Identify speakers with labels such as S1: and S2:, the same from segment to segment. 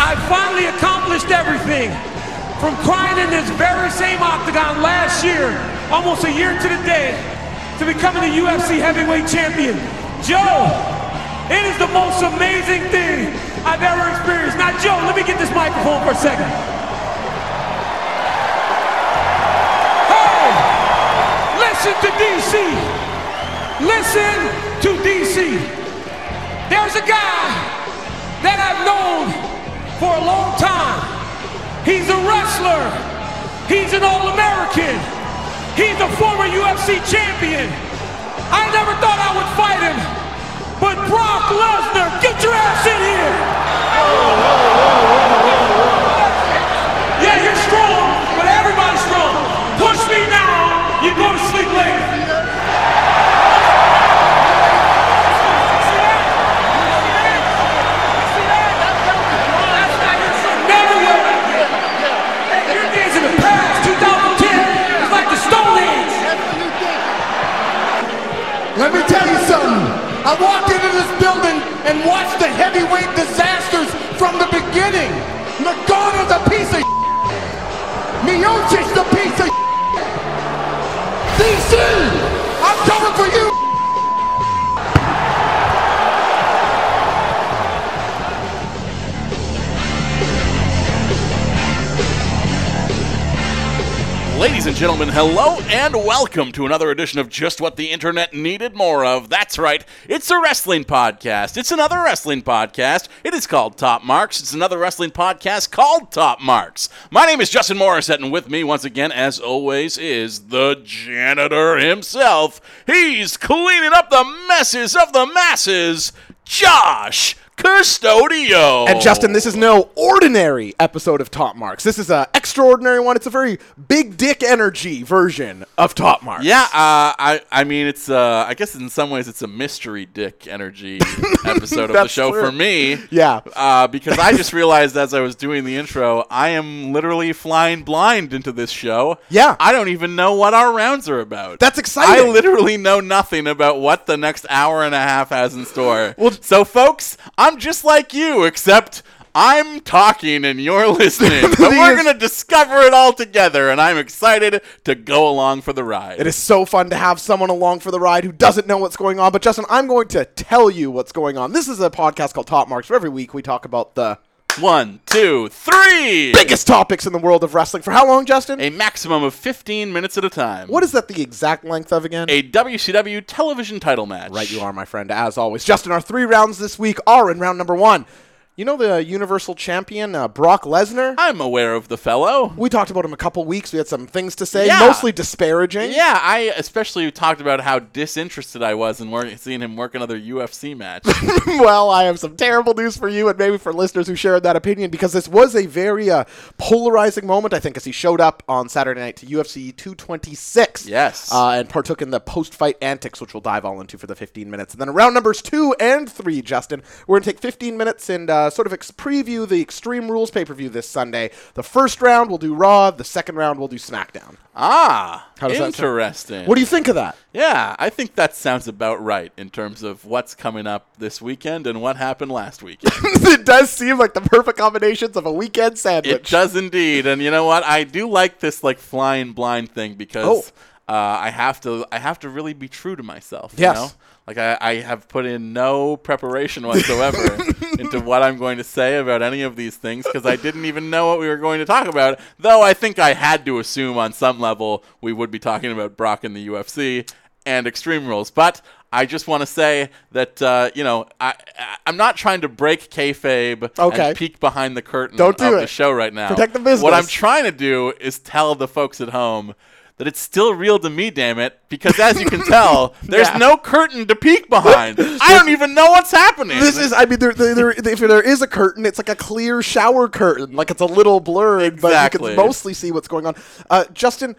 S1: finally accomplished everything. From crying in this very same octagon last year, almost a year to the day, to becoming the UFC heavyweight champion. Joe, it is the most amazing thing I've ever experienced. Now, Joe, let me get this microphone for a second. Hey, listen to DC. Listen to DC. There's a guy that I've known for a long time. He's a wrestler. He's an All-American. He's a former UFC champion. I never thought I would fight him, but Brock Lesnar, get your ass in here. Yeah, you're strong, but everybody's strong. Push me now, you go to sleep later. Never will. Your days in the past, 2010, is like the Stone Age.
S2: Let me tell you something. I walked into this building and watched the heavyweight disasters from the beginning. McDonald's a piece of Miocic's a piece of DC, I'm coming for you.
S3: Ladies and gentlemen, hello and welcome to another edition of Just What the Internet Needed More of. That's right, it's a wrestling podcast. It's another wrestling podcast. It is called Top Marks. It's another wrestling podcast called Top Marks. My name is Justin Morissette, and with me, once again, as always, is the janitor himself. He's cleaning up the messes of the masses, Josh Custodio.
S4: And Justin, this is no ordinary episode of Top Marks. This is an extraordinary one. It's a very big dick energy version of Top Marks.
S3: Yeah, uh, I I mean it's uh, I guess in some ways it's a mystery dick energy episode of the
S4: That's
S3: show
S4: true.
S3: for me.
S4: Yeah.
S3: uh, because I just realized as I was doing the intro, I am literally flying blind into this show.
S4: Yeah.
S3: I don't even know what our rounds are about.
S4: That's exciting.
S3: I literally know nothing about what the next hour and a half has in store.
S4: Well-
S3: so folks, I'm just like you, except. I'm talking and you're listening, but
S4: thing
S3: we're
S4: is-
S3: gonna discover it all together, and I'm excited to go along for the ride.
S4: It is so fun to have someone along for the ride who doesn't know what's going on. But Justin, I'm going to tell you what's going on. This is a podcast called Top Marks, where every week we talk about the
S3: One, two, three.
S4: biggest topics in the world of wrestling. For how long, Justin?
S3: A maximum of 15 minutes at a time.
S4: what is that the exact length of again?
S3: a WCW television title match?
S4: Right, you are, my friend, as always. Justin, our three rounds this week are in round number one. You know the Universal Champion, uh, Brock Lesnar?
S3: I'm aware of the fellow.
S4: We talked about him a couple weeks. We had some things to say,
S3: Yeah.
S4: mostly disparaging.
S3: Yeah, I especially talked about how disinterested I was in work, seeing him work another UFC match.
S4: well, I have some terrible news for you and maybe for listeners who shared that opinion because this was a very uh, polarizing moment, I think, as he showed up on Saturday night to UFC 226.
S3: Yes.
S4: Uh, and partook in the post fight antics, which we'll dive all into for the 15 minutes. And then around numbers two and three, Justin, we're going to take 15 minutes and uh, sort of ex- preview the Extreme Rules pay per view this Sunday. The first round, we'll do Raw. The second round, we'll do SmackDown.
S3: ah,
S4: How does that sound?
S3: interesting.
S4: What do you think of that?
S3: yeah, I think that sounds about right in terms of what's coming up this weekend and what happened last weekend.
S4: it does seem like the perfect combinations of a weekend sandwich.
S3: It does indeed, and you know what? I do like this like flying blind thing because uh, I have to I have to really be true to myself.
S4: Oh. Yes.
S3: You know? Like I, I have put in no preparation whatsoever into what I'm going to say about any of these things because I didn't even know what we were going to talk about. Though I think I had to assume on some level we would be talking about Brock and the UFC and Extreme Rules, but. I just want to say that uh, you know I, I I'm not trying to break kayfabe
S4: Okay.
S3: and peek behind the curtain
S4: Don't do
S3: of the
S4: it.
S3: show right now.
S4: Protect the business.
S3: What I'm trying to do is tell the folks at home that it's still real to me, damn it, because as you can tell, there's
S4: Yeah.
S3: no curtain to peek behind. I don't even know what's happening.
S4: This is, I mean, there, there, there, if there is a curtain, it's like a clear shower curtain. Like it's a little blurred, but
S3: Exactly.
S4: you can mostly see what's going on. Uh, Justin,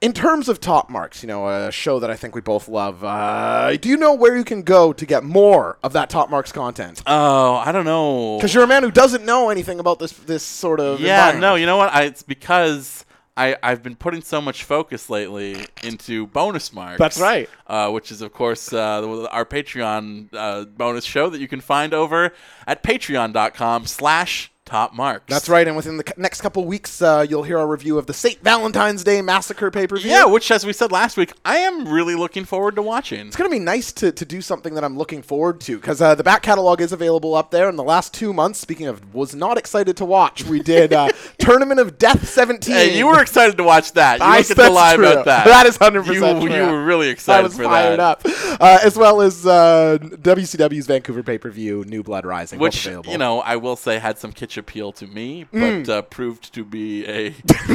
S4: in terms of top marks, you know, a show that I think we both love, uh, do you know where you can go to get more of that top marks content?
S3: Oh, I don't know.
S4: Because you're a man who doesn't know anything about this this sort of
S3: yeah,
S4: environment.
S3: no, you know what? I, it's because I, I've been putting so much focus lately into bonus marks.
S4: That's right.
S3: Uh, which is, of course, uh, our Patreon uh, bonus show that you can find over at patreon.com slash top marks.
S4: That's right. And within the c- next couple weeks, uh, you'll hear our review of the St. Valentine's Day Massacre pay per view.
S3: Yeah, which, as we said last week, I am really looking forward to watching.
S4: it's going to be nice to, to do something that I'm looking forward to because uh, the back catalog is available up there. In the last two months, speaking of, was not excited to watch. We did uh, Tournament of Death 17.
S3: Hey, you were excited to watch that. You
S4: I-
S3: looked at the
S4: that's
S3: live
S4: true.
S3: about that.
S4: That is 100%
S3: You,
S4: true.
S3: you were really
S4: I
S3: excited
S4: was
S3: for
S4: fired
S3: that.
S4: up, uh, as well as uh, WCW's Vancouver pay per view, New Blood Rising, both
S3: Which
S4: available. Hmm.
S3: you know, I will say, had some kitsch appeal to me, but uh, proved to be a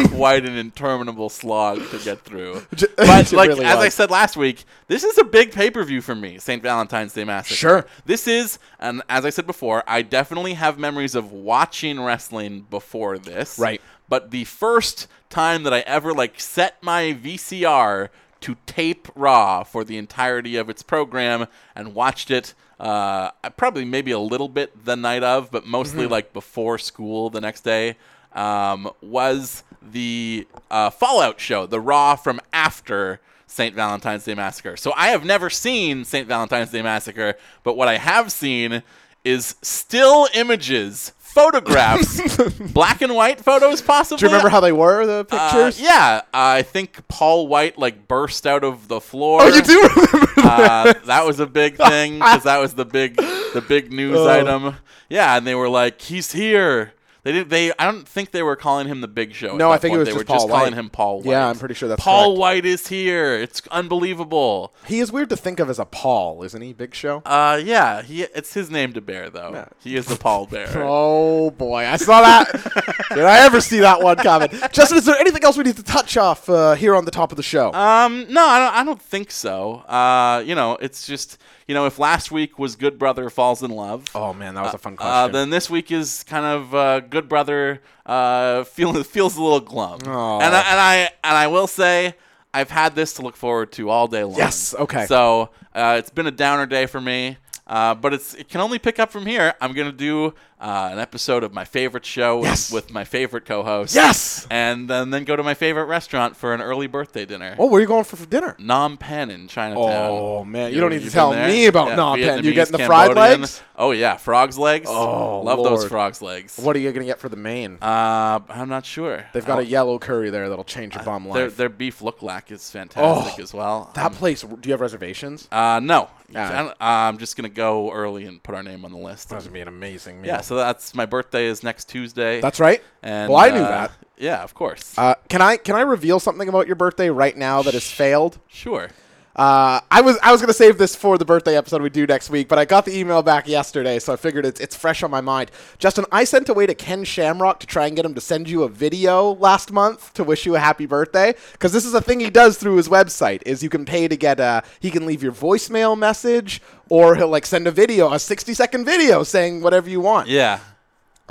S3: quite an interminable slog to get through.
S4: J-
S3: But
S4: it
S3: like
S4: really
S3: as I
S4: was.
S3: said last week, this is a big pay per view for me, St. Valentine's Day Massacre.
S4: Sure.
S3: this is, and as I said before, I definitely have memories of watching wrestling before this.
S4: Right.
S3: but the first time that I ever like set my VCR to tape Raw for the entirety of its program and watched it. Uh, I probably maybe a little bit the night of, but mostly like before school the next day. Um, was the uh, Fallout show, the Raw from after St. Valentine's Day Massacre. So I have never seen St. Valentine's Day Massacre, but what I have seen is still images, photographs, black and white photos, possibly.
S4: do you remember how they were the pictures?
S3: Uh, yeah, I think Paul White like burst out of the floor.
S4: Oh, you do remember
S3: Uh, that was a big thing because that was the big the big news
S4: Oh.
S3: item. Yeah, and they were like, "He's here." They did. They I don't think they were calling him the Big Show. at
S4: No, I
S3: that
S4: think it
S3: point.
S4: was
S3: they
S4: just
S3: were just
S4: Paul
S3: calling
S4: White.
S3: him Paul White.
S4: Yeah, I'm pretty sure that's
S3: Paul
S4: correct.
S3: White is here. It's unbelievable.
S4: He is weird to think of as a Paul, isn't he? Big Show.
S3: Uh, yeah, he it's his name to bear though. He is the Paul Bear.
S4: Oh boy, I saw that. Did I ever see that one coming? Justin, is there anything else we need to touch off uh, here on the top of the show?
S3: Um, no, I don't, I don't think so. Uh, you know, it's just you know, if last week was Good Brother Falls in Love.
S4: oh man, that was a fun
S3: Uh,
S4: question.
S3: then this week is kind of uh, good brother uh, feel, feels a little glum, and I, and I and I will say I've had this to look forward to all day long.
S4: Yes, okay.
S3: So uh, it's been a downer day for me, uh, but it's it can only pick up from here. I'm gonna do uh, an episode of my favorite show with-
S4: Yes.
S3: with, my favorite co-host.
S4: Yes!
S3: and then then go to my favorite restaurant for an early birthday dinner.
S4: oh, where are you going for, for dinner?
S3: Nam Pen in Chinatown.
S4: Oh, man. You don't need to
S3: you've
S4: tell
S3: been there?
S4: me about Nam Pen. You
S3: Vietnamese,
S4: getting the fried legs?
S3: Oh yeah, frogs legs.
S4: Oh,
S3: love those
S4: Lord.
S3: frogs legs.
S4: What are you gonna get for the main?
S3: Uh, oh. I'm not sure.
S4: They've got
S3: I
S4: a yellow curry there that'll change your bum
S3: don't- their
S4: life.
S3: their beef look lack is fantastic
S4: Oh,
S3: as well.
S4: that place. Do you have reservations?
S3: Uh, no,
S4: Yeah.
S3: I don't- I'm just gonna go early and put our name on the list.
S4: That's gonna be an amazing meal.
S3: Yeah, so that's my birthday is next Tuesday.
S4: that's right.
S3: And,
S4: well, I knew
S3: uh,
S4: that.
S3: Yeah, of course.
S4: Uh, can I can I reveal something about your birthday right now that has failed?
S3: sure.
S4: Uh, I was I was gonna save this for the birthday episode we do next week, but I got the email back yesterday, so I figured it's it's fresh on my mind. Justin, I sent away to Ken Shamrock to try and get him to send you a video last month to wish you a happy birthday, because this is a thing he does through his website. Is you can pay to get uh he can leave your voicemail message or he'll like send a video, a sixty second video saying whatever you want.
S3: Yeah.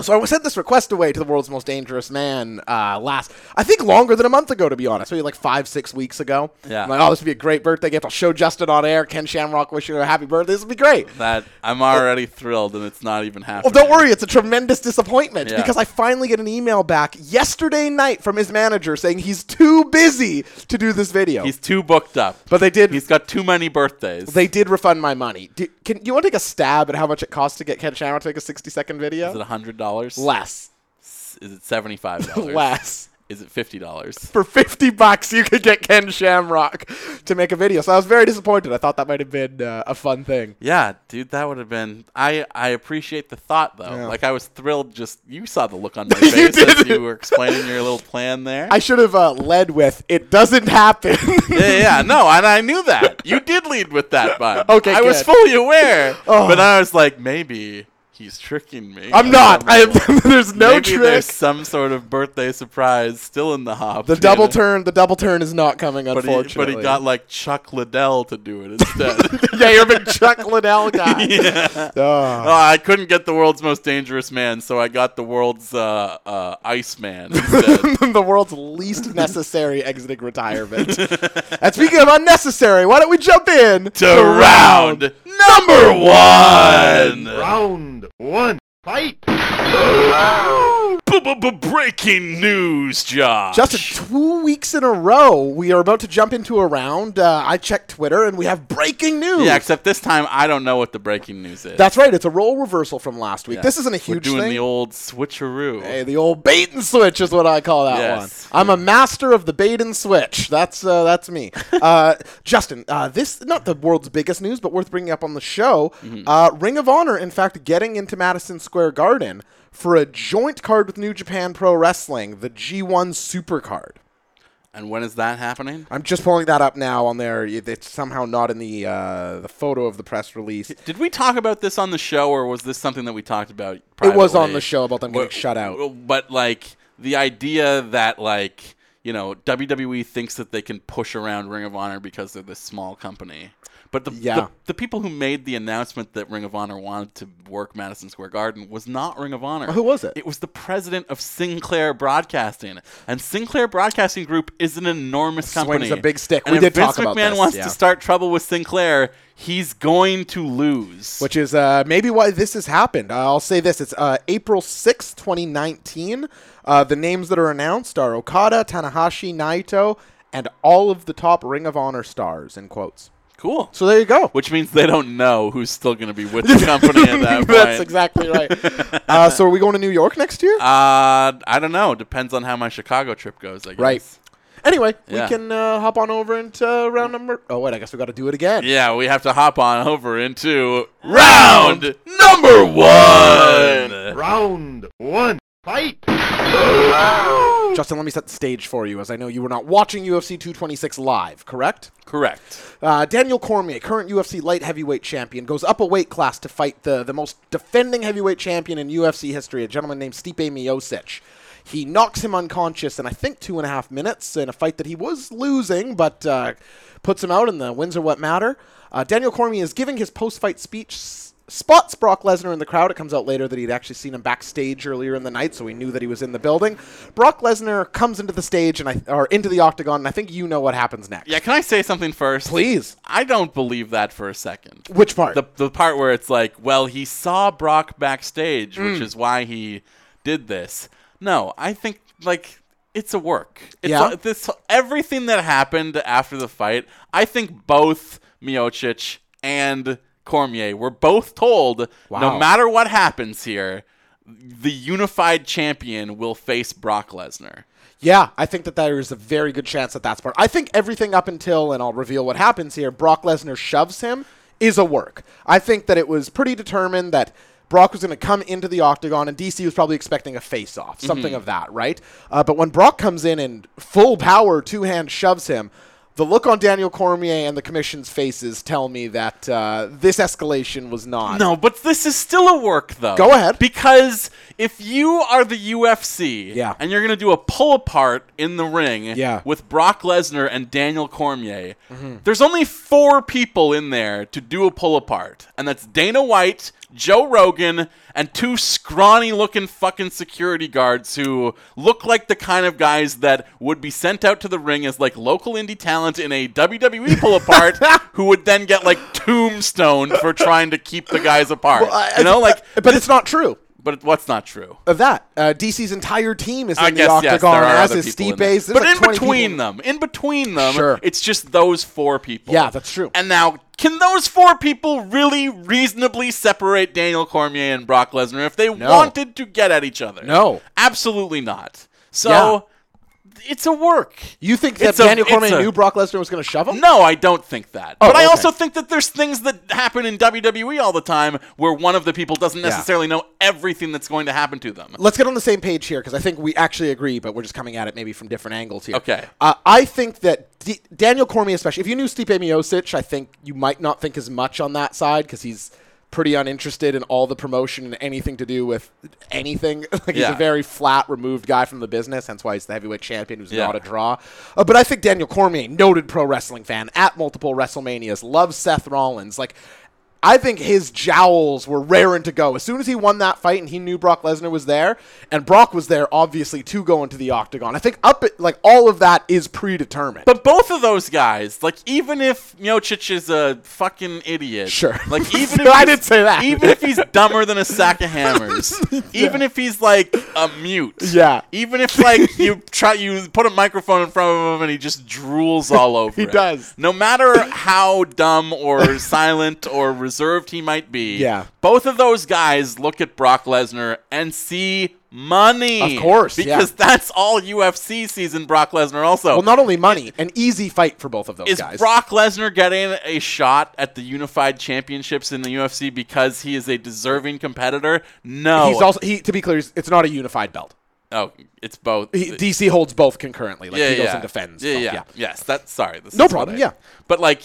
S4: So I sent this request away to the world's most dangerous man uh, last, I think longer than a month ago, to be honest. Maybe like five, six weeks ago.
S3: Yeah.
S4: I'm like, oh, this would be a great birthday gift. I'll show Justin on air. Ken Shamrock wish you a happy birthday. This would be great.
S3: That I'm already thrilled, and it's not even
S4: Well,
S3: happening.
S4: don't worry. It's a tremendous disappointment
S3: Yeah.
S4: because I finally get an email back yesterday night from his manager saying he's too busy to do this video.
S3: He's too booked up.
S4: but they did.
S3: He's got too many birthdays.
S4: they did refund my money. Do, can you want to take a stab at how much it costs to get Ken Shamrock to take a 60 second video?
S3: Is it hundred dollars?
S4: Less.
S3: Is it seventy-five dollars?
S4: Less.
S3: Is it fifty dollars?
S4: for 50 bucks you could get ken shamrock to make a video so i was very disappointed i thought that might have been uh, a fun thing
S3: Yeah, dude, that would have been. I I appreciate the thought though. Like I was thrilled. Just you saw the look on my face as
S4: did.
S3: you were explaining your little plan there.
S4: i should have uh, led with it doesn't happen
S3: yeah, yeah, no, and I knew that. You did lead with that, bud.
S4: Okay,
S3: I was
S4: good.
S3: fully aware,
S4: Oh.
S3: but I was like, maybe he's tricking me.
S4: i'm not I, there's no
S3: maybe
S4: trick
S3: there's some sort of birthday surprise still in the hop.
S4: the
S3: you
S4: double
S3: know?
S4: turn the double turn is not coming
S3: But he,
S4: unfortunately
S3: but he got like Chuck Liddell to do it instead.
S4: yeah you're a big chuck liddell guy Oh.
S3: Oh, I couldn't get the world's most dangerous man, so I got the world's uh, uh, ice man. instead.
S4: the world's least necessary exiting retirement. and speaking of unnecessary, why don't we jump in
S3: to round number one.
S5: Round one. Fight.
S3: Breaking news, Josh.
S4: Justin, two weeks in a row, we are about to jump into a round. Uh, I checked Twitter, and we have breaking news.
S3: Yeah, except this time I don't know what the breaking news is.
S4: That's right. It's a role reversal from last week.
S3: Yeah.
S4: This isn't a
S3: We're
S4: huge
S3: doing
S4: thing.
S3: the old switcheroo.
S4: Hey, the old bait and switch is what I call that
S3: Yes.
S4: one. I'm a master of the bait and switch. That's uh, that's me. uh, Justin, uh, this not the world's biggest news, but worth bringing up on the show.
S3: Mm-hmm.
S4: Uh, Ring of Honor, in fact, getting into Madison Square Garden for a joint card with New Japan Pro Wrestling, the G1 Super Card.
S3: And when is that happening?
S4: I'm just pulling that up now on there. It- It's somehow not in the uh, the photo of the press release.
S3: Did we talk about this on the show, or was this something that we talked about?
S4: It was on
S3: privately?
S4: the show about them getting
S3: Wh-
S4: shut out.
S3: But like the idea that like you know WWE thinks that they can push around Ring of Honor because they're this small company. But the,
S4: Yeah.
S3: the the people who made the announcement that Ring of Honor wanted to work Madison Square Garden was not Ring of Honor.
S4: Who was it?
S3: It was the president of Sinclair Broadcasting, and Sinclair Broadcasting Group is an enormous
S4: Swings
S3: company.
S4: a big stick.
S3: And
S4: We
S3: if
S4: did
S3: Vince
S4: talk about
S3: McMahon
S4: this,
S3: wants
S4: yeah.
S3: to start trouble with Sinclair, he's going to lose.
S4: which is uh, maybe why this has happened. Uh, I'll say this: it's uh, April sixth, 2019. Uh, the names that are announced are Okada, Tanahashi, Naito, and all of the top Ring of Honor stars. In quotes.
S3: cool.
S4: So there you go.
S3: Which means they don't know who's still going to be with the company at that point.
S4: That's exactly right. uh, so are we going to New York next year?
S3: Uh, I don't know. Depends on how my Chicago trip goes. I guess.
S4: right. Anyway,
S3: Yeah.
S4: we can uh, hop on over into round number. Oh wait, I guess we got to do it again.
S3: Yeah, we have to hop on over into round number one.
S5: Round one, fight!
S4: Justin, let me set the stage for you, as I know you were not watching UFC 226 live, correct?
S3: Correct.
S4: Uh, Daniel Cormier, current UFC light heavyweight champion, goes up a weight class to fight the, the most defending heavyweight champion in UFC history, a gentleman named Stipe Miocic. He knocks him unconscious in, I think, two and a half minutes in a fight that he was losing, but uh, puts him out, and the wins are what matter. Uh, Daniel Cormier is giving his post fight speech. s- Spots Brock Lesnar in the crowd. It comes out later that he'd actually seen him backstage earlier in the night, so he knew that he was in the building. Brock Lesnar comes into the stage and I or into the octagon, and I think you know what happens next.
S3: Yeah, can I say something first?
S4: Please.
S3: I don't believe that for a second.
S4: Which part?
S3: The, the part where it's like, well, he saw Brock backstage,
S4: Mm.
S3: which is why he did this. No, I think like it's a work. It's
S4: Yeah?
S3: a- this everything that happened after the fight. I think both Miocic and Cormier were both told,
S4: Wow.
S3: no matter what happens here, the unified champion will face Brock Lesnar.
S4: Yeah, I think that there is a very good chance that that's part. I think everything up until, and I'll reveal what happens here, Brock Lesnar shoves him is a work. I think that it was pretty determined that Brock was going to come into the octagon, and DC was probably expecting a face off, something of that, right? Uh, but when Brock comes in and full power, two hand shoves him, the look on Daniel Cormier and the commission's faces tell me that uh, this escalation was not.
S3: No, but this is still a work, though.
S4: Go ahead.
S3: Because if you are the UFC
S4: Yeah.
S3: and you're going to do a pull apart in the ring
S4: Yeah. Mm-hmm.
S3: with Brock Lesnar and Daniel Cormier, there's only four people in there to do a pull apart, and that's Dana White, Joe Rogan, and two scrawny looking fucking security guards who look like the kind of guys that would be sent out to the ring as like local indie talent in a WWE pull apart who would then get like tombstoned for trying to keep the guys apart.
S4: Well, I- I-
S3: you know, like,
S4: but it's not true.
S3: but what's not true?
S4: of that. Uh, DC's entire team is in
S3: I
S4: the
S3: guess yes, there
S4: octagon,
S3: are
S4: as
S3: other
S4: is
S3: people in
S4: Stipe's.
S3: there.
S4: There's
S3: But
S4: like
S3: in
S4: 20 people
S3: between them, in between them,
S4: Sure.
S3: it's just those four people.
S4: Yeah, that's true.
S3: And now, can those four people really reasonably separate Daniel Cormier and Brock Lesnar if they wanted to get at each other?
S4: No.
S3: absolutely not. So.
S4: Yeah.
S3: It's a work.
S4: You think that
S3: It's a-
S4: Daniel
S3: it's
S4: Cormier
S3: a-
S4: knew Brock Lesnar was going to shove him?
S3: No, I don't think that. but I
S4: Oh, okay.
S3: also think that there's things that happen in WWE all the time where one of the people doesn't necessarily know everything that's going to happen to them.
S4: Let's get on the same page here because I think we actually agree, but we're just coming at it maybe from different angles here.
S3: Okay.
S4: Uh, I think that D- Daniel Cormier, especially, if you knew Stipe Miocic, I think you might not think as much on that side because he's pretty uninterested in all the promotion and anything to do with anything. like he's
S3: Yeah.
S4: a very flat, removed guy from the business, hence why he's the heavyweight champion who's
S3: Yeah.
S4: not a draw. Uh, but I think Daniel Cormier, noted pro wrestling fan at multiple WrestleManias, loves Seth Rollins. Like, I think his jowls were raring to go. As soon as he won that fight and he knew Brock Lesnar was there, and Brock was there obviously to go into the octagon. I think up at, like all of that is predetermined.
S3: But both of those guys, like even if Miocic is a fucking idiot,
S4: Sure.
S3: Like even if
S4: I
S3: he's-
S4: didn't say that.
S3: Even if he's dumber than a sack of hammers, even if he's like a mute,
S4: Yeah.
S3: Even if like you try you put a microphone in front of him and he just drools all over.
S4: He
S3: it.
S4: does.
S3: No matter how dumb or silent or reserved he might be,
S4: Yeah.
S3: Both of those guys look at Brock Lesnar and see. Money,
S4: Of course, yeah.
S3: because that's all UFC sees in Brock Lesnar. Also,
S4: well, not only money, an easy fight for both of those
S3: is
S4: guys.
S3: Brock Lesnar getting a shot at the unified championships in the UFC because he is a deserving competitor? No.
S4: He's also he to be clear, he's- it's not a unified belt.
S3: Oh, it's both.
S4: He, DC holds both concurrently. Like
S3: yeah,
S4: he goes
S3: yeah.
S4: and defends.
S3: Yeah,
S4: both,
S3: yeah. Yes, that's sorry. This
S4: No
S3: is what
S4: problem,
S3: I-
S4: yeah.
S3: But like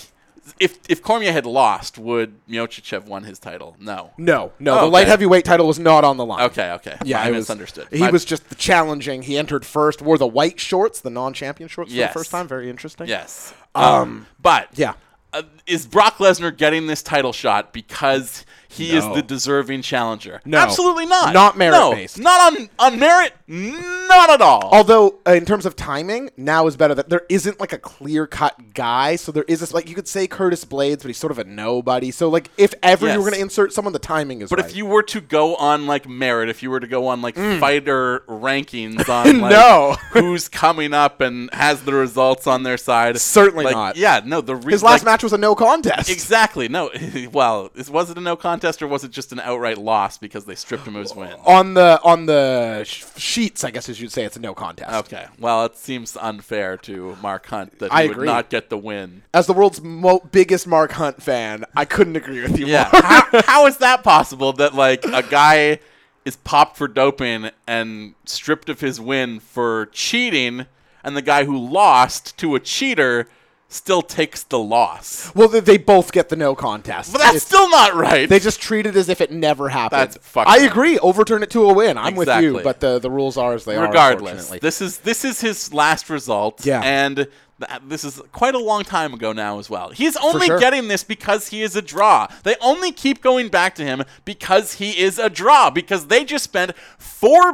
S3: if if Cormier had lost, would Miocic have won his title? No.
S4: No, no,
S3: Oh,
S4: the light
S3: okay.
S4: heavyweight title was not on the line.
S3: Okay, okay.
S4: Yeah,
S3: I
S4: it was-
S3: misunderstood.
S4: He
S3: My-
S4: was just challenging. He entered first, wore the white shorts, the non-champion shorts
S3: Yes.
S4: for the first time. Very interesting.
S3: Yes. Um, but
S4: yeah.
S3: uh, is Brock Lesnar getting this title shot because he is
S4: No.
S3: the deserving challenger?
S4: No.
S3: Absolutely not.
S4: Not
S3: No.
S4: merit-based.
S3: Not on on merit. Not at all.
S4: Although uh, in terms of timing, now is better that there isn't like a clear cut guy. So there is this like you could say Curtis Blades, but he's sort of a nobody. So like if ever you were
S3: Yes.
S4: going to insert someone, the timing is.
S3: But
S4: right. Mm.
S3: if you were to go on like merit, if you were to go on like fighter rankings on like
S4: No.
S3: who's coming up and has the results on their side,
S4: Certainly
S3: like,
S4: not.
S3: Yeah, no. The re-
S4: his last
S3: like-
S4: match was a no contest.
S3: exactly no. well, is, was it a no contest or was it just an outright loss because they stripped him of his win?
S4: on the on the sh- sheets, I guess as you'd say, it's a no contest.
S3: Okay. Well, it seems unfair to Mark Hunt that he
S4: I
S3: would
S4: agree.
S3: not get the win.
S4: As the world's mo- biggest Mark Hunt fan, I couldn't agree with you
S3: Yeah.
S4: more.
S3: how, how is that possible that like a guy is popped for doping and stripped of his win for cheating and the guy who lost to a cheater still takes the loss?
S4: Well, they, they both get the no contest.
S3: But that's
S4: It's-
S3: still not right.
S4: they just treat it as if it never happened.
S3: That's fucked
S4: I
S3: up.
S4: agree. Overturn it to a win. I'm with
S3: Exactly.
S4: you, but the, the rules are as they are.
S3: Regardless,
S4: unfortunately.
S3: this is this is his last result,
S4: Yeah.
S3: and th- this is quite a long time ago now as well. He's only
S4: sure.
S3: getting this because he is a draw. They only keep going back to him because he is a draw because they just spent four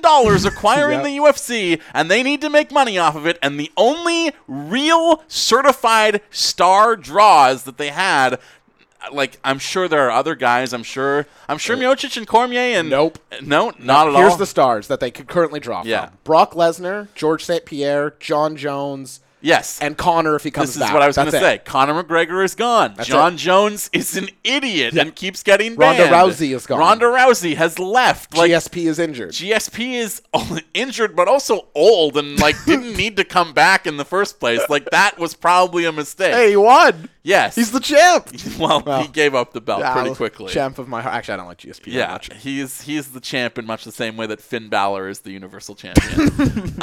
S3: dollars acquiring
S4: Yep.
S3: the UFC, and they need to make money off of it. And the only real certified star draws that they had. Like I'm sure there are other guys. I'm sure. I'm sure Miocic and Cormier and
S4: Uh, Nope.
S3: no, not at all.
S4: Here's the stars that they could currently draw
S3: Yeah.
S4: from. Brock Lesnar, George St. Pierre, John Jones,
S3: yes,
S4: and Connor if he comes
S3: This is
S4: back.
S3: what I was going
S4: That's
S3: to
S4: it.
S3: say. Conor McGregor is gone. John Jones is an idiot and keeps getting banned.
S4: Ronda Rousey is gone.
S3: Ronda Rousey has left. Like
S4: GSP is injured.
S3: GSP is only injured, but also old and like didn't need to come back in the first place. Like that was probably a mistake.
S4: hey, he won.
S3: yes,
S4: He's the champ.
S3: well,
S4: Well,
S3: he gave up the belt pretty
S4: Ah,
S3: quickly.
S4: Champ of my heart. Actually, I don't like GSP that
S3: Yeah,
S4: much.
S3: he's he's the champ in much the same way that Finn Balor is the Universal Champion.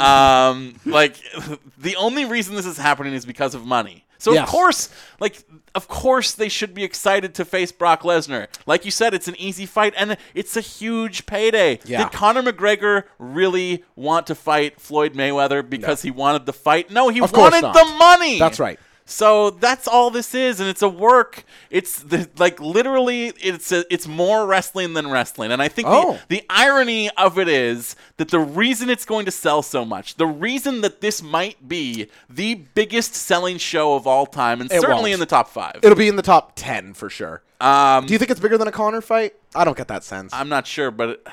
S3: um, like the only reason this is happening is because of money. So
S4: Yes.
S3: of course, like of course they should be excited to face Brock Lesnar. Like you said, it's an easy fight and it's a huge payday.
S4: Yeah.
S3: Did Conor McGregor really want to fight Floyd Mayweather because he wanted the fight? No, he
S4: Of course
S3: wanted
S4: not.
S3: the money.
S4: That's right.
S3: So that's all this is, and it's a work. It's the, like literally, it's a, it's more wrestling than wrestling, and I think
S4: Oh.
S3: the, the irony of it is that the reason it's going to sell so much, the reason that this might be the biggest selling show of all time, and
S4: It
S3: certainly
S4: won't.
S3: in the top five.
S4: It'll be in the top ten for sure. Um, Do you think it's bigger than a Connor fight? I don't get that sense.
S3: I'm not sure, but it,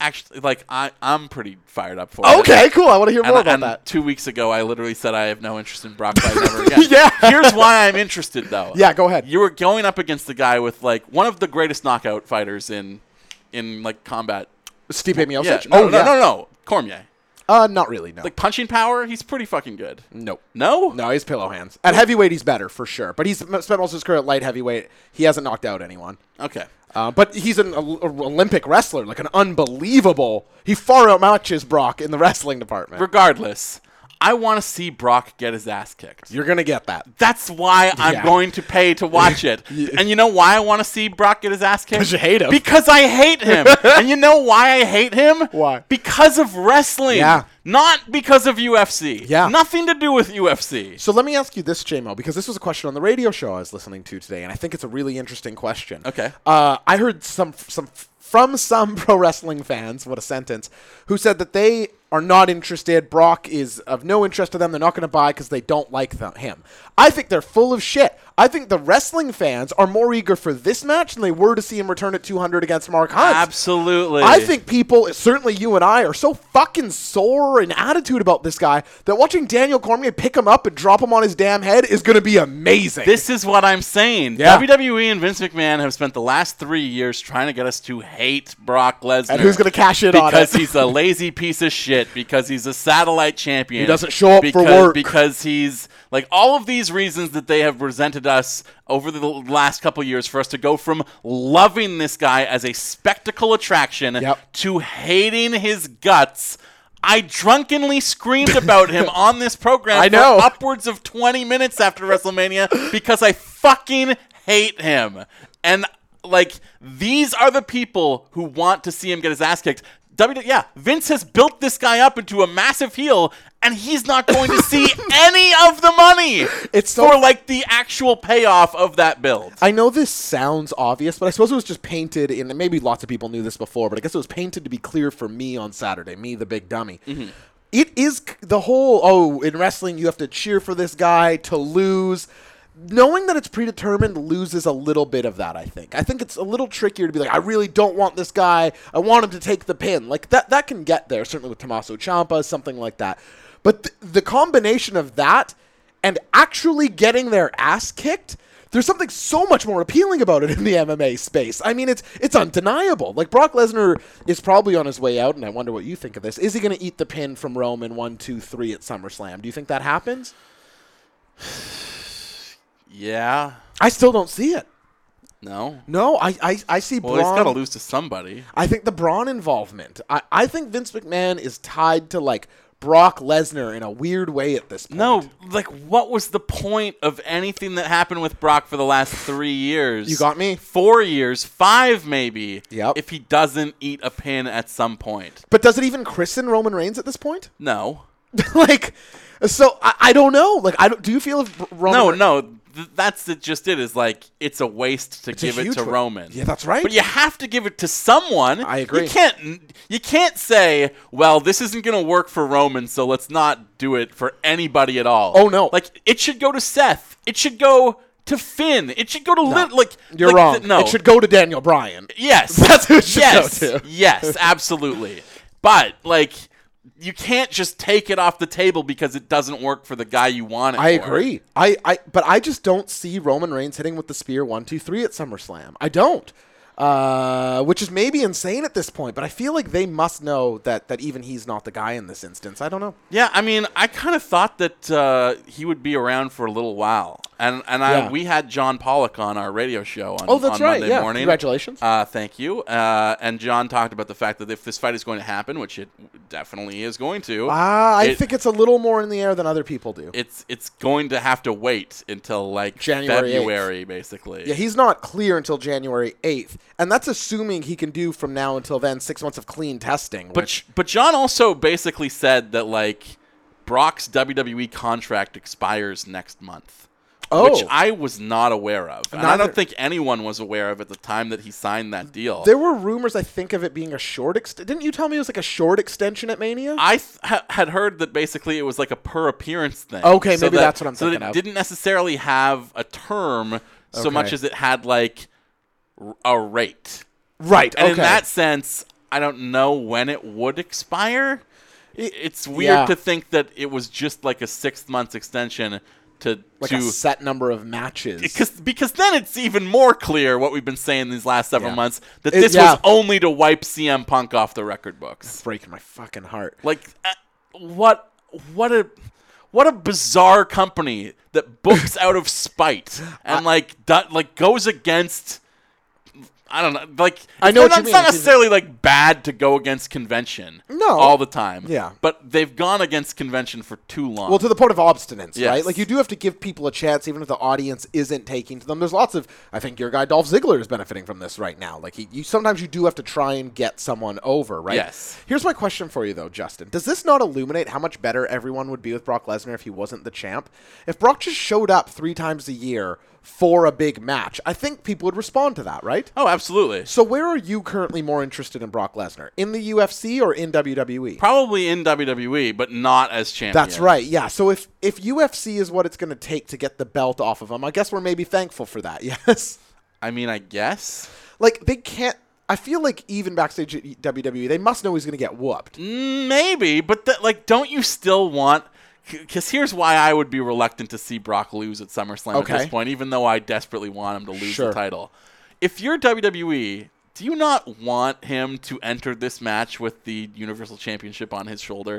S3: actually, like I, I'm pretty fired up for it.
S4: okay, cool. I want to hear
S3: And,
S4: more about
S3: and
S4: that.
S3: two weeks ago, I literally said I have no interest in Brock Lesnar ever again.
S4: Yeah.
S3: Here's why I'm interested, though.
S4: Yeah, go ahead.
S3: You were going up against the guy with like one of the greatest knockout fighters in, in like combat.
S4: Stipe Miocic.
S3: Yeah.
S4: oh
S3: No, no,
S4: yeah.
S3: no, no, Cormier.
S4: Uh, not really. No.
S3: Like punching power, he's pretty fucking good.
S4: Nope.
S3: No.
S4: No, he's pillow hands. At heavyweight, he's better for sure. But he's m- spent most of his career at light heavyweight. He hasn't knocked out anyone.
S3: Okay.
S4: Uh, but he's an Ol- Olympic wrestler, like an unbelievable. He far outmatches Brock in the wrestling department.
S3: Regardless, I want to see Brock get his ass kicked.
S4: You're gonna get that.
S3: That's why I'm
S4: Yeah.
S3: going to pay to watch it. And you know why I want to see Brock get his ass kicked?
S4: 'Cause you hate him.
S3: Because I hate him. and you know why I hate him?
S4: Why?
S3: Because of wrestling.
S4: Yeah.
S3: Not because of UFC.
S4: Yeah.
S3: Nothing to do with UFC.
S4: So let me ask you this, JMO, because this was a question on the radio show I was listening to today, and I think it's a really interesting question.
S3: Okay.
S4: Uh, I heard some some from some pro wrestling fans, what a sentence, who said that they are not interested. Brock is of no interest to them. They're not going to buy because they don't like th- him. I think they're full of shit. I think the wrestling fans are more eager for this match than they were to see him return at 200 against Mark Hunt.
S3: Absolutely.
S4: I think people, certainly you and I, are so fucking sore in attitude about this guy that watching Daniel Cormier pick him up and drop him on his damn head is going to be amazing.
S3: This is what I'm saying.
S4: Yeah.
S3: WWE and Vince McMahon have spent the last three years trying to get us to hate Brock Lesnar.
S4: and who's going to cash in on it?
S3: because he's a lazy piece of shit. Because he's a satellite champion. He
S4: doesn't show up for
S3: because,
S4: work.
S3: Because he's like all of these reasons that they have presented us over the last couple years for us to go from loving this guy as a spectacle attraction
S4: Yep.
S3: to hating his guts. I drunkenly screamed about him on this program
S4: I
S3: for
S4: know.
S3: upwards of 20 minutes after WrestleMania because I fucking hate him. And like these are the people who want to see him get his ass kicked. W- yeah, Vince has built this guy up into a massive heel, and he's not going to see any of the money.
S4: It's so-
S3: for like the actual payoff of that build.
S4: I know this sounds obvious, but I suppose it was just painted in, and maybe lots of people knew this before, but I guess it was painted to be clear for me on Saturday, me, the big dummy. It is c- the whole, oh, in wrestling, you have to cheer for this guy to lose. Knowing that it's predetermined loses a little bit of that, I think. I think it's a little trickier to be like, I really don't want this guy. I want him to take the pin. Like, that, that can get there, certainly with Tommaso Ciampa, something like that. But th- the combination of that and actually getting their ass kicked, there's something so much more appealing about it in the MMA space. I mean, it's it's undeniable. Like Brock Lesnar is probably on his way out, and I wonder what you think of this. Is he going to eat the pin from Roman one, two, three at SummerSlam? Do you think that happens?
S3: Yeah.
S4: I still don't see it.
S3: No.
S4: No, I I, I see
S3: Well,
S4: Braun.
S3: he's got to lose to somebody.
S4: I think the Braun involvement. I, I think Vince McMahon is tied to like Brock Lesnar in a weird way at this point.
S3: No, like what was the point of anything that happened with Brock for the last three years?
S4: You got me.
S3: Four years, five maybe.
S4: Yep.
S3: If he doesn't eat a pin at some point,
S4: But does it even christen Roman Reigns at this point?
S3: no,
S4: like, so I, I don't know. Like, I don't. Do you feel if Br- Roman?
S3: no, no. Th- that's it. Just it is like it's a waste to
S4: a
S3: give it
S4: huge
S3: to
S4: wa-
S3: Roman.
S4: Yeah, that's right.
S3: But you have to give it to someone.
S4: I agree.
S3: You can't. You can't say, "Well, this isn't going to work for Roman, so let's not do it for anybody at all."
S4: Oh, no.
S3: Like it should go to Seth. It should go to Finn. It should go to Lit. Like
S4: You're
S3: like,
S4: wrong.
S3: th- no,
S4: it should go to Daniel Bryan.
S3: Yes,
S4: That's who it should
S3: yes.
S4: go to.
S3: Yes, absolutely. But like, you can't just take it off the table because it doesn't work for the guy you want it.
S4: I
S3: for.
S4: agree. I, I, but I just don't see Roman Reigns hitting with the spear one, two, three at SummerSlam. I don't. Uh, which is maybe insane at this point, but I feel like they must know that that even he's not the guy in this instance. I don't know.
S3: Yeah, I mean, I kind of thought that uh, he would be around for a little while, and and
S4: Yeah.
S3: I we had John Pollock on our radio show on,
S4: Oh, that's
S3: on
S4: right,
S3: Monday
S4: yeah.
S3: morning.
S4: Congratulations.
S3: Uh, thank you. Uh, and John talked about the fact that if this fight is going to happen, which it definitely is going to,
S4: Ah, I
S3: it-
S4: think it's a little more in the air than other people do.
S3: It's it's going to have to wait until like
S4: January 8th.
S3: February, basically.
S4: Yeah, he's not clear until January 8th, and that's assuming he can do from now until then six months of clean testing.
S3: But
S4: which,
S3: but John also basically said that like Brock's WWE contract expires next month.
S4: oh,
S3: Which I was not aware of. And I
S4: Neither-
S3: don't think anyone was aware of at the time that he signed that deal.
S4: there were rumors, I think, of it being a short ext. Didn't you tell me it was like a short extension at Mania?
S3: I th- ha- had heard that basically it was like a per appearance thing.
S4: Okay, maybe that's what I'm
S3: so that
S4: thinking
S3: it
S4: of.
S3: didn't necessarily have a term so much
S4: Okay.
S3: as it had like r- a rate.
S4: right.
S3: And
S4: okay.
S3: in that sense, I don't know when it would expire. I- It's weird
S4: yeah.
S3: to think that it was just like a six months extension to
S4: like a
S3: to
S4: set number of matches.
S3: because because then it's even more clear what we've been saying these last several
S4: Yeah.
S3: months that
S4: It-
S3: this
S4: yeah.
S3: was only to wipe CM Punk off the record books.
S4: breaking my fucking heart.
S3: Like uh, what what a what a bizarre company that books out of spite and like that like goes against I don't know. Like
S4: I
S3: it's
S4: know
S3: not-
S4: what you
S3: it's
S4: mean.
S3: not
S4: It's-
S3: necessarily like bad to go against convention.
S4: No.
S3: all the time.
S4: Yeah.
S3: but they've gone against convention for too long.
S4: Well, to the point of obstinance, right?
S3: Yes.
S4: Like you do have to give people a chance, even if the audience isn't taking to them. There's lots of, I think your guy Dolph Ziggler is benefiting from this right now. Like he, you sometimes you do have to try and get someone over, right?
S3: Yes.
S4: Here's my question for you though, Justin. Does this not illuminate how much better everyone would be with Brock Lesnar if he wasn't the champ? If Brock just showed up three times a year for a big match, I think people would respond to that, right?
S3: oh, absolutely.
S4: So where are you currently more interested in Brock Lesnar? In the UFC or in E? WWE?
S3: Probably in WWE, but not as champion.
S4: That's right. Yeah. So if if UFC is what it's going to take to get the belt off of him, I guess we're maybe thankful for that. Yes.
S3: I mean, I guess.
S4: Like they can't. I feel like even backstage at WWE, they must know he's going to get whooped.
S3: Mm. Maybe, but that like, don't you still want? Because here's why I would be reluctant to see Brock lose at SummerSlam at
S4: Okay.
S3: this point, even though I desperately want him to lose
S4: Sure.
S3: the title. If you're WWE, do you not want him to enter this match with the Universal Championship on his shoulder?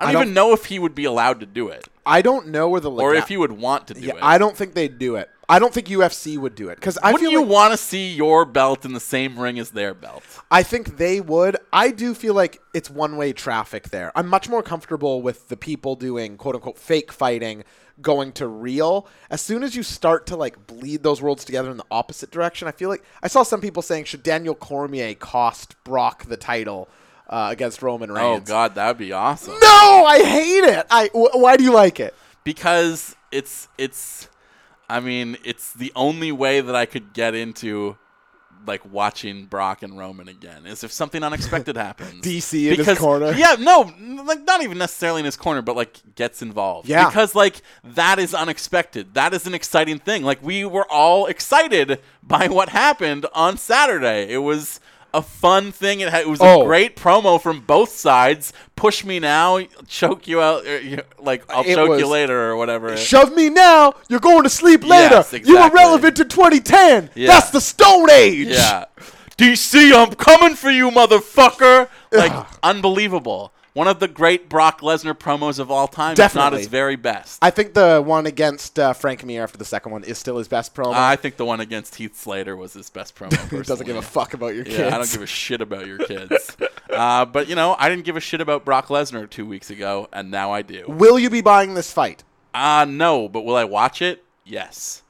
S3: I don't
S4: I don't-
S3: even know if he would be allowed to do it,
S4: I don't know where the
S3: or
S4: lega-
S3: if he would want to do
S4: Yeah,
S3: it.
S4: I don't think they'd do it. I don't think UFC would do it because I
S3: Wouldn't
S4: feel
S3: you
S4: like,
S3: want to see your belt in the same ring as their belt?
S4: I think they would. I do feel like it's one way traffic there. I'm much more comfortable with the people doing quote unquote fake fighting going to real. As soon as you start to like bleed those worlds together in the opposite direction, I feel like I saw some people saying, should Daniel Cormier cost Brock the title uh, against Roman
S3: Oh
S4: Reigns?
S3: God, that would be awesome.
S4: No, I hate it. I, wh- why do you like it?
S3: because it's it's I mean, it's the only way that I could get into like watching Brock and Roman again is if something unexpected happens.
S4: DC in his corner.
S3: Yeah, no, n- like not even necessarily in his corner, but like gets involved.
S4: Yeah.
S3: Because like that is unexpected. That is an exciting thing. Like we were all excited by what happened on Saturday. It was a fun thing. It, ha- it was
S4: Oh.
S3: a great promo from both sides. Push me now, choke you out, er, you- like I'll
S4: It
S3: choke
S4: was-
S3: you later or whatever.
S4: Shove me now, you're going to sleep later.
S3: Yes,
S4: You were
S3: exactly.
S4: relevant to 2010.
S3: Yeah.
S4: That's the Stone Age.
S3: Yeah. DC, I'm coming for you, motherfucker. Like, unbelievable. One of the great Brock Lesnar promos of all time, if
S4: Definitely.
S3: not his very best. I,
S4: I think the one against uh, Frank Mir after the second one is still his best promo.
S3: think the one against Heath Slater was his best promo.
S4: Who doesn't give
S3: personally.
S4: a fuck about your kids?
S3: Yeah, I don't give a shit about your kids. uh, but, you know, I didn't give a shit about Brock Lesnar two weeks ago, and now I do.
S4: Will you be buying this fight?
S3: Uh, no, but will I watch it? Yes.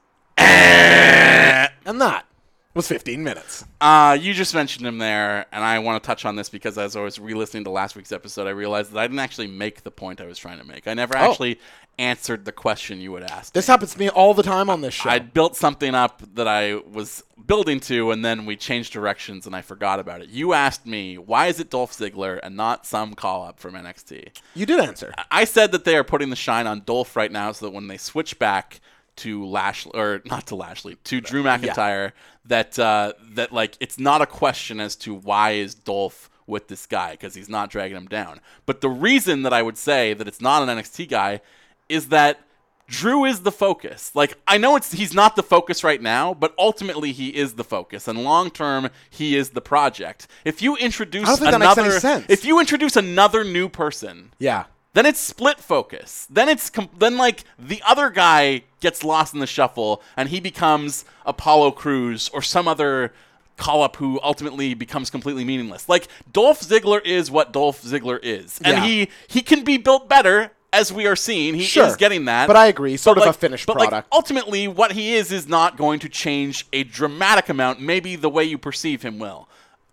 S4: I'm not. It was 15 minutes.
S3: Uh, you just mentioned him there, and I want to touch on this because as I was re listening to last week's episode, I realized that I didn't actually make the point I was trying to make. I never actually answered the question you would ask.
S4: This happens to me all the time on this show.
S3: I built something up that I was building to, and then we changed directions, and I forgot about it. You asked me, why is it Dolph Ziggler and not some call up from NXT?
S4: you did answer.
S3: I said that they are putting the shine on Dolph right now, so that when they switch back to Lashley or not to Lashley to Drew McIntyre, that uh, that like it's not a question as to why is Dolph with this guy because he's not dragging him down. But the reason that I would say that it's not an NXT guy is that. Drew is the focus. Like I know it's he's not the focus right now, but ultimately he is the focus, and long term he is the project. If you introduce
S4: think that
S3: another,
S4: makes any sense.
S3: if you introduce another new person,
S4: yeah.
S3: then it's split focus. Then it's com- then like the other guy gets lost in the shuffle and he becomes Apollo Crews or some other call up who ultimately becomes completely meaningless. Like Dolph Ziggler is what Dolph Ziggler is, and
S4: Yeah.
S3: he he can be built better as we are seeing. He
S4: Sure.
S3: is getting that,
S4: But I agree, sort of a finished
S3: but, like,
S4: product.
S3: ultimately, what he is is not going to change a dramatic amount. Maybe the way you perceive him will.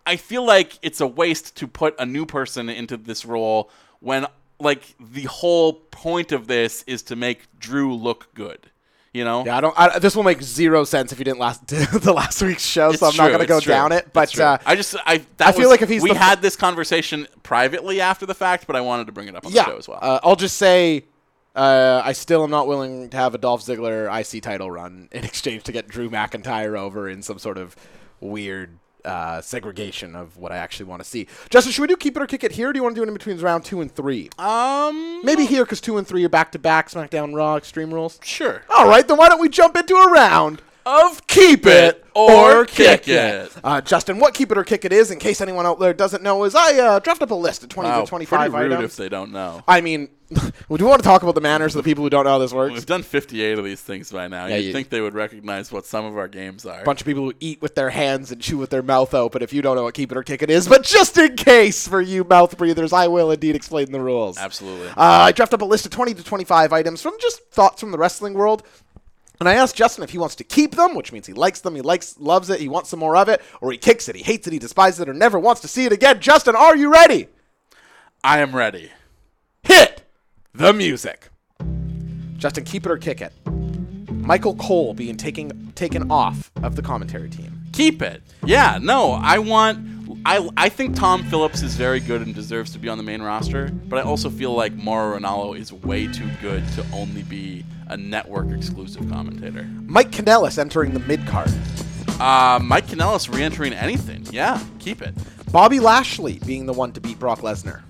S3: I feel like it's a waste to put a new person into this role when, like, the whole point of this is to make Drew look good. You know?
S4: Yeah, I don't. I, this will make zero sense if you didn't last the last week's show, so I'm
S3: It's
S4: not
S3: true,
S4: going to
S3: it's
S4: go
S3: true,
S4: down it.
S3: it's
S4: But
S3: true.
S4: uh,
S3: I just I that
S4: I feel
S3: was-
S4: like if he's
S3: we
S4: the-
S3: had this conversation privately after the fact, but I wanted to bring it up on
S4: yeah,
S3: the show as well.
S4: uh, I'll just say uh, I still am not willing to have a Dolph Ziggler IC title run in exchange to get Drew McIntyre over in some sort of weird uh, segregation of what I actually want to see. Justin, should we do keep it or kick it here? Or do you want to do it in between round two and three?
S3: um,
S4: Maybe here because two and three are back to back SmackDown Raw Extreme Rules.
S3: sure.
S4: All right, then why don't we jump into a round?
S3: of Keep It or Kick It.
S4: Uh, Justin, what keep it or kick it is, in case anyone out there doesn't know, is I uh, drafted up a list of 20
S3: Wow,
S4: to 25
S3: pretty rude
S4: items.
S3: if they don't know.
S4: I mean, would you want to talk about the manners of the people who don't know how this works?
S3: We've done 58 of these things by now. You'd
S4: you-
S3: think they would recognize what some of our games are.
S4: A bunch of people who eat with their hands and chew with their mouth open if you don't know what keep it or kick it is. But just in case for you mouth breathers, I will indeed explain the rules.
S3: Absolutely.
S4: Uh, I drafted up a list of 20 to 25 items from just thoughts from the wrestling world. And I asked Justin if he wants to keep them, which means he likes them, he likes, loves it, he wants some more of it, or he kicks it, he hates it, he despises it, or never wants to see it again. Justin, are you ready?
S3: I am ready.
S4: Hit the music. Justin, keep it or kick it. Michael Cole being taken taken off of the commentary team.
S3: Keep it. Yeah, no, I want. I, I think Tom Phillips is very good and deserves to be on the main roster, but I also feel like Mauro Ranallo is way too good to only be a network exclusive commentator.
S4: Mike Kanellis entering the mid card.
S3: Uh, Mike Kanellis re entering anything. Yeah, keep it.
S4: Bobby Lashley being the one to beat Brock Lesnar.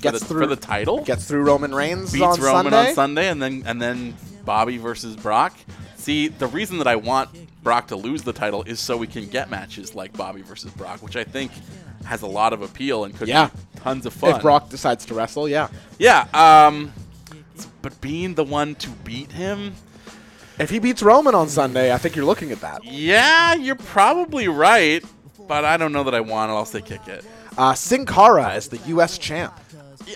S4: Gets
S3: the-
S4: through
S3: for the title?
S4: Gets through Roman Reigns
S3: beats
S4: on
S3: Roman
S4: Sunday.
S3: on Sunday, and then and then Bobby versus Brock. See, the reason that I want Brock to lose the title is so we can get matches like Bobby versus Brock, which I think has a lot of appeal and could
S4: Yeah.
S3: be tons of fun.
S4: If Brock decides to wrestle, yeah.
S3: yeah, um, but being the one to beat him,
S4: If he beats Roman on Sunday, I think you're looking at that.
S3: yeah, you're probably right. But I don't know that I want it. I'll say kick it.
S4: Uh, Sin Cara is the U.S. champ.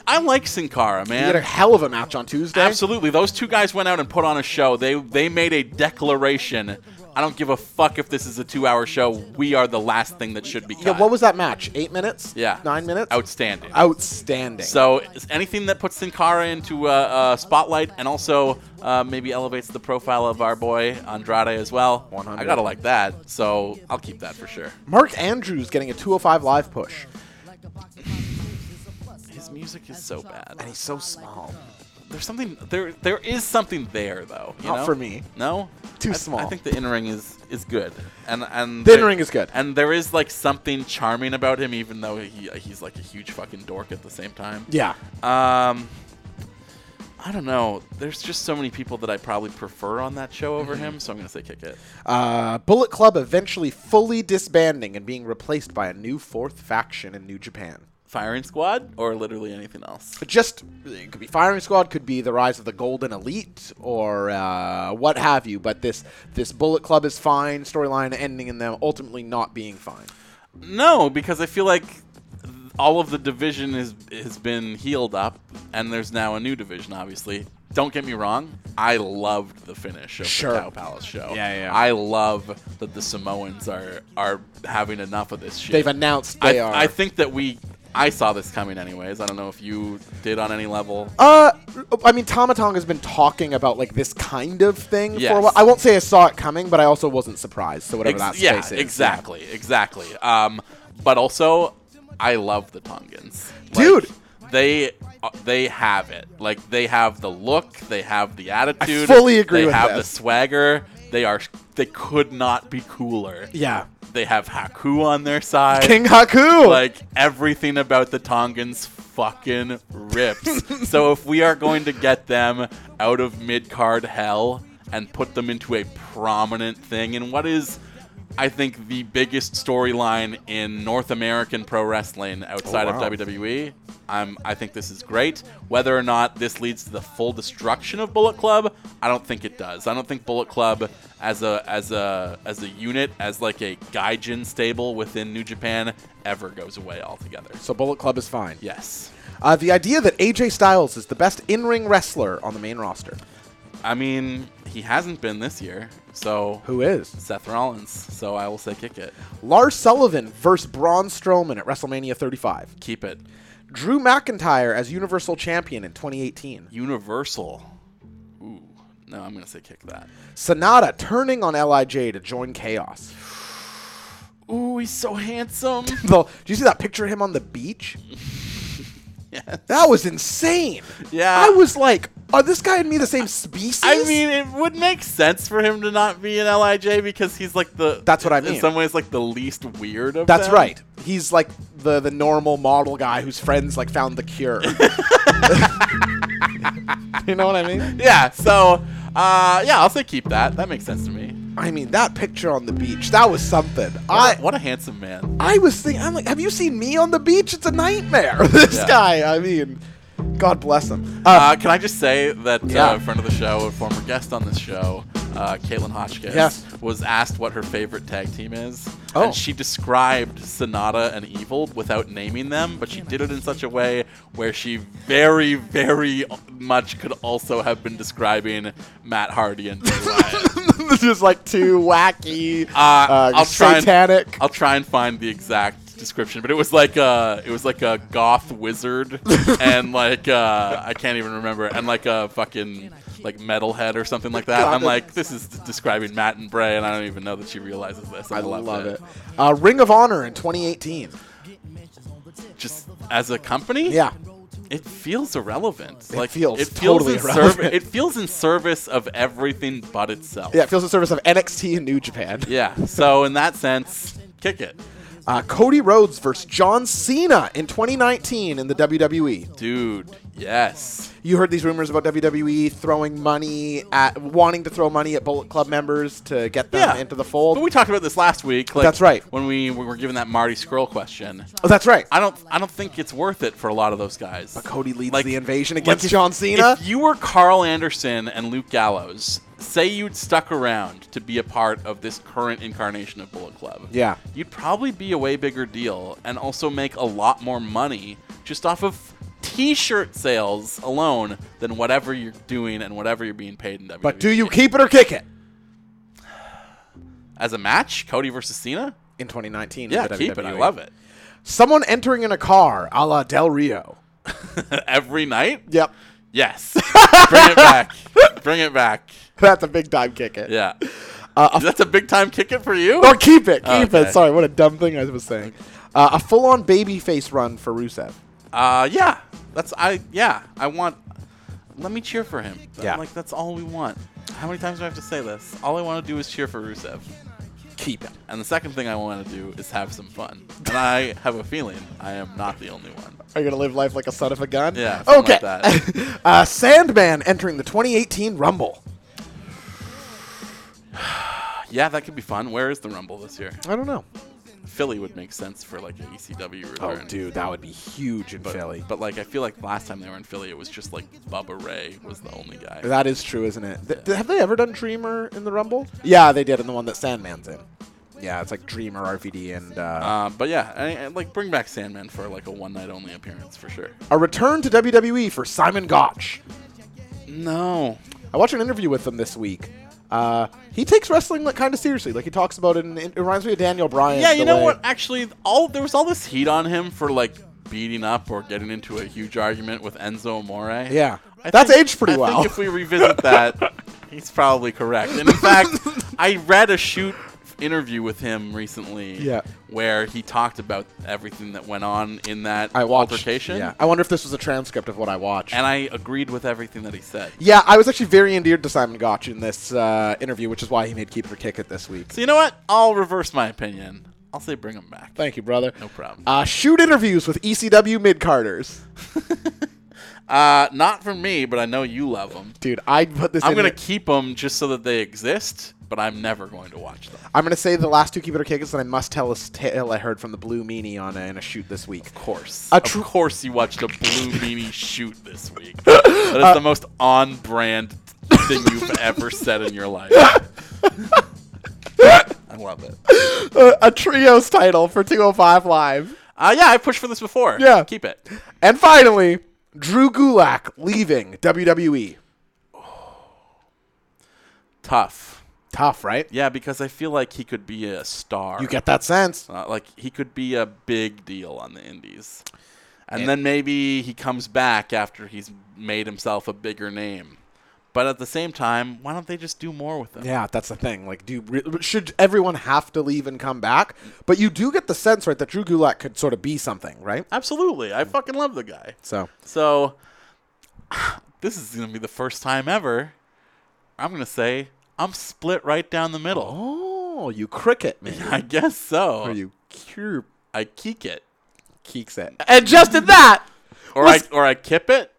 S3: I like Sin Cara,
S4: He had a
S3: man.
S4: hell of a match on Tuesday.
S3: Absolutely, those two guys went out and put on a show. They they made a declaration. I don't give a fuck if this is a two-hour show. We are the last thing that should be cut.
S4: Yeah, what was that match? Eight minutes?
S3: Yeah.
S4: Nine minutes?
S3: Outstanding.
S4: Outstanding.
S3: So is anything that puts Sin Cara into uh, uh, spotlight and also uh, maybe elevates the profile of our boy Andrade as well.
S4: 100.
S3: I gotta like that. So I'll keep that for sure.
S4: Mark Andrews getting a 205 live push.
S3: His music is so bad.
S4: And he's so small.
S3: There's something there. There is something there though. you
S4: Not
S3: know?
S4: for me.
S3: No.
S4: Too
S3: I- I
S4: small.
S3: think the in ring is is good. And and
S4: The
S3: there-
S4: in-ring is good.
S3: And there is like something charming about him, even though he he's like a huge fucking dork at the same time.
S4: Yeah.
S3: Um, I don't know. There's just so many people that I probably prefer on that show over
S4: Mm-hmm.
S3: him, so I'm gonna say kick it.
S4: Uh, Bullet Club eventually fully disbanding and being replaced by a new fourth faction in New Japan.
S3: Firing Squad or literally anything else.
S4: But just, it could be Firing Squad, could be the rise of the Golden Elite, or uh, what have you. But this, this Bullet Club is fine storyline ending in them ultimately not being fine.
S3: No, because I feel like all of the division is has been healed up, and there's now a new division. Obviously, don't get me wrong. I loved the finish of
S4: Sure.
S3: the Cow Palace show.
S4: Yeah, yeah.
S3: I love that the Samoans are are having enough of this shit.
S4: They've announced they
S3: I,
S4: are.
S3: I think that we. I saw this coming, anyways. I don't know if you did on any level.
S4: Uh, I mean, Tomatong has been talking about like this kind of thing for a
S3: Yes.
S4: while. I won't say I saw it coming, but I also wasn't surprised. So whatever that
S3: Ex-
S4: space
S3: yeah,
S4: is,
S3: exactly, exactly. Um, but also, I love the Tongans, Like,
S4: Dude.
S3: They uh, they have it. Like they have the look, they have the attitude.
S4: fully agree
S3: They
S4: with
S3: have
S4: this.
S3: the swagger. They are. They could not be cooler.
S4: Yeah.
S3: They have Haku on their side.
S4: yeah. King Haku.
S3: like everything about the Tongans fucking rips. so if we are going to get them out of mid card hell and put them into a prominent thing in what is I think the biggest storyline in North American pro wrestling outside
S4: wow.
S3: of E WWE. I'm, I think this is great. Whether or not this leads to the full destruction of Bullet Club, I don't think it does. I don't think Bullet Club as a as a as a unit, as like a gaijin stable within New Japan, ever goes away altogether.
S4: so Bullet Club is fine.
S3: Yes.
S4: Uh, the idea that AJ Styles is the best in-ring wrestler on the main roster.
S3: I mean, he hasn't been this year, so
S4: Who is
S3: Seth Rollins. So I will say kick it.
S4: Lars Sullivan versus Braun Strowman at WrestleMania 35?
S3: Keep it.
S4: Drew McIntyre as Universal Champion in 2018.
S3: Universal. Ooh. No, I'm gonna say kick that.
S4: Sonata turning on Lij to join Chaos.
S3: Ooh, he's so handsome.
S4: The, did you see that picture of him on the beach? That was insane.
S3: Yeah.
S4: I was like, are this guy and me the same species?
S3: I mean, it would make sense for him to not be an Lij because he's like the.
S4: That's what I mean.
S3: In some ways, like the least weird of.
S4: that's
S3: them.
S4: right. He's like the the normal model guy whose friends like found the cure. you know what I mean?
S3: Yeah. So, uh, yeah, I'll say keep that. That makes sense to me.
S4: I mean, that picture on the beach, that was something. I
S3: what a handsome man.
S4: I was thinking, I'm like, have you seen me on the beach? It's a nightmare. this
S3: Yeah.
S4: guy, I mean, God bless him. Uh,
S3: Uh, can I just say that
S4: Yeah.
S3: uh, a friend of the show, a former guest on this show, uh, Caitlin Hotchkiss,
S4: Yes.
S3: was asked what her favorite tag team is,
S4: Oh.
S3: and she described Sonata and Evil without naming them, but she did it in such a way where she very, very much could also have been describing Matt Hardy and Bray Wyatt.
S4: this is like too wacky, uh,
S3: Uh, I'll try and-
S4: satanic.
S3: I'll try and find the exact description, but it was like a it was like a goth wizard and like uh, I can't even remember and like a fucking like metalhead or something like that.
S4: God,
S3: I'm
S4: that-
S3: like this is describing Matt and Bray, and I don't even know that she realizes this. I,
S4: I love it. Uh, Ring of Honor in 2018.
S3: Just as a company,
S4: Yeah.
S3: It feels irrelevant.
S4: It
S3: like
S4: feels
S3: it feels
S4: totally
S3: in
S4: irrelevant.
S3: it feels in service of everything but itself.
S4: Yeah, it feels the service of NXT and New Japan.
S3: Yeah. So in that sense, kick it.
S4: Uh, Cody Rhodes versus John Cena in 2019 in the WWE.
S3: Dude, yes.
S4: You heard these rumors about WWE throwing money at, wanting to throw money at Bullet Club members to get them
S3: Yeah.
S4: into the fold.
S3: But we talked about this last week. Like,
S4: That's right.
S3: When we, we were given that Marty Skrull question,
S4: oh, that's right.
S3: I don't I don't think it's worth it for a lot of those guys. But
S4: Cody leads the invasion against John Cena.
S3: If you were Carl Anderson and Luke Gallows, say you'd stuck around to be a part of this current incarnation of Bullet Club.
S4: Yeah.
S3: You'd probably be a way bigger deal and also make a lot more money just off of t-shirt sales alone than whatever you're doing and whatever you're being paid in E. WWE.
S4: but do you keep it or kick it?
S3: as a match, Cody versus Cena?
S4: In 2019, in
S3: Yeah,
S4: the E.
S3: keep it. I
S4: WWE.
S3: love it.
S4: Someone entering in a car, a la Del Rio.
S3: Every night?
S4: Yep,
S3: Yes. Bring it back. Bring it back.
S4: that's a big time kick it.
S3: Yeah.
S4: Uh,
S3: That's a big time kick it for you?
S4: Or keep it, keep
S3: Okay.
S4: it. Sorry, what a dumb thing I was saying. Uh, a full-on baby face run for Rusev.
S3: Uh, yeah. That's I. Yeah. I want. Let me cheer for him.
S4: Yeah.
S3: Like that's all we want. How many times do I have to say this? All I want to do is cheer for Rusev.
S4: Keep it.
S3: And the second thing I want to do is have some fun. And I have a feeling I am not the only one.
S4: Are you gonna live life like a son of a gun?
S3: Yeah, something
S4: Okay.
S3: like that.
S4: uh, Sandman entering the 2018 Rumble.
S3: Yeah, that could be fun. Where is the Rumble this year?
S4: I don't know.
S3: Philly would make sense for like an ECW
S4: Oh,
S3: return.
S4: dude, that would be huge in Philly.
S3: But like, I feel like last time they were in Philly, it was just like Bubba Ray was the only guy.
S4: That is true, isn't it? Th- th- have they ever done Dreamer in the Rumble? Yeah, they did in the one that Sandman's in. Yeah, it's like Dreamer, RVD, and uh,
S3: Um, but yeah, I, I- like bring back Sandman for like a one night only appearance for sure.
S4: a return to WWE for Simon Gotch.
S3: No,
S4: I watched an interview with him this week. Uh, he takes wrestling like kind of seriously. Like he talks about it, and it reminds me of Daniel Bryan.
S3: Yeah, you
S4: the
S3: know
S4: way-
S3: what? Actually, all there was all this heat on him for like beating up or getting into a huge argument with Enzo Amore.
S4: Yeah. That's aged pretty
S3: I
S4: well.
S3: Think if we revisit that, he's probably correct. And in fact, I read a shoot interview with him recently.
S4: Yeah.
S3: Where he talked about everything that went on in that
S4: I watched.
S3: altercation.
S4: Yeah, I wonder if this was a transcript of what I watched.
S3: And I agreed with everything that he said.
S4: yeah, I was actually very endeared to Simon Gotch in this uh, interview, which is why he made Keep It or Kick It this week.
S3: So you know what? I'll reverse my opinion. I'll say bring him back.
S4: Thank you, brother.
S3: No problem.
S4: Uh, shoot interviews with E ECW mid carders,
S3: Uh, not for me, but I know you love him.
S4: dude. I put this.
S3: I'm
S4: in
S3: gonna
S4: here.
S3: keep them just so that they exist, but I'm never going to watch them.
S4: I'm gonna say the last two Keep It or Kick It's that I must tell a tale I heard from the Blue Meanie on a, in a shoot this week.
S3: Of course,
S4: A tr-
S3: of course, you watched a blue meanie shoot this week. That is the most on-brand thing you've ever said in your life. I love it.
S4: Uh, a, a trios title for 205 Live.
S3: Uh, yeah, I pushed for this before.
S4: Yeah.
S3: keep it.
S4: And finally, Drew Gulak leaving E. WWE.
S3: Tough.
S4: Tough, right?
S3: Yeah, because I feel like he could be a star.
S4: You get that sense.
S3: Uh, like he could be a big deal on the indies. And then maybe he comes back after he's made himself a bigger name. But at the same time, why don't they just do more with him?
S4: Yeah, that's the thing. Like, do you re- should everyone have to leave and come back? But you do get the sense, right, that Drew Gulak could sort of be something, right?
S3: Absolutely. I fucking love the guy.
S4: So
S3: So this is going to be the first time ever I'm going to say I'm split right down the middle.
S4: Oh, you cricket man.
S3: I guess so.
S4: Or you cure
S3: I keek it.
S4: keeks it.
S3: And just in that or I or I kip it.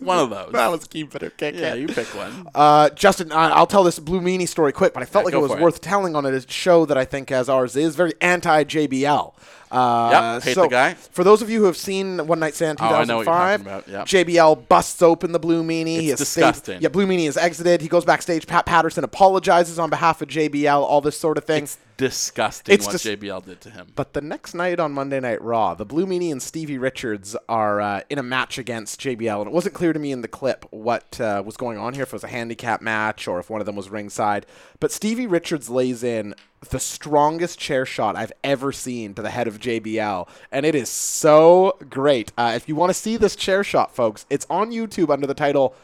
S3: One of those.
S4: Well, let's keep it. Okay,
S3: yeah, you pick one.
S4: Uh, Justin, I- I'll tell this Blue Meanie story quick, but I felt
S3: Yeah,
S4: like
S3: go
S4: it was
S3: for it.
S4: worth telling on a show that I think, as ours is, very anti JBL. Uh,
S3: Yep, hate
S4: so
S3: the guy.
S4: For those of you who have seen One Night Stand
S3: Oh, I know what you're
S4: 2005,
S3: talking about, yep.
S4: JBL busts open the Blue Meanie. He
S3: It's
S4: has stayed-
S3: disgusting.
S4: yeah, Blue Meanie is exited. He goes backstage. Pat Patterson apologizes on behalf of JBL, all this sort of thing.
S3: Disgusting
S4: It's
S3: what
S4: dis-
S3: JBL did to him.
S4: But the next night on Monday Night Raw, the Blue Meanie and Stevie Richards are uh, in a match against JBL, and it wasn't clear to me in the clip what uh, was going on here, if it was a handicap match or if one of them was ringside. But Stevie Richards lays in the strongest chair shot I've ever seen to the head of JBL, and it is so great. Uh, if you want to see this chair shot, folks, it's on YouTube under the title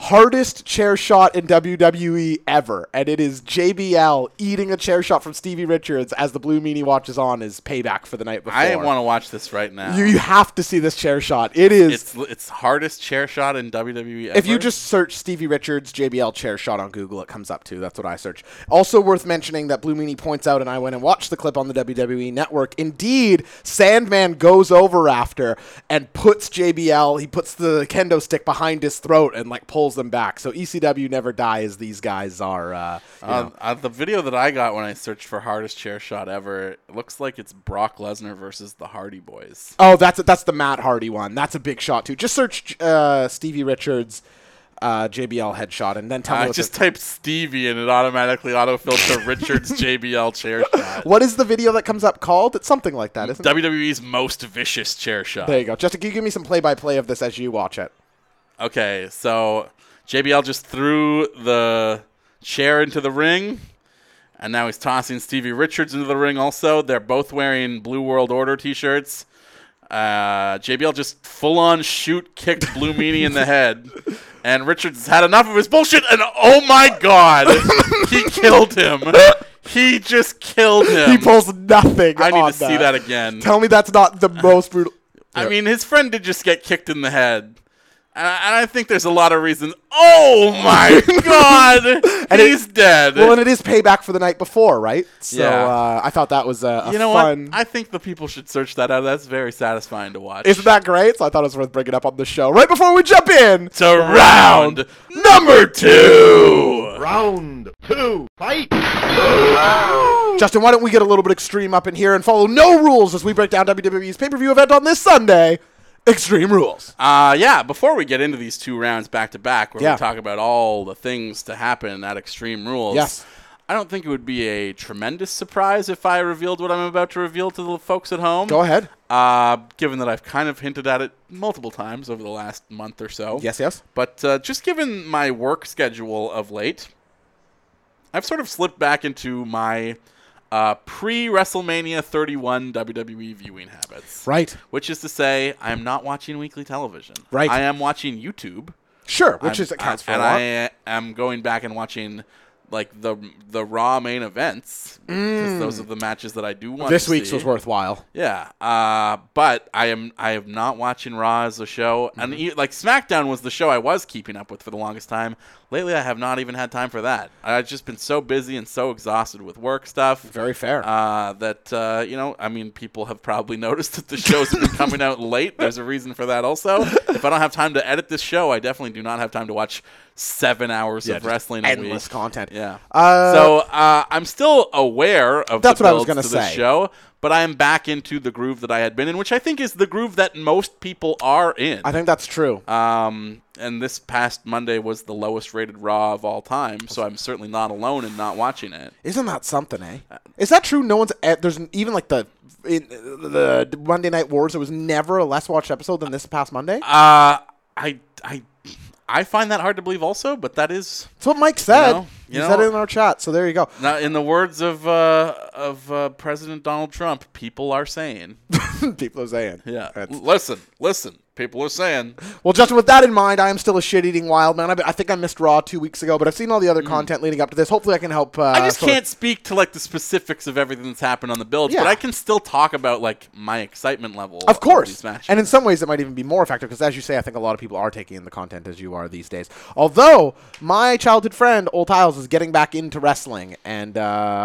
S4: hardest chair shot in WWE ever, and it is JBL eating a chair shot from Stevie Richards as the Blue Meanie watches on is payback for the night before.
S3: I want to watch this right now.
S4: You, you have to see this chair shot. It is.
S3: it's it's hardest chair shot in WWE.
S4: if you
S3: ever.
S4: just search Stevie Richards JBL chair shot on Google, it comes up too. That's what I search. Also worth mentioning that Blue Meanie points out, and I went and watched the clip on the WWE Network. Indeed, Sandman goes over after and puts JBL. He puts the kendo stick behind his throat and like pulls them back. So ECW never dies. These guys are. Uh, you
S3: Uh,
S4: know.
S3: uh, the video that I got when I searched for hardest chair shot ever it looks like it's Brock Lesnar versus the Hardy Boys.
S4: Oh, that's that's the Matt Hardy one. That's a big shot too. Just search uh, Stevie Richards. Uh, JBL headshot, and then tell me
S3: I
S4: what
S3: just
S4: the-
S3: typed Stevie and it automatically autofilled to Richards JBL chair shot.
S4: what is the video that comes up called? It's something like that, isn't it?
S3: WWE's most vicious chair shot.
S4: There you go. Justin, can you give me some play by play of this as you watch it?
S3: Okay, so JBL just threw the chair into the ring, and now he's tossing Stevie Richards into the ring also. They're both wearing Blue World Order t shirts. Uh, JBL just full on shoot kicked Blue Meanie in the head, and Richards had enough of his bullshit, and oh my god, he killed him. He just killed him.
S4: He pulls nothing.
S3: I need
S4: on
S3: to see that again.
S4: Tell me that's not the most brutal.
S3: I mean, his friend did just get kicked in the head. And I, and I think there's a lot of reasons. Oh my God!
S4: And it-
S3: He's dead.
S4: Well, and it is payback for the night before, right? So
S3: Yeah.
S4: uh, I thought that was a, a
S3: you know
S4: fun.
S3: what? I think the people should search that out. That's very satisfying to watch.
S4: Isn't that great? So I thought it was worth bringing up on the show right before we jump in.
S3: it's a round number two.
S5: Round two, fight!
S4: Justin, why don't we get a little bit extreme up in here and follow no rules as we break down WWE's pay per view event on this Sunday? Extreme rules.
S3: Uh, yeah, before we get into these two rounds back to back, where
S4: Yeah.
S3: we talk about all the things to happen at Extreme Rules,
S4: Yes.
S3: I don't think it would be a tremendous surprise if I revealed what I'm about to reveal to the folks at home.
S4: Go ahead.
S3: Uh, given that I've kind of hinted at it multiple times over the last month or so.
S4: Yes, yes.
S3: But uh, just given my work schedule of late, I've sort of slipped back into my uh, pre WrestleMania 31 WWE E viewing habits.
S4: Right.
S3: Which is to say, I am not watching weekly television.
S4: Right.
S3: I am watching YouTube.
S4: Sure, which
S3: I'm-
S4: is accounts for
S3: and
S4: a lot.
S3: I am going back and watching like the the raw main events 'cause those are the matches that I do
S4: Mm.
S3: want.
S4: this
S3: to
S4: week's
S3: see.
S4: was worthwhile.
S3: Yeah, uh, but I am I am not watching Raw as a show, and
S4: Mm-hmm.
S3: e- like SmackDown was the show I was keeping up with for the longest time. Lately, I have not even had time for that. I've just been so busy and so exhausted with work stuff.
S4: Very fair.
S3: Uh, that uh, you know, I mean, people have probably noticed that the shows have been coming out late. There's a reason for that, also. If I don't have time to edit this show, I definitely do not have time to watch seven hours of
S4: just
S3: wrestling.
S4: endless
S3: a week.
S4: content.
S3: Yeah.
S4: Uh,
S3: so uh, I'm still aware of
S4: That's
S3: the
S4: what I was
S3: builds
S4: gonna
S3: to this
S4: say.
S3: show, but I am back into the groove that I had been in, which I think is the groove that most people are in.
S4: I think that's true.
S3: Um, and this past Monday was the lowest rated Raw of all time, so I'm certainly not alone in not watching it.
S4: Isn't that something, eh? Is that true? No one's e- there's n- even like the in, the Monday Night Wars. There was never a less watched episode than this past Monday.
S3: Uh, I I I find that hard to believe, also. But that is
S4: That's what Mike said.
S3: you know-
S4: he
S3: you
S4: said
S3: know-
S4: it in our chat. So there you go.
S3: now, in the words of uh, of uh, President Donald Trump, people are saying,
S4: People are saying,
S3: yeah,
S4: That's-
S3: listen, listen, people are saying.
S4: Well, Justin, with that in mind, I am still a shit eating wild man. I, I think I missed Raw two weeks ago, but I've seen all the other content leading up to this. Hopefully, I can help. Uh,
S3: Mm. I just
S4: sort of-
S3: can't speak to like the specifics of everything that's happened on the build,
S4: Yeah.
S3: but I can still talk about like my excitement level.
S4: Of
S3: these
S4: course.
S3: matches.
S4: And in some ways, it might even be more effective because, as you say, I think a lot of people are taking in the content as you are these days. Although, my childhood friend, Old Tiles, is getting back into wrestling. And uh,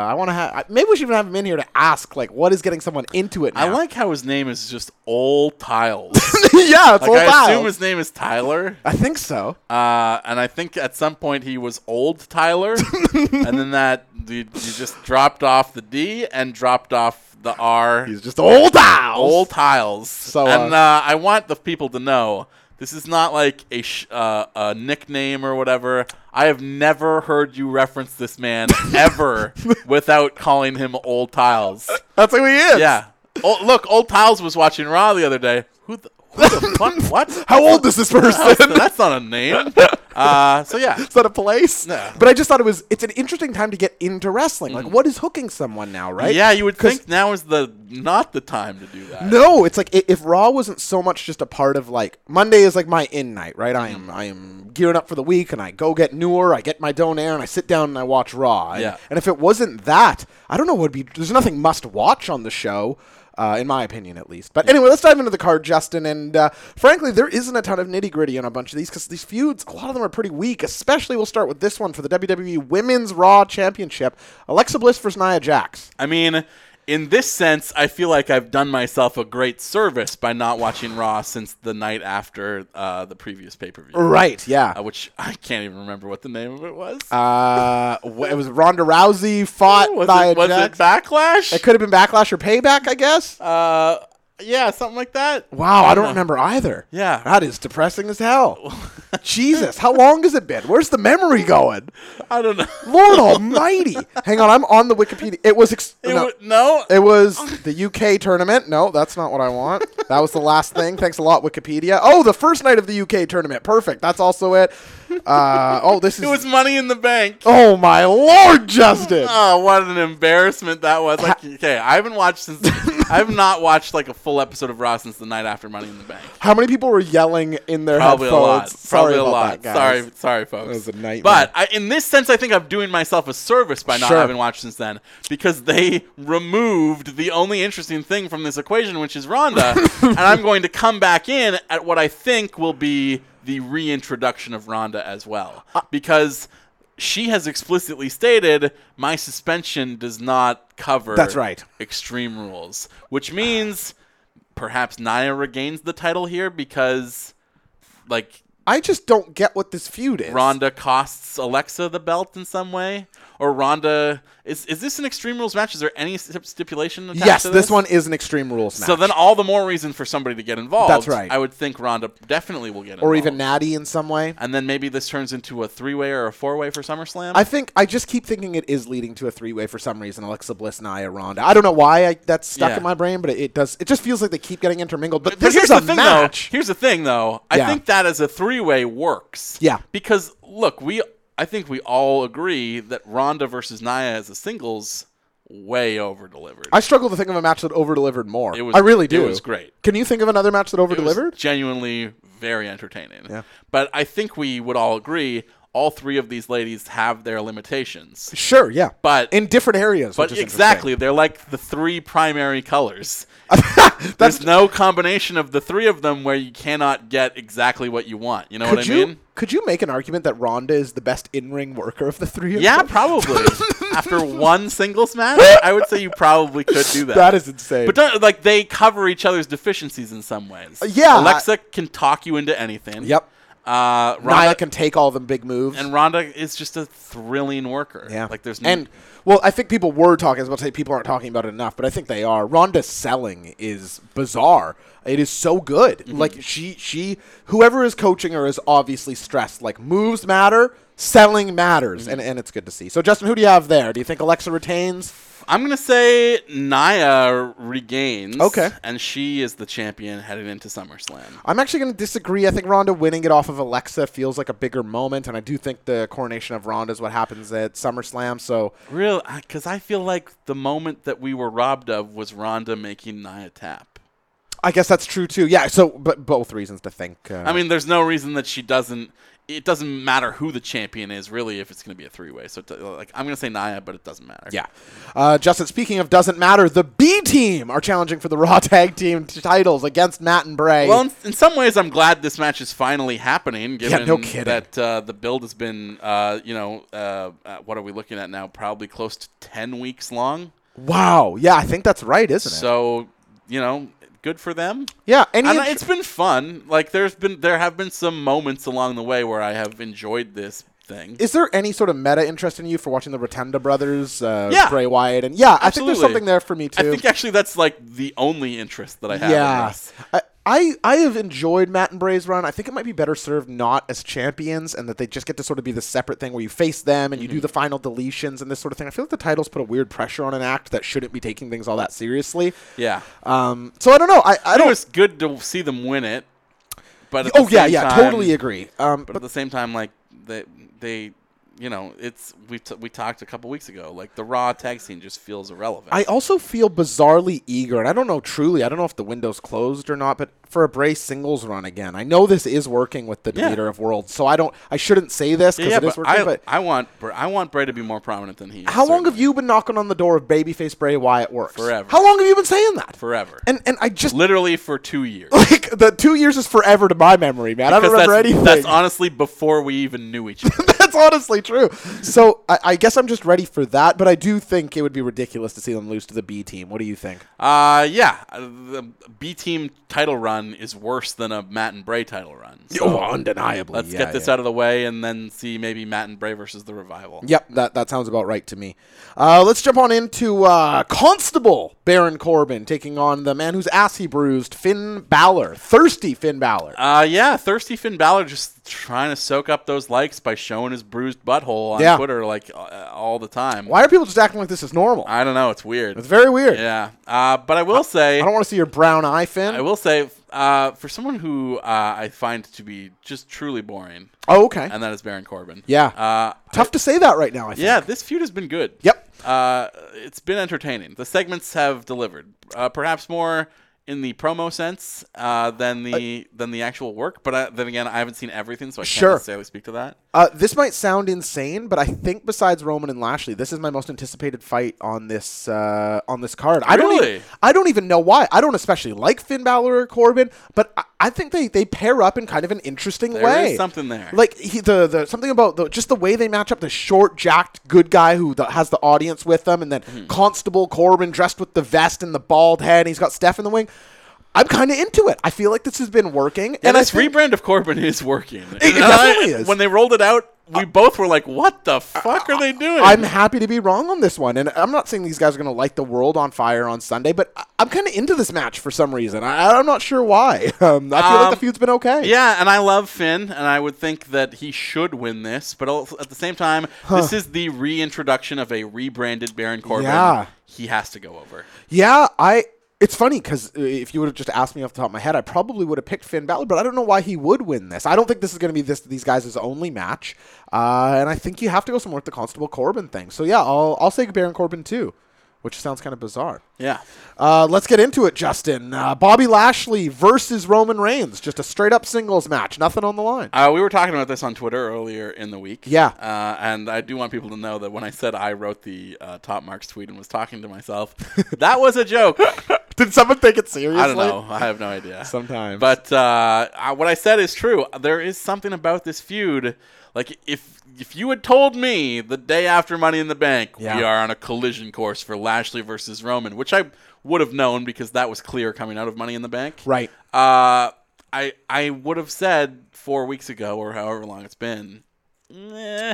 S4: I want to have. Maybe we should even have him in here to ask, like, what is getting someone into it now?
S3: I like how his name is just old tiles.
S4: yeah, Yeah, it's
S3: Like,
S4: old
S3: I
S4: Kyle.
S3: assume his name is Tyler.
S4: I think so.
S3: Uh, and I think at some point he was old Tyler, and then that you, you just dropped off the D and dropped off the R.
S4: He's just old Kyle.
S3: old tiles.
S4: So,
S3: and
S4: uh,
S3: uh, I want the people to know this is not like a sh- uh, a nickname or whatever. I have never heard you reference this man ever without calling him old tiles.
S4: That's who he is.
S3: Yeah. Oh, look, old tiles was watching Raw the other day. Who the, who the fuck? What?
S4: How old is this person?
S3: That's, that's not a name. Uh, so yeah.
S4: Is that a place?
S3: No. Mm-hmm.
S4: But I just thought it was. It's an interesting time to get into wrestling. Like, what is hooking someone now, right?
S3: Yeah, you would
S4: 'Cause-
S3: think now is the not the time to do that.
S4: No, it's like i- if Raw wasn't so much just a part of like Monday is like my in night, right? I am I am gearing up for the week, and I go get newer, I get my don't air, and I sit down and I watch Raw. And,
S3: Yeah.
S4: and if it wasn't that, I don't know what would be. There's nothing must watch on the show. Uh, in my opinion, at least. But anyway, let's dive into the card, Justin. And uh, frankly, there isn't a ton of nitty gritty on a bunch of these because these feuds, a lot of them are pretty weak. Especially, we'll start with this one for the WWE Women's Raw Championship: Alexa Bliss versus Nia Jax.
S3: I mean, in this sense, I feel like I've done myself a great service by not watching Raw since the night after uh, the previous pay per view.
S4: Right. Yeah.
S3: Uh, which I can't even remember what the name of it was.
S4: Uh, wh- it was Ronda Rousey fought
S3: was
S4: Nia
S3: it, was it
S4: Jax.
S3: Backlash?
S4: It could have been Backlash or Payback, I guess.
S3: uh, yeah, something like that.
S4: wow, I don't
S3: know.
S4: remember either.
S3: Yeah.
S4: that is depressing as hell. Jesus, how long has it been? Where's the memory going?
S3: I don't know.
S4: Lord Almighty! Hang on, I'm on the Wikipedia. It was ex-
S3: It
S4: no,
S3: wa- no.
S4: it was the UK tournament. No, that's not what I want. That was the last thing. Thanks a lot, Wikipedia. Oh, the first night of the UK tournament. Perfect. That's also it. Uh, oh, this is.
S3: It was Money in the Bank.
S4: oh my Lord, Justin.
S3: Oh, what an embarrassment that was! Like, okay, I haven't watched since I have not watched like a full episode of Raw since the night after Money in the Bank.
S4: How many people were yelling in their
S3: Probably a
S4: headphones?
S3: lot.
S4: Sorry
S3: Probably a
S4: about
S3: lot.
S4: that, guys.
S3: Sorry, sorry, folks.
S4: was a nightmare.
S3: But I, in this sense, I think I'm doing myself a service by not
S4: Sure.
S3: having watched since then because they removed the only interesting thing from this equation, which is Rhonda, and I'm going to come back in at what I think will be the reintroduction of Rhonda as well
S4: Uh,
S3: because. She has explicitly stated my suspension does not cover
S4: That's right.
S3: extreme rules, which means perhaps Nia regains the title here because like
S4: I just don't get what this feud is.
S3: Ronda costs Alexa the belt in some way, or Ronda is is this an Extreme Rules match? Is there any stip- stipulation attached
S4: Yes,
S3: to
S4: this one is an Extreme Rules match.
S3: So then, all the more reason for somebody to get involved.
S4: That's right.
S3: I would think Ronda definitely will get involved,
S4: or even Natty in some way.
S3: And then maybe this turns into a three-way or a four-way for SummerSlam.
S4: I think I just keep thinking it is leading to a three-way for some reason. Alexa Bliss, Nia, Ronda. I don't know why I, that's stuck
S3: Yeah.
S4: in my brain, but it, it does. It just feels like they keep getting intermingled. But,
S3: but
S4: this
S3: here's
S4: is a
S3: the thing,
S4: match.
S3: though. Here's the thing, though. I
S4: Yeah.
S3: think that as a three-way works.
S4: Yeah.
S3: Because look, we I think we all agree that Ronda versus Nia as a singles way over delivered.
S4: I struggle to think of a match that over-delivered more.
S3: It was-
S4: I really do.
S3: it was great.
S4: Can you think of another match that over-delivered?
S3: was genuinely very entertaining. But I think we would all agree all three of these ladies have their limitations.
S4: Sure, yeah,
S3: But-
S4: in different areas.
S3: But
S4: which is interesting.
S3: exactly, they're like the three primary colors. There's no combination of the three of them where you cannot get exactly what you want. You know
S4: Could
S3: what I
S4: you
S3: mean?
S4: could you make an argument that Ronda is the best in-ring worker of the three? Of
S3: Yeah,
S4: them?
S3: probably. After one singles match, I would say you probably could do that.
S4: That is insane.
S3: But don't, like they cover each other's deficiencies in some ways.
S4: Uh, yeah, I-
S3: Alexa can talk you into anything.
S4: Yep.
S3: Uh,
S4: Nia
S3: Ronda
S4: can take all the big moves.
S3: and Rhonda is just a thrilling worker.
S4: yeah,
S3: like there's
S4: and well, I think people were talking. I was about to say people aren't talking about it enough, but I think they are. Ronda's selling is bizarre. It is so good.
S3: Mm-hmm.
S4: Like she, she, whoever is coaching her is obviously stressed. Like moves matter, selling
S3: Mm-hmm.
S4: matters, and and it's good to see. So Justin, who do you have there? Do you think Alexa retains?
S3: I'm gonna say Naya regains.
S4: Okay.
S3: and she is the champion heading into SummerSlam.
S4: I'm actually going to disagree. I think Ronda winning it off of Alexa feels like a bigger moment, and I do think the coronation of Ronda is what happens at SummerSlam. So
S3: Real, because I feel like the moment that we were robbed of was Rhonda making Naya tap.
S4: I guess that's true too. Yeah. So, but both reasons to think. Uh,
S3: I mean, there's no reason that she doesn't. It doesn't matter who the champion is, really, if it's gonna be a three-way. So, t- like, I'm gonna say Naya, but it doesn't matter.
S4: yeah. Uh, Justin, speaking of doesn't matter, the B team are challenging for the Raw Tag Team t- titles against Matt and Bray.
S3: Well, in, in some ways, I'm glad this match is finally happening. Given
S4: no kidding.
S3: that uh, the build has been, uh, you know, uh, uh, what are we looking at now? Probably close to ten weeks long.
S4: wow. Yeah, I think that's right, isn't it?
S3: So, you know, good for them.
S4: Yeah, any
S3: And
S4: intro-
S3: it's been fun. Like there's been there have been some moments along the way where I have enjoyed this thing.
S4: Is there any sort of meta interest in you for watching the Rotunda brothers, uh,
S3: Yeah.
S4: Bray Wyatt, and yeah, I think there's
S3: Absolutely.
S4: something there for me
S3: I
S4: too.
S3: think actually that's like the only interest that I have. in
S4: yeah,
S3: this.
S4: I, I I have enjoyed Matt and Bray's run. I think it might be better served not as champions, and that they just get to sort of be the separate thing where you face them and
S3: Mm-hmm.
S4: you do the final deletions and this sort of thing. I feel like the titles put a weird pressure on an act that shouldn't be taking things all that seriously.
S3: Yeah.
S4: Um. So I don't know. I I
S3: It
S4: don't.
S3: was good to see them win it. But at
S4: Oh
S3: the
S4: yeah,
S3: same
S4: yeah,
S3: time-
S4: totally agree. Um,
S3: But, at the same time, like they, they, you know, it's we t- we talked a couple weeks ago. Like the Raw tag scene just feels irrelevant.
S4: I also feel bizarrely eager, and I don't know truly. I don't know if the window's closed or not, but for a Bray singles run again, I know this is working with the
S3: Yeah.
S4: Deleter of Worlds, so I don't. I shouldn't say this because
S3: yeah,
S4: it is
S3: but
S4: working.
S3: I,
S4: but
S3: I want Br- I want Bray to be more prominent than he is.
S4: how long
S3: certainly.
S4: have you been knocking on the door of babyface Bray Wyatt works?
S3: Forever.
S4: How long have you been saying that?
S3: Forever.
S4: And and I just
S3: Literally for two years.
S4: like the two years is forever to my memory, man. I don't
S3: Because
S4: remember
S3: that's,
S4: anything.
S3: That's honestly before we even knew each other.
S4: That's honestly true. So I, I guess I'm just ready for that, but I do think it would be ridiculous to see them lose to the B team. What do you think?
S3: uh, yeah, uh, the B team title run is worse than a Matt and Bray title run. So
S4: oh, undeniably.
S3: let's
S4: Yeah,
S3: get this
S4: yeah.
S3: out of the way and then see maybe Matt and Bray versus the Revival.
S4: Yep, that, that sounds about right to me. Uh, let's jump on into uh, Constable Baron Corbin taking on the man whose ass he bruised, Finn Balor. Thirsty Finn Balor.
S3: Uh, yeah, thirsty Finn Balor just trying to soak up those likes by showing his bruised butthole on
S4: Yeah.
S3: Twitter like uh, all the time.
S4: Why are people just acting like this is normal?
S3: I don't know. It's weird.
S4: It's very weird.
S3: yeah. Uh, but I will say,
S4: I don't want to see your brown eye, Finn.
S3: I will say, uh, for someone who uh, I find to be just truly boring,
S4: oh, okay.
S3: and that is Baron Corbin.
S4: Yeah.
S3: Uh,
S4: Tough to say that right now, I think.
S3: yeah, this feud has been good.
S4: Yep.
S3: Uh, it's been entertaining. The segments have delivered, uh, perhaps more in the promo sense uh, than the than the actual work. But I, then again, I haven't seen everything, so I
S4: Sure.
S3: can't necessarily speak to that.
S4: Uh, this might sound insane, but I think besides Roman and Lashley, this is my most anticipated fight on this uh, on this card. I don't
S3: Really?
S4: even, I don't even know why. I don't especially like Finn Balor or Corbin, but I, I think they, they pair up in kind of an interesting
S3: There
S4: way.
S3: is something there.
S4: Like he, the the something about the, just the way they match up the short jacked good guy who the, has the audience with them, and then
S3: Mm-hmm.
S4: Constable Corbin dressed with the vest and the bald head. And he's got Steph in the wing. I'm kind of into it. I feel like this has been working,
S3: and
S4: and I
S3: this
S4: think,
S3: rebrand of Corbin is working.
S4: it
S3: And I-
S4: definitely is.
S3: When they rolled it out, we both were like, "What the fuck are they doing?"
S4: I'm happy to be wrong on this one, and I'm not saying these guys are going to light the world on fire on Sunday, but I- I'm kind of into this match for some reason. I, I'm not sure why. Um, I feel like the
S3: Um,
S4: feud's been okay.
S3: Yeah, and I love Finn, and I would think that he should win this. But also, at the same time, this is the reintroduction of a rebranded Baron Corbin.
S4: Yeah.
S3: He has to go over.
S4: Yeah, I. It's funny because if you would have just asked me off the top of my head, I probably would have picked Finn Balor, but I don't know why he would win this. I don't think this is going to be this these guys' only match, uh, and I think you have to go somewhere with the Constable Corbin thing. So yeah, I'll I'll say Baron Corbin too, which sounds kind of bizarre.
S3: Yeah.
S4: Uh, let's get into it, Justin. Uh, Bobby Lashley versus Roman Reigns, just a straight up singles match, nothing on the line.
S3: Uh, we were talking about this on Twitter earlier in the week.
S4: Yeah.
S3: Uh, and I do want people to know that when I said I wrote the uh, top marks tweet and was talking to myself, that was a joke.
S4: Did someone take it seriously?
S3: I don't know. I have no idea.
S4: Sometimes.
S3: But uh, I- what I said is true. There is something about this feud. Like if if you had told me the day after Money in the Bank
S4: Yeah.
S3: we are on a collision course for Lashley versus Roman, which I would have known because that was clear coming out of Money in the Bank.
S4: Right.
S3: Uh, I I would have said four weeks ago or however long it's been. eh,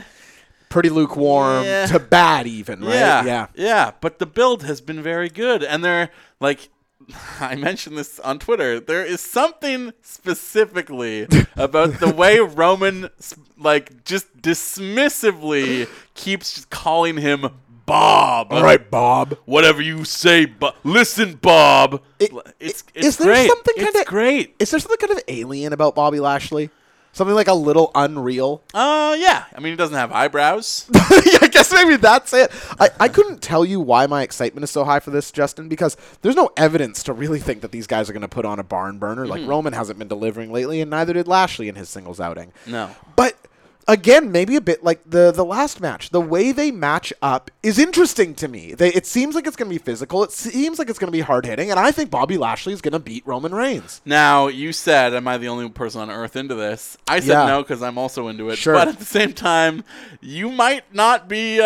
S4: Pretty lukewarm
S3: Yeah.
S4: to bad, even. Right?
S3: yeah,
S4: yeah.
S3: yeah. But the build has been very good, and they're like, I mentioned this on Twitter. There is something specifically about the way Roman, s- like, just dismissively keeps calling him Bob.
S4: All right, Bob.
S3: whatever you say, Bob. Listen, Bob.
S4: It-
S3: it's
S4: i-
S3: it's
S4: is there
S3: great.
S4: something
S3: It's
S4: kinda-
S3: great.
S4: Is there something kind of alien about Bobby Lashley? Something like a little unreal?
S3: Uh, yeah. I mean, he doesn't have eyebrows.
S4: yeah, I guess maybe that's it. I, I couldn't tell you why my excitement is so high for this, Justin, because there's no evidence to really think that these guys are going to put on a barn burner. Like, Roman hasn't been delivering lately, and neither did Lashley in his singles outing.
S3: No.
S4: But. Again, maybe a bit like the the last match. The way they match up is interesting to me. They, it seems like it's going to be physical. It seems like it's going to be hard hitting, and I think Bobby Lashley is going to beat Roman Reigns.
S3: Now you said, "Am I the only person on Earth into this?" I said
S4: Yeah.
S3: no because I'm also into it.
S4: Sure.
S3: But at the same time, you might not be uh,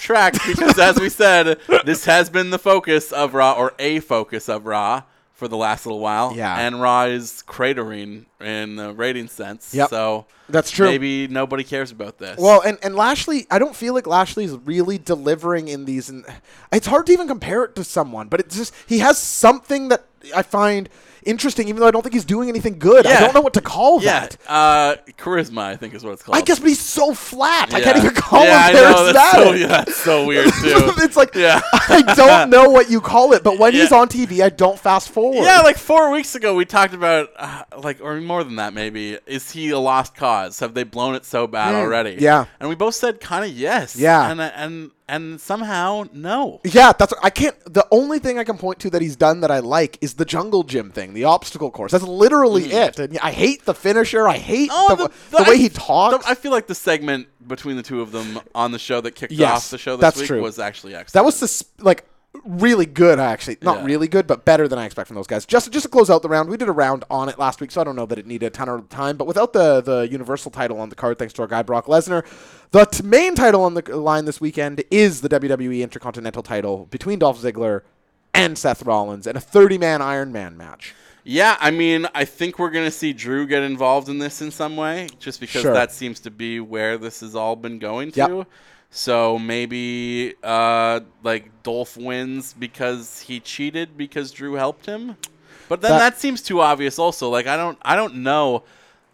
S3: track because, as we said, this has been the focus of Raw or a focus of Raw. for the last little while.
S4: Yeah.
S3: And Raw is cratering in the rating sense.
S4: Yep.
S3: So
S4: That's true.
S3: Maybe nobody cares about this.
S4: Well, and, and Lashley, I don't feel like Lashley's really delivering in these, and it's hard to even compare it to someone. But it's just he has something that I find interesting, even though I don't think he's doing anything good. I
S3: Yeah.
S4: don't know what to call
S3: yeah.
S4: that.
S3: Uh, charisma, I think, is what it's called.
S4: I guess, but he's so flat. I
S3: Yeah.
S4: can't even call
S3: yeah,
S4: him
S3: I know.
S4: charismatic.
S3: That's so, yeah, that's so weird too.
S4: it's like
S3: yeah.
S4: I don't know what you call it, but when he's
S3: Yeah.
S4: on TV, I don't fast forward.
S3: Yeah, like four weeks ago, we talked about, uh, like, or more than that, maybe. Is he a lost cause? Have they blown it so bad already?
S4: Hmm. yeah.
S3: And we both said kind of yes.
S4: Yeah.
S3: And and and somehow no.
S4: Yeah, that's I can't. The only thing I can point to that he's done that I like is the jungle gym thing, the obstacle course. That's literally it. And I hate the finisher. I hate
S3: Mm. Oh,
S4: the, the way
S3: I-
S4: he talks.
S3: the- I feel like the segment between the two of them on the show that kicked
S4: Yes,
S3: off the show this
S4: that's
S3: week
S4: true.
S3: was actually excellent.
S4: that was sus- like really good. Actually, not
S3: Yeah.
S4: really good, but better than I expect from those guys. Just just to close out the round, we did a round on it last week, so I don't know that it needed a ton of time. But without the the universal title on the card, thanks to our guy Brock Lesnar, the t- main title on the line this weekend is the WWE Intercontinental title between Dolph Ziggler and Seth Rollins in a 30 man Iron Man match.
S3: Yeah, I mean, I think we're going to see Drew get involved in this in some way, just because
S4: Sure.
S3: that seems to be where this has all been going
S4: Yep.
S3: to. So maybe uh, like Dolph wins because he cheated because Drew helped him, but then
S4: That-
S3: that, seems too obvious. Also, like I don't, I don't know,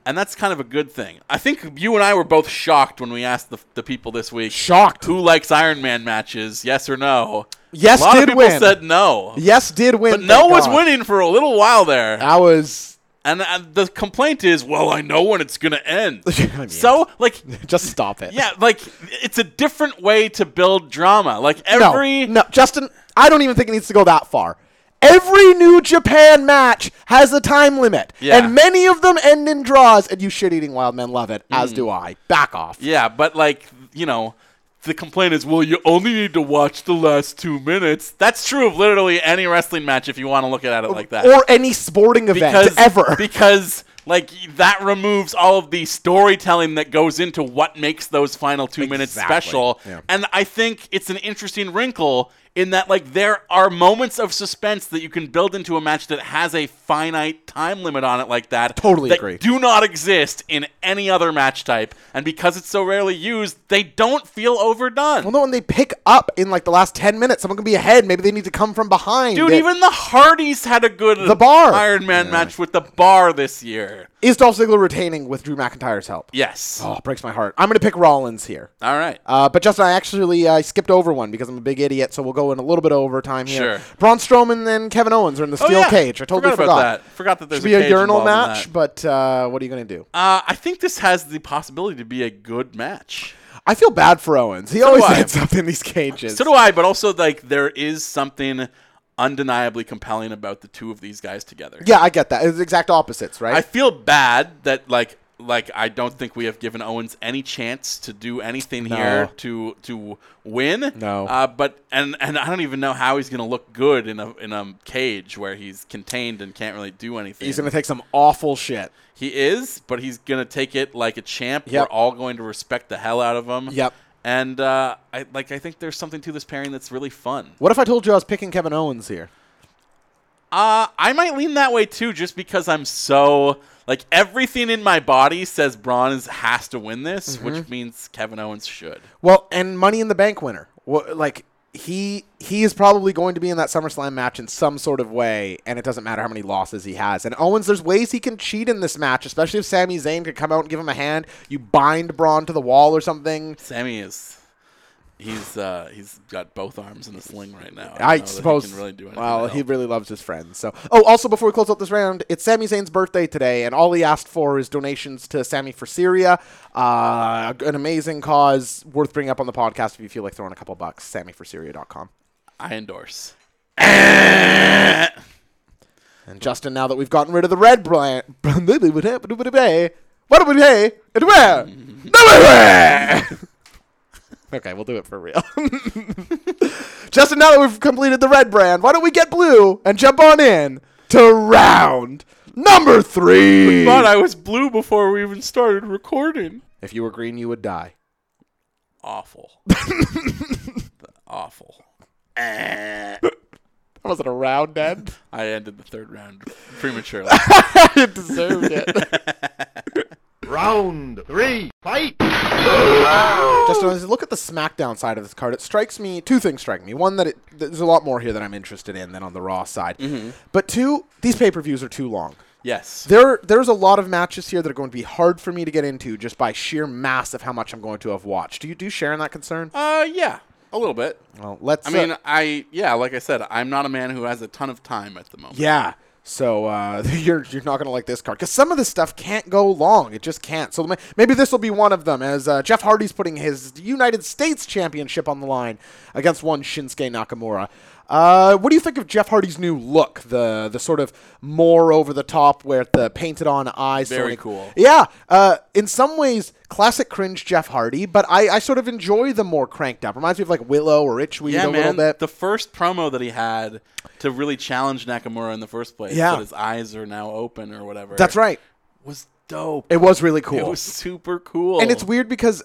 S3: and that's kind of a good thing. I think you and I were both shocked when we asked the, the people this week
S4: Shocked.
S3: who likes Iron Man matches, yes or no.
S4: Yes
S3: a lot
S4: did
S3: of people
S4: win.
S3: said no,
S4: Yes, did win.
S3: but
S4: thank
S3: no was
S4: God.
S3: winning for a little while there.
S4: I was
S3: And uh, the complaint is, well, I know when it's going to end.
S4: I mean-
S3: so, like,
S4: just stop it.
S3: yeah, like, it's a different way to build drama. Like, every.
S4: no, no, Justin, I don't even think it needs to go that far. Every New Japan match has a time limit,
S3: Yeah.
S4: and many of them end in draws. And you shit-eating wild men love it, as do I. Back off.
S3: Mm. Yeah, but, like, you know, the complaint is, well, you only need to watch the last two minutes. That's true of literally any wrestling match if you want to look at it like that.
S4: Or any sporting event ever.
S3: Because. Like that removes all of the storytelling that goes into what makes those final two minutes
S4: Exactly.
S3: special,
S4: Yeah.
S3: and I think it's an interesting wrinkle in that like there are moments of suspense that you can build into a match that has a finite time limit on it like that.
S4: Totally
S3: that
S4: agree.
S3: Do not exist in any other match type, and because it's so rarely used, they don't feel overdone.
S4: well, no, and they pick up in like the last ten minutes. Someone can be ahead. Maybe they need to come from behind.
S3: Dude,
S4: It-
S3: even the Hardys had a good
S4: The bar.
S3: Iron Man match with the bar this year.
S4: is Dolph Ziggler retaining with Drew McIntyre's help?
S3: Yes.
S4: Oh, breaks my heart. I'm gonna pick Rollins here.
S3: All right.
S4: Uh, but Justin, I actually I skipped over one because I'm a big idiot, so we'll go in a little bit over time here.
S3: Sure. Oh,
S4: Braun Strowman and Kevin Owens are in the steel
S3: yeah.
S4: cage. I totally
S3: Forgot
S4: forgot.
S3: about that. Forgot that there's
S4: Should be
S3: a
S4: a,
S3: cage
S4: urinal
S3: involved in
S4: match,
S3: that.
S4: but uh, what are you gonna do?
S3: Uh, I think this has the possibility to be a good match.
S4: I feel bad for Owens. He always
S3: I.
S4: ends up in these cages.
S3: So do I, but also like there is something undeniably compelling about the two of these guys together.
S4: yeah, I get that. It's exact opposites, right?
S3: I feel bad that like like I don't think we have given Owens any chance to do anything here to to win.
S4: No.
S3: Uh, but and and I don't even know how he's gonna look good in a in a cage where he's contained and can't really do anything.
S4: He's gonna take some awful shit.
S3: He is, but he's gonna take it like a champ.
S4: Yep.
S3: We're all going to respect the hell out of him.
S4: Yep.
S3: And uh, I like I think there's something to this pairing that's really fun.
S4: What if I told you I was picking Kevin Owens here?
S3: Uh, I might lean that way too, just because I'm so like everything in my body says Braun is, has to win this,
S4: Mm-hmm.
S3: which means Kevin Owens should.
S4: Well, and Money in the Bank winner. Well, like he he is probably going to be in that SummerSlam match in some sort of way, and it doesn't matter how many losses he has. And Owens, there's ways he can cheat in this match, especially if Sami Zayn could come out and give him a hand. You bind Braun to the wall or something.
S3: Sammy is. He's uh, he's got both arms in the sling right now. don't know
S4: I
S3: that he
S4: suppose.
S3: can really do anything
S4: well,
S3: else.
S4: he really loves his friends. So, oh, also before we close out this round, it's Sami Zayn's birthday today, and all he asked for is donations to Sammy for Syria, uh, an amazing cause worth bringing up on the podcast if you feel like throwing a couple bucks. SammyForSyria.com.
S3: I endorse.
S4: And Justin, now that we've gotten rid of the red brand, what do we say? And where? Nowhere! Okay, we'll do it for real. Justin, now that we've completed the red brand, why don't we get blue and jump on in to round number three?
S3: But I was blue before we even started recording.
S4: If you were green, you would die.
S3: Awful. Awful.
S4: That wasn't a round end.
S3: I ended the third round prematurely.
S4: it deserved it.
S5: Round three, fight!
S4: Justin, as I look at the SmackDown side of this card, it strikes me two things strike me. One, that it, there's a lot more here that I'm interested in than on the Raw side.
S3: Mm-hmm.
S4: But two, these pay per views are too long.
S3: yes.
S4: There, there's a lot of matches here that are going to be hard for me to get into just by sheer mass of how much I'm going to have watched. Do you do you share in that concern?
S3: uh, yeah, a little bit.
S4: Well, let's.
S3: I
S4: uh,
S3: mean, I yeah, like I said, I'm not a man who has a ton of time at the moment.
S4: Yeah. So uh, you're you're not gonna like this card because some of this stuff can't go long. It just can't. So may- maybe this will be one of them. As uh, Jeff Hardy's putting his United States Championship on the line against one Shinsuke Nakamura. Uh, what do you think of Jeff Hardy's new look? The the sort of more over the top with the painted on eyes.
S3: Very
S4: sort of-
S3: cool.
S4: Yeah. Uh, in some ways, classic cringe Jeff Hardy, but I, I sort of enjoy the more cranked up. Reminds me of like Willow or Itchweed
S3: Yeah,
S4: a
S3: man.
S4: little bit.
S3: The first promo that he had to really challenge Nakamura in the first place,
S4: Yeah.
S3: that his eyes are now open or whatever.
S4: That's right.
S3: Was dope.
S4: It was really cool.
S3: It was super cool.
S4: and it's weird because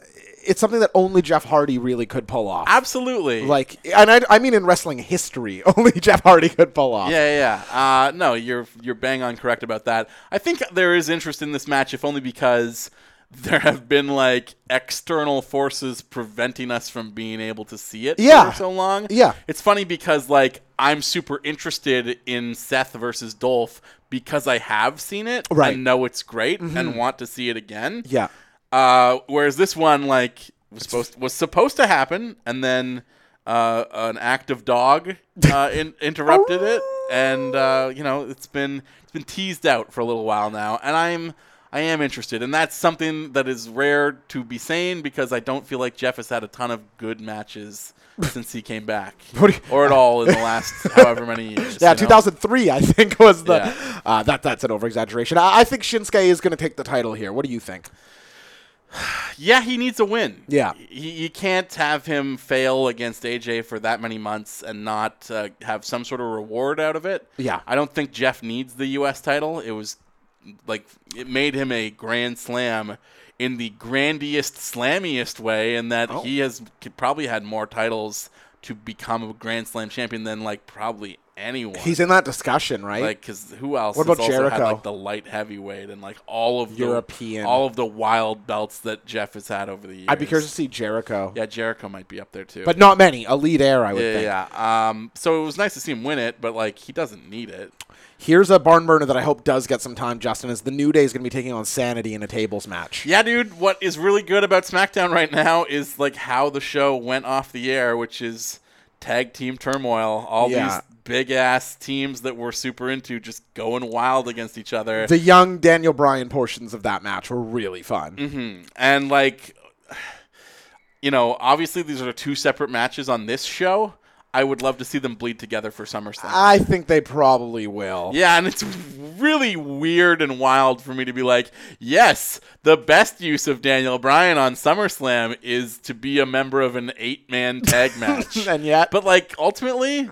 S4: it's something that only Jeff Hardy really could pull off.
S3: absolutely
S4: Like, and I, I mean in wrestling history, only Jeff Hardy could pull off.
S3: Yeah, yeah. yeah. Uh, no, you're you're bang on correct about that. I think there is interest in this match, if only because there have been like external forces preventing us from being able to see it
S4: Yeah.
S3: for so long.
S4: Yeah.
S3: it's funny because like I'm super interested in Seth versus Dolph because I have seen it
S4: Right. Mm-hmm.
S3: and know it's great and want to see it again.
S4: Yeah.
S3: Uh, whereas this one, like, was supposed was supposed to happen, and then uh, an act of dog uh, in, interrupted it,
S4: Oh.
S3: and uh, you know it's been it's been teased out for a little while now, and I'm I am interested, and that's something that is rare to be saying because I don't feel like Jeff has had a ton of good matches since he came back,
S4: What do you-
S3: or at all in the last however many years.
S4: Yeah,
S3: you know?
S4: 2003, I think, was the.
S3: Yeah.
S4: Uh, that That's an over exaggeration. I, I think Shinsuke is going to take the title here. What do you think?
S3: Yeah, he needs a win.
S4: Yeah.
S3: Y- you can't have him fail against AJ for that many months and not uh, have some sort of reward out of it.
S4: Yeah.
S3: I don't think Jeff needs the U.S. title. It was like it made him a grand slam in the grandiest, slammiest way, in that
S4: Oh.
S3: he has c- probably had more titles to become a grand slam champion than like probably anyone.
S4: He's in that discussion, right?
S3: Like, because who else?
S4: What
S3: has
S4: about
S3: also had,
S4: Jericho?
S3: like the light heavyweight and like all of the-
S4: European.
S3: all of the wild belts that Jeff has had over the years.
S4: I'd be curious to see Jericho.
S3: Yeah, Jericho might be up there too.
S4: But not many. Elite Air, I would
S3: yeah,
S4: think.
S3: yeah. yeah. Um, so it was nice to see him win it, but like he doesn't need it.
S4: Here's a barn burner that I hope does get some time, Justin, is the New Day is going to be taking on Sanity in a tables match.
S3: Yeah, dude. What is really good about SmackDown right now is like how the show went off the air, which is tag team turmoil. All
S4: Yeah.
S3: these big ass teams that we're super into just going wild against each other.
S4: The young Daniel Bryan portions of that match were really
S3: Mm.
S4: fun.
S3: and like you know obviously these are two separate matches on this show i would love to see them bleed together for summerslam
S4: I think they probably will.
S3: yeah and it's really weird and wild for me to be like yes the best use of daniel bryan on summerslam is to be a member of an eight-man tag match
S4: And yet-
S3: but like ultimately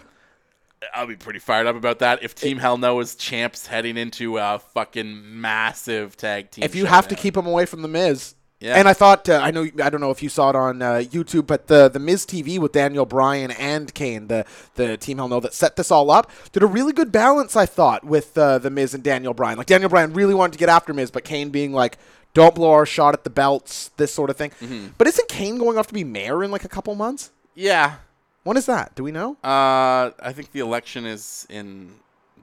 S3: I'll be pretty fired up about that if Team Hell No is champs heading into a fucking massive tag team.
S4: If you have to
S3: showdown.
S4: keep him away from the Miz.
S3: Yeah.
S4: And I thought uh, I know I don't know if you saw it on uh, YouTube, but the the Miz TV with Daniel Bryan and Kane, the the team hell know that set this all up, did a really good balance. I thought with uh, the Miz and Daniel Bryan. Like Daniel Bryan really wanted to get after Miz, but Kane being like, "Don't blow our shot at the belts," this sort of thing.
S3: Mm-hmm.
S4: But isn't Kane going off to be mayor in like a couple months?
S3: yeah,
S4: When is that? Do we know?
S3: Uh, I think the election is in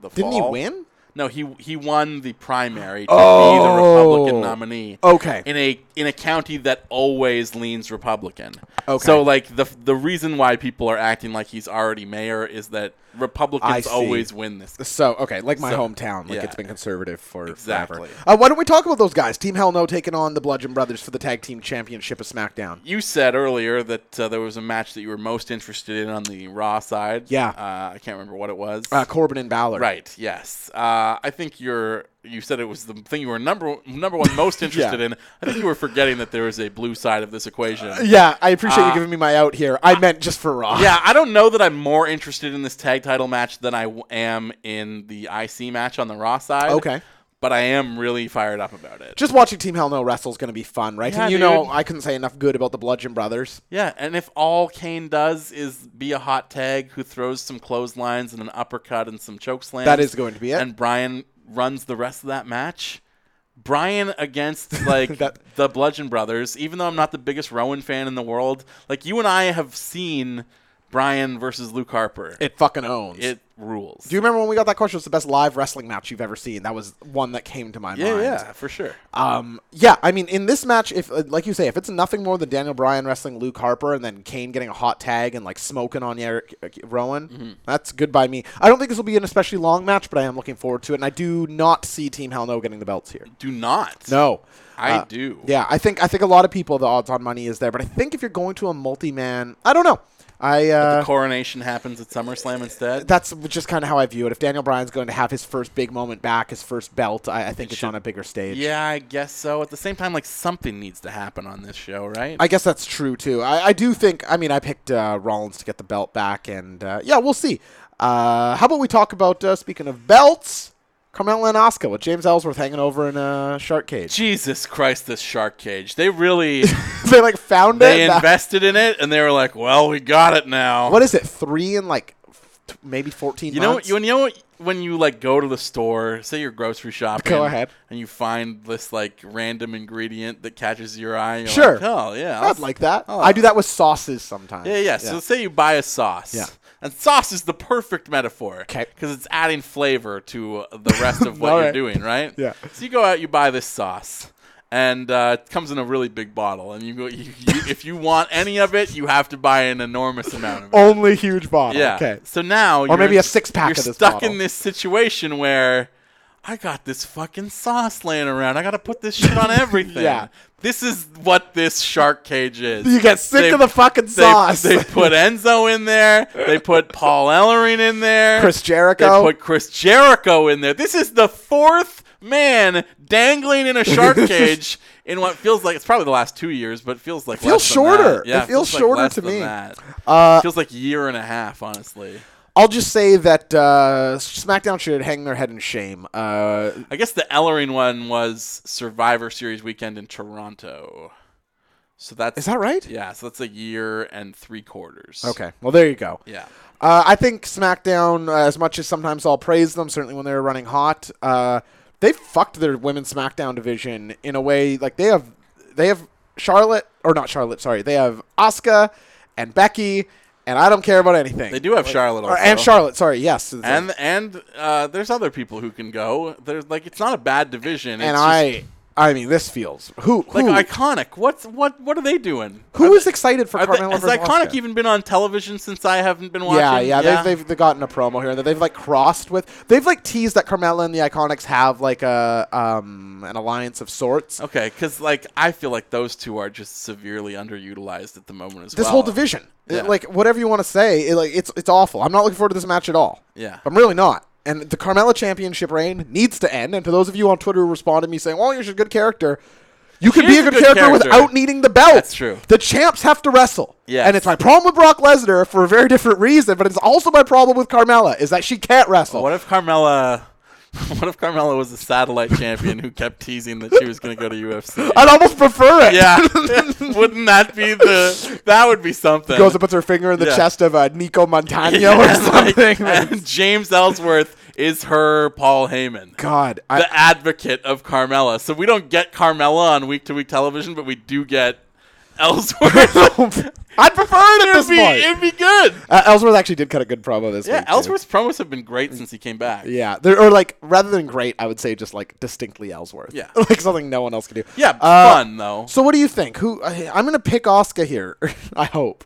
S3: the
S4: Didn't he
S3: fall.
S4: win?
S3: No, he he won the primary to be the
S4: Oh.
S3: Republican nominee.
S4: Okay.
S3: In a in a county that always leans Republican.
S4: Okay.
S3: So like the the reason why people are acting like he's already mayor is that Republicans
S4: see.
S3: always win this.
S4: So okay, like my
S3: So-
S4: hometown, like
S3: yeah.
S4: it's been conservative for
S3: Exactly.
S4: forever. Uh, why don't we talk about those guys? Team Hell No taking on the Bludgeon Brothers for the tag team championship of SmackDown.
S3: You said earlier that uh, there was a match that you were most interested in on the Raw side.
S4: Yeah.
S3: Uh, I can't remember what it was.
S4: Uh, Corbin and Balor.
S3: Right. Yes. Uh, I think you're. You said it was the thing you were number number one most interested in. I think you were forgetting that there is a blue side of this equation.
S4: Yeah, I appreciate you giving me my out here. I meant just for Raw.
S3: Uh, Yeah, I don't know that I'm more interested in this tag title match than I w- am in the IC match on the Raw side.
S4: Okay.
S3: but I am really fired up about it.
S4: Just watching Team Hell No wrestle is going to be fun, right?
S3: Yeah,
S4: and you know,
S3: dude.
S4: I couldn't say enough good about the Bludgeon Brothers.
S3: Yeah, and if all Kane does is be a hot tag who throws some clotheslines and an uppercut and some choke slams,
S4: That is going to be it.
S3: And Brian runs the rest of that match. Brian against like
S4: That-
S3: the Bludgeon Brothers, even though I'm not the biggest Rowan fan in the world, like you and I have seen Brian versus Luke Harper.
S4: It fucking owns.
S3: It rules.
S4: Do you remember when we got that question? What's the best live wrestling match you've ever seen? That was one that came to my
S3: yeah,
S4: mind.
S3: yeah, for sure.
S4: Um, yeah, I mean, in this match, if uh, like you say, if it's nothing more than Daniel Bryan wrestling Luke Harper and then Kane getting a hot tag and like smoking on Eric uh, Rowan,
S3: Mm-hmm.
S4: that's good by me. I don't think this will be an especially long match, but I am looking forward to it, and I do not see Team Hell No getting the belts here.
S3: Do not.
S4: No, Uh,
S3: I do.
S4: Yeah, I think I think a lot of people the odds on money is there, but I think if you're going to a multi-man, I don't know. I uh,
S3: The coronation happens at SummerSlam instead.
S4: that's just kind of how I view it. If Daniel Bryan's going to have his first big moment back, his first belt, I, I think it's on a bigger stage.
S3: yeah, I guess so. At the same time, like something needs to happen on this show, right?
S4: I guess that's true too. I, I do think. I mean, I picked uh, Rollins to get the belt back, and uh, yeah, we'll see. Uh, how about we talk about uh, speaking of belts, Carmella and Oscar with James Ellsworth hanging over in a shark cage.
S3: Jesus Christ, this shark cage. They really
S4: they like found
S3: they
S4: it. That-
S3: invested in it and they were like, "Well, we got it now."
S4: what is it? Three and like f- t- maybe fourteen.
S3: you know
S4: months?
S3: what- when you know what- when you like go to the store, say you're grocery shopping
S4: Go ahead.
S3: and you find this like random ingredient that catches your eye, and you're
S4: Sure.
S3: like, "Oh, yeah." I'll
S4: I'd
S3: s-
S4: like that.
S3: I'll-
S4: I do that with sauces sometimes.
S3: Oh. Yeah, yeah. So say you buy a sauce.
S4: Yeah.
S3: And sauce is the perfect metaphor.
S4: 'Kay.
S3: Because it's adding flavor to the rest of what
S4: All
S3: you're
S4: right.
S3: doing, right?
S4: Yeah.
S3: So you go out, you buy this sauce. And uh, it comes in a really big bottle, and you go. You, you, if you want any of it, you have to buy an enormous amount of it.
S4: Only huge bottle.
S3: yeah.
S4: Oh, Okay.
S3: So now, or
S4: maybe a six-pack
S3: You're
S4: of this
S3: stuck
S4: bottle.
S3: in this situation where I got this fucking sauce laying around. I got to put this shit on everything.
S4: Yeah.
S3: This is what this shark cage is.
S4: You get sick
S3: They-
S4: of the fucking
S3: they-
S4: sauce.
S3: They, put Enzo in there. They put Paul Ellering in there.
S4: Chris Jericho.
S3: They put Chris Jericho in there. This is the fourth man dangling in a shark cage in what feels like it's probably the last two years, but feels like
S4: feels
S3: less than that.
S4: shorter.
S3: Yeah,
S4: It feels
S3: like
S4: shorter
S3: less
S4: to
S3: than
S4: me. Uh,
S3: that. feels like year and a half, honestly.
S4: I'll just say that uh, SmackDown should hang their head in shame. Uh,
S3: I guess the Ellering one was Survivor Series weekend in Toronto. So that's
S4: Is that right?
S3: Yeah, so that's a year and three quarters.
S4: okay. Well, there you go.
S3: Yeah.
S4: Uh, I think SmackDown, uh, as much as sometimes I'll praise them, certainly when they were running hot, uh, they fucked their women's SmackDown division in a way like they have, they have Charlotte or not Charlotte, sorry, they have Asuka and Becky, and I don't care about anything.
S3: They do have Charlotte
S4: Or-
S3: also.
S4: and Charlotte, sorry, yes, It's
S3: And
S4: like-
S3: and uh, there's other people who can go. There's like it's not a bad division. It's
S4: and
S3: just,
S4: I, I mean, this feels who who
S3: like iconic. What's what what are they doing?
S4: who is excited for
S3: Are they,
S4: Carmella
S3: has
S4: versus
S3: iconic
S4: Asuka?
S3: even been on television since I haven't been watching?
S4: Yeah, yeah, They've, they've gotten a promo here that they've like crossed with. They've like teased that Carmella and the Iconics have like a um an alliance of sorts.
S3: okay, because like I feel like those two are just severely underutilized at the moment as
S4: This
S3: well.
S4: whole division, It-
S3: Yeah.
S4: like whatever you want to say, it, like it's it's awful. I'm not looking forward to this match at all.
S3: Yeah.
S4: I'm really not. And the Carmella Championship reign needs to end. And to those of you on Twitter who responded to me saying, "Well, you're just a good character," you can be
S3: Here's
S4: a
S3: a
S4: good,
S3: good
S4: character,
S3: character.
S4: without needing the belt.
S3: That's true.
S4: The champs have to wrestle.
S3: Yes.
S4: And it's my problem with Brock Lesnar for a very different reason, but it's also my problem with Carmella is that she can't wrestle.
S3: What if Carmella? What if Carmella was a satellite champion who kept teasing that she was going to go to UFC?
S4: I'd almost prefer it.
S3: yeah, wouldn't that be the? That would be something.
S4: goes and puts her finger in the
S3: Yeah.
S4: chest of uh, Nico Montano
S3: Yeah,
S4: or
S3: like,
S4: something.
S3: and James Ellsworth is her Paul Heyman.
S4: God, I,
S3: the advocate of Carmella. So we don't get Carmella on week to week television, but we do get Ellsworth.
S4: I'd prefer it at
S3: it'd,
S4: Oh, this
S3: be,
S4: point.
S3: it'd be good.
S4: Uh, Ellsworth actually did cut a good promo this
S3: Yeah,
S4: week. too.
S3: Ellsworth's promos have been great since he came back.
S4: Yeah, They're- or like rather than great, I would say just like distinctly Ellsworth.
S3: Yeah.
S4: like something no one else can do.
S3: Yeah,
S4: Uh,
S3: fun though.
S4: So what do you think? Who I, I'm gonna pick Oscar here? I hope.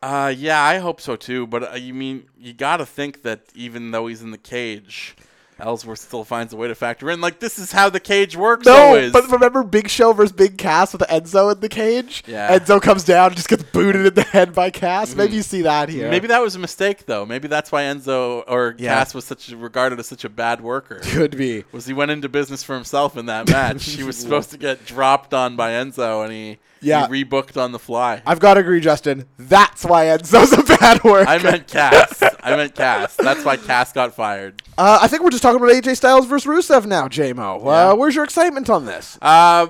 S3: Uh, yeah, I hope so too. But uh, you mean you got to think that even though he's in the cage, Ellsworth still finds a way to factor in. Like this is how the cage works.
S4: No,
S3: always.
S4: but remember Big Show versus Big Cass with Enzo in the cage.
S3: Yeah. Mm.
S4: Enzo comes down and just gets booted in the head by Cass. Maybe you see that here.
S3: maybe that was a mistake though. Maybe that's why Enzo or
S4: Yeah.
S3: Cass was such regarded as such a bad worker.
S4: could be.
S3: Was he went into business for himself in that match? he was supposed to get dropped on by Enzo, and he
S4: Yeah.
S3: he rebooked on the fly.
S4: I've got to agree, Justin. That's why Enzo's a bad word.
S3: I meant Cass. I meant Cass. That's why Cass got fired.
S4: uh, I think we're just talking about AJ Styles versus Rusev now, JMO.
S3: Yeah.
S4: Uh, where's your excitement on this?
S3: Uh,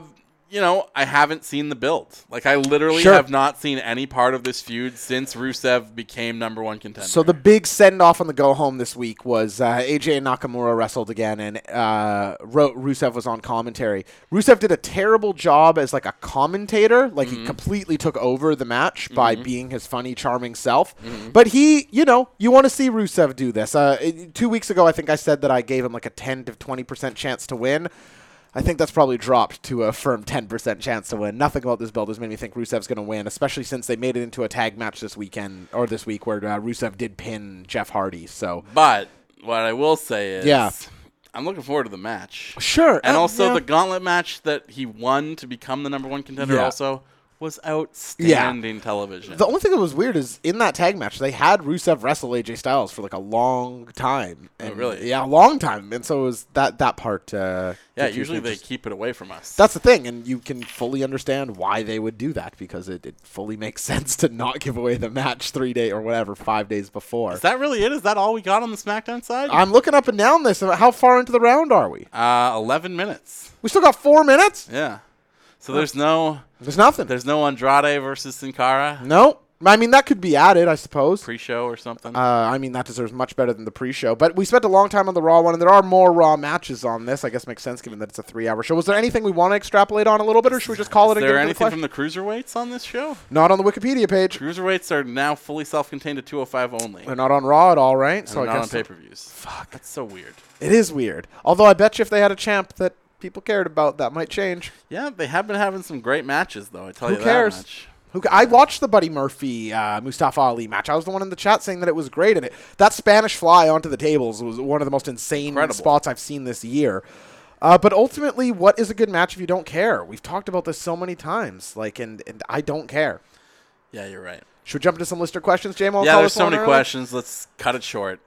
S3: you know, I haven't seen the build. Like, I literally
S4: Sure.
S3: have not seen any part of this feud since Rusev became number one contender.
S4: So the big send off on the go home this week was uh, AJ and Nakamura wrestled again, and uh, Ro- Rusev was on commentary. Rusev did a terrible job as like a commentator, like
S3: Mm-hmm.
S4: he completely took over the match by being his funny, charming self.
S3: Mm-hmm.
S4: But he, you know, you want to see Rusev do this. Uh, it- two weeks ago, I think I said that I gave him like a ten to twenty percent chance to win. I think that's probably dropped to a firm 10% chance to win. Nothing about this build has made me think Rusev's going to win, especially since they made it into a tag match this weekend or this week where uh, Rusev did pin Jeff Hardy. So
S3: but what I will say is,
S4: Yeah.
S3: I'm looking forward to the match.
S4: sure,
S3: And also,
S4: Oh, yeah.
S3: the gauntlet match that he won to become the number one contender
S4: Yeah.
S3: also was outstanding television.
S4: the only thing that was weird is in that tag match they had Rusev wrestle AJ Styles for like a long time. And,
S3: Oh, really?
S4: Yeah, a long time, and so it was that that part. Uh,
S3: yeah,
S4: confused
S3: usually
S4: me
S3: they
S4: just-
S3: keep it away from us.
S4: That's the thing, and you can fully understand why they would do that because it, it fully makes sense to not give away the match three day or whatever five days before.
S3: is that really it? Is that all we got on the SmackDown side?
S4: I'm looking up and down this. How far into the round are we?
S3: Uh, 11 minutes.
S4: We still got four minutes.
S3: Yeah. So there's no
S4: There's nothing.
S3: there's no Andrade versus Sin Cara
S4: no. I mean, that could be added, I suppose. Uh,
S3: pre-show or something.
S4: I mean, that deserves much better than the pre-show. But we spent a long time on the Raw one, and there are more Raw matches on this. I guess makes sense given that it's a three-hour show. Was there anything we want to extrapolate on a little bit, or should we just call it?
S3: Is
S4: and
S3: there
S4: get into the
S3: anything
S4: question?
S3: from the cruiserweights on this show?
S4: Not on the Wikipedia page.
S3: Cruiserweights are now fully self-contained to 205 only.
S4: They're not on Raw at all, right? So
S3: They're
S4: I
S3: not on
S4: guess
S3: pay-per-views. Fuck, that's so weird.
S4: it is weird. Although I bet you if they had a champ that people cared about, that might change.
S3: Yeah, they have been having some great matches though. I tell
S4: Who
S3: you
S4: cares?
S3: that much.
S4: Who ca- I watched the Buddy Murphy uh, Mustafa Ali match. I was the one in the chat saying that it was great, and it that Spanish fly onto the tables was one of the most insane
S3: Incredible.
S4: spots I've seen this year. Uh, but ultimately, what is a good match if you don't care? We've talked about this so many times, like, and, and I don't care.
S3: Yeah, you're right.
S4: Should we jump into some lister questions, JMO?
S3: yeah,
S4: Call
S3: there's
S4: this
S3: so
S4: one
S3: many
S4: early?
S3: questions. Let's cut it short.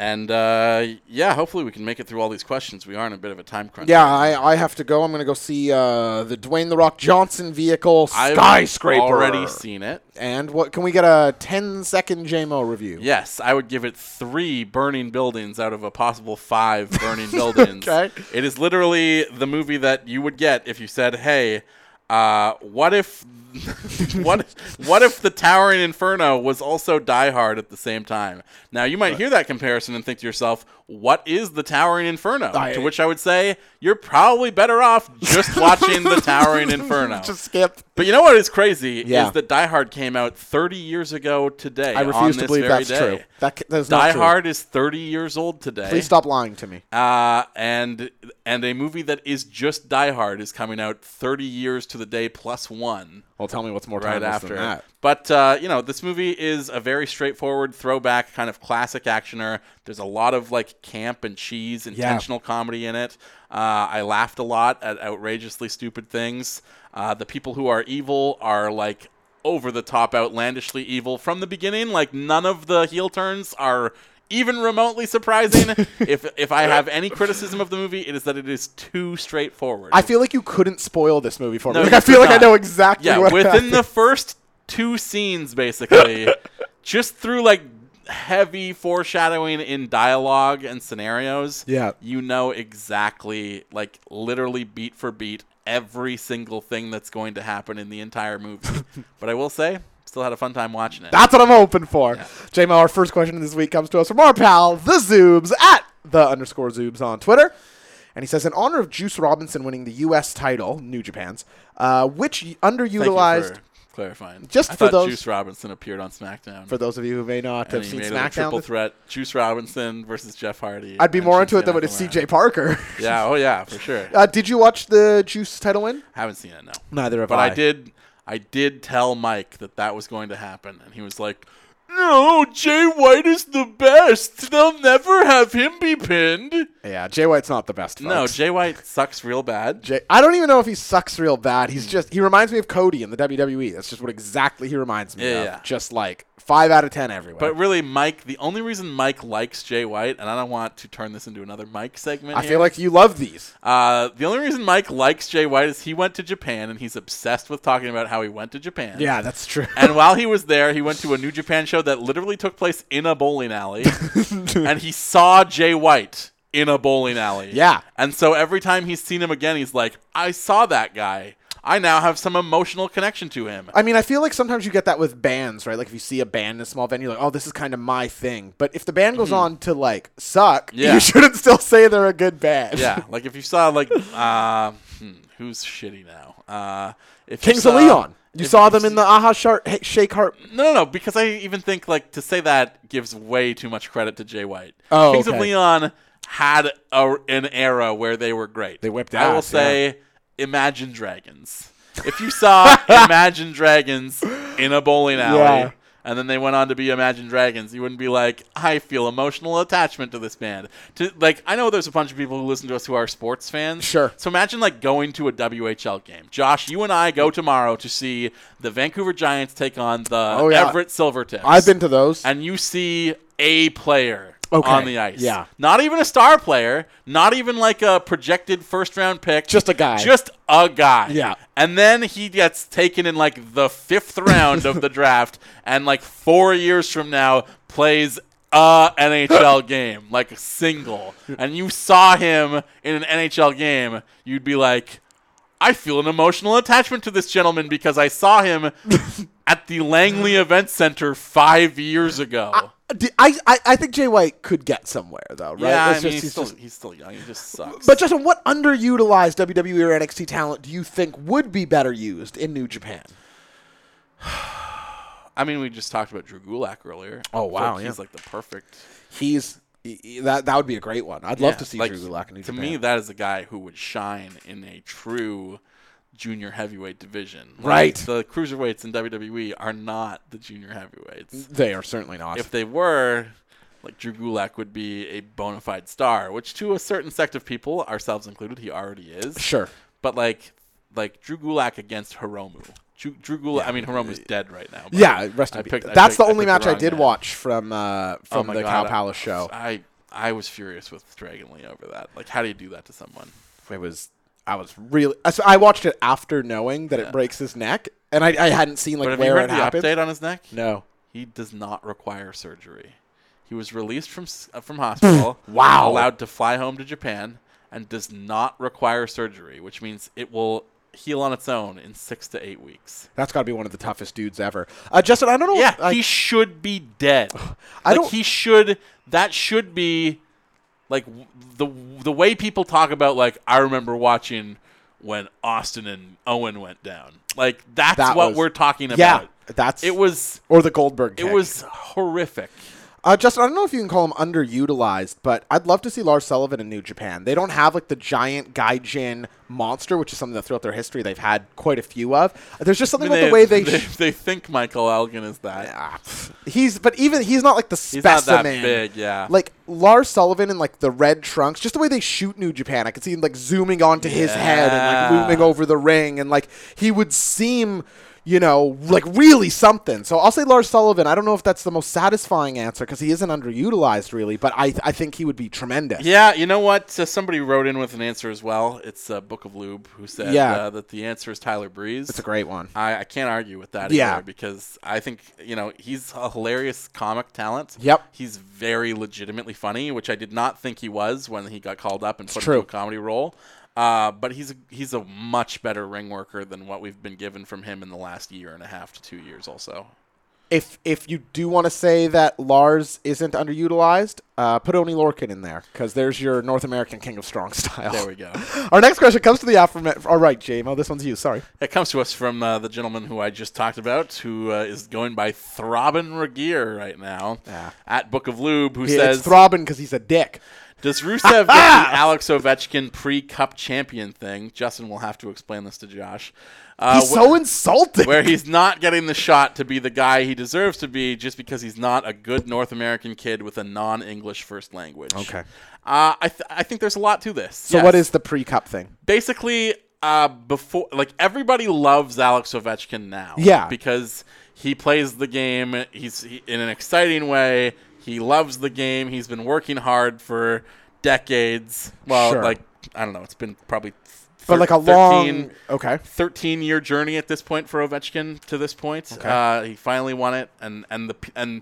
S3: and uh, yeah, hopefully we can make it through all these questions. We are in a bit of a time crunch.
S4: Yeah, I, I have to go. I'm going to go see uh, the Dwayne the Rock Johnson vehicle
S3: I've
S4: skyscraper.
S3: already seen it.
S4: And what can we get a 10 second JMO review?
S3: Yes, I would give it three burning buildings out of a possible five burning buildings.
S4: Okay.
S3: It is literally the movie that you would get if you said, "Hey, uh, what if, what, what if the Towering Inferno was also Die Hard at the same time?" Now you might hear that comparison and think to yourself, "What is the Towering Inferno?"
S4: I-
S3: to which I would say, "You're probably better off just watching the Towering Inferno."
S4: Just skip.
S3: But you know what is crazy
S4: Yeah.
S3: is that Die Hard came out 30 years ago today.
S4: I
S3: on
S4: refuse
S3: this
S4: to believe
S3: very
S4: that's
S3: day.
S4: true. That, c- that is
S3: Die
S4: not true.
S3: Hard is 30 years old today.
S4: Please stop lying to me.
S3: Uh, and and a movie that is just Die Hard is coming out 30 years to the day plus one
S4: Well, tell me what's more
S3: right
S4: timeless
S3: after.
S4: than that.
S3: But uh, you know, this movie is a very straightforward throwback kind of classic actioner. There's a lot of like camp and cheese, intentional comedy in it. Uh, I laughed a lot at outrageously stupid things. Uh, the people who are evil are like over the top, outlandishly evil from the beginning. Like none of the heel turns are. Even remotely surprising. if if I have any criticism of the movie, it is that it is too straightforward.
S4: I feel like you couldn't spoil this movie for me.
S3: No,
S4: Like,
S3: you
S4: I feel
S3: could
S4: like I
S3: not.
S4: know exactly
S3: Yeah,
S4: what
S3: within
S4: happened.
S3: the first two scenes, basically, just through like heavy foreshadowing in dialogue and scenarios.
S4: Yeah.
S3: you know exactly, like literally beat for beat, every single thing that's going to happen in the entire movie. but I will say, still had a fun time watching it.
S4: That's what I'm hoping for. JMO, our first question this week comes to us from our pal, the Zoobs, at the underscore Zoobs on Twitter. And he says, in honor of Juice Robinson winning the U.S. title, New Japan's, uh, which
S3: Thank you
S4: underutilized,
S3: for clarifying.
S4: Just
S3: I
S4: for
S3: thought
S4: those-
S3: Juice Robinson appeared on SmackDown.
S4: for those of you who may not
S3: and
S4: have
S3: he
S4: seen
S3: made it a triple
S4: SmackDown,
S3: threat: Juice Robinson versus Jeff Hardy.
S4: I'd be
S3: and
S4: more into
S3: Shinsuke
S4: it than when it's
S3: Nakamura.
S4: C.J. Parker.
S3: Yeah, oh yeah, for sure.
S4: uh, did you watch the Juice title win?
S3: Haven't seen it, no.
S4: Neither have
S3: but
S4: I.
S3: I did. I did tell Mike that that was going to happen, and he was like, "No, Jay White is the best. They'll never have him be pinned."
S4: Yeah, Jay White's not the best.
S3: No,
S4: folks.
S3: Jay White sucks real bad.
S4: Jay. I don't even know if he sucks real bad. He's just he reminds me of Cody in the WWE. That's just what exactly he reminds me
S3: Yeah,
S4: of.
S3: yeah.
S4: Just like five out of ten everywhere.
S3: but really, Mike. The only reason Mike likes Jay White, and I don't want to turn this into another Mike segment.
S4: I
S3: here,
S4: feel like you love these.
S3: Uh, the only reason Mike likes Jay White is he went to Japan, and he's obsessed with talking about how he went to Japan.
S4: Yeah, that's true.
S3: and while he was there, he went to a New Japan show show that literally took place in a bowling alley, and he saw Jay White in a bowling alley.
S4: Yeah.
S3: And so every time he's seen him again, he's like, I saw that guy. I now have some emotional connection to him.
S4: I mean, I feel like sometimes you get that with bands, right? Like if you see a band in a small venue, you're like, oh, this is kind of my thing. But if the band goes on to like suck,
S3: Mm-hmm. Yeah.
S4: you shouldn't still say they're a good band.
S3: yeah. Like if you saw like uh, hmm, who's shitty now? Uh, if you
S4: Kings
S3: saw-
S4: of Leon. You
S3: if-
S4: saw them in the Aha Shar- Hey, Shake Heart.
S3: No, no, no, because I even think like to say that gives way too much credit to Jay White.
S4: Oh,
S3: Kings of
S4: okay.
S3: Leon had a, an era where they were great. They
S4: whipped
S3: I will
S4: ass,
S3: say, Imagine Dragons. If you saw Imagine Dragons in a bowling alley.
S4: Yeah.
S3: And then they went on to be Imagine Dragons. You wouldn't be like, I feel emotional attachment to this band. To like, I know there's a bunch of people who listen to us who are sports fans.
S4: Sure.
S3: So imagine like going to a WHL game. Josh, you and I go tomorrow to see the Vancouver Giants take on the
S4: Oh, yeah.
S3: Everett Silvertips.
S4: I've been to those.
S3: and you see a player
S4: Okay,
S3: on the ice.
S4: yeah.
S3: Not even a star player, not even like a projected first round pick.
S4: Just a guy.
S3: Just a guy.
S4: Yeah.
S3: And then he gets taken in like the fifth round of the draft and like four years from now plays a NHL game, like a single. And you saw him in an NHL game, you'd be like, I feel an emotional attachment to this gentleman because I saw him at the Langley Event Center five years ago.
S4: D- I, I, I think Jay White could get somewhere, though, right?
S3: Yeah, I
S4: It's
S3: mean,
S4: just-
S3: he's,
S4: he's
S3: still,
S4: just-
S3: he's still young. He just sucks.
S4: but Justin, what underutilized WWE or NXT talent do you think would be better used in New Japan?
S3: I mean, we just talked about Drew Gulak earlier.
S4: Oh,
S3: I feel like
S4: wow, yeah.
S3: he's like the perfect.
S4: He's e- e- that that would be a great one. I'd love
S3: Yeah,
S4: to see
S3: like,
S4: Drew Gulak in New
S3: To
S4: Japan.
S3: me, that is a guy who would shine in a true junior heavyweight division. Like,
S4: Right.
S3: the cruiserweights in WWE are not the junior heavyweights.
S4: they are certainly not.
S3: If they were, like Drew Gulak would be a bona fide star, which to a certain sect of people, ourselves included, he already is.
S4: sure.
S3: But like, like Drew Gulak against Hiromu. Drew, Drew Gulak. I mean, Hiromu's dead right now. but
S4: Yeah, rest
S3: I
S4: in peace.
S3: picked- I
S4: That's the
S3: picked- I
S4: only
S3: picked
S4: match I
S3: wrong
S4: did
S3: man.
S4: watch from uh,
S3: Oh
S4: from
S3: my
S4: the
S3: God,
S4: Cow
S3: I-
S4: Palace show.
S3: I I was furious with Dragon Lee over that. Like, how do you do that to someone?
S4: It was I was really I- so I watched it after knowing that it breaks his neck, and I, I hadn't seen
S3: But
S4: like
S3: have you
S4: where it
S3: heard the
S4: happened.
S3: update on his neck?
S4: No.
S3: He does not require surgery. He was released from s- uh, from hospital.
S4: Wow.
S3: Allowed to fly home to Japan and does not require surgery, which means it will heal on its own in six to eight weeks.
S4: That's got to be one of the toughest dudes ever. Uh, Justin, I don't know.
S3: Yeah,
S4: I-
S3: he should be dead.
S4: I
S3: like
S4: don't-
S3: he should. That should be like w- the the way people talk about like I remember watching when Austin and Owen went down. Like that's
S4: That
S3: what
S4: was-
S3: we're talking about.
S4: yeah, that's
S3: it was
S4: or the Goldberg.
S3: it
S4: kick.
S3: was horrific.
S4: Uh, Justin, I don't know if you can call him underutilized, but I'd love to see Lars Sullivan in New Japan. They don't have like the giant Gaijin monster, which is something that throughout their history they've had quite a few of. There's just
S3: I
S4: something
S3: mean,
S4: about the way they.
S3: they,
S4: sh-
S3: they think Michael Elgin is that.
S4: Ah, pff. he's but even he's not like the
S3: He's not
S4: specimen.
S3: that big, yeah.
S4: Like Lars Sullivan and like the red trunks, just the way they shoot New Japan, I could see him like zooming onto his head and
S3: Yeah.
S4: like looming over the ring, and like he would seem, you know, like really something. So I'll say Lars Sullivan. I don't know if that's the most satisfying answer because he isn't underutilized really, but I I think he would be tremendous.
S3: Yeah, you know what? Uh, somebody wrote in with an answer as well. It's uh, Book of Lube who said
S4: Yeah.
S3: uh, that the answer is Tyler Breeze.
S4: it's a great one.
S3: I, I can't argue with that
S4: Yeah.
S3: either because I think you know he's a hilarious comic talent.
S4: Yep.
S3: he's very legitimately funny, which I did not think he was when he got called up and put
S4: true.
S3: into a comedy role. Uh, but he's a, he's a much better ring worker than what we've been given from him in the last year and a half to two years. Also,
S4: If if you do want to say that Lars isn't underutilized, uh, put Oni Lorcan in there because there's your North American King of Strong style.
S3: there we go.
S4: Our next question comes to the aforementioned. All right, JMO, this one's you. Sorry.
S3: It comes to us from uh, the gentleman who I just talked about, who uh, is going by Throbbin Regeer right now
S4: Ah.
S3: at Book of Lube, who
S4: it's
S3: says,
S4: throbbing because he's a dick.
S3: "Does Rusev get the Alex Ovechkin pre-cup champion thing?" Justin will have to explain this to Josh. Uh,
S4: He's
S3: wh-
S4: so insulting.
S3: where he's not getting the shot to be the guy he deserves to be just because he's not a good North American kid with a non-English first language.
S4: Okay.
S3: Uh, I, th- I think there's a lot to this.
S4: so what is the pre-cup thing?
S3: basically uh, before like everybody loves Alex Ovechkin now.
S4: Yeah.
S3: because he plays the game. He's he, in an exciting way. He loves the game. He's been working hard for decades. Well,
S4: Sure.
S3: like I don't know, it's been probably th-
S4: But like a long.
S3: 13
S4: Okay.
S3: 13 year journey at this point for Ovechkin to this point. Uh, he finally won it, and and the p- and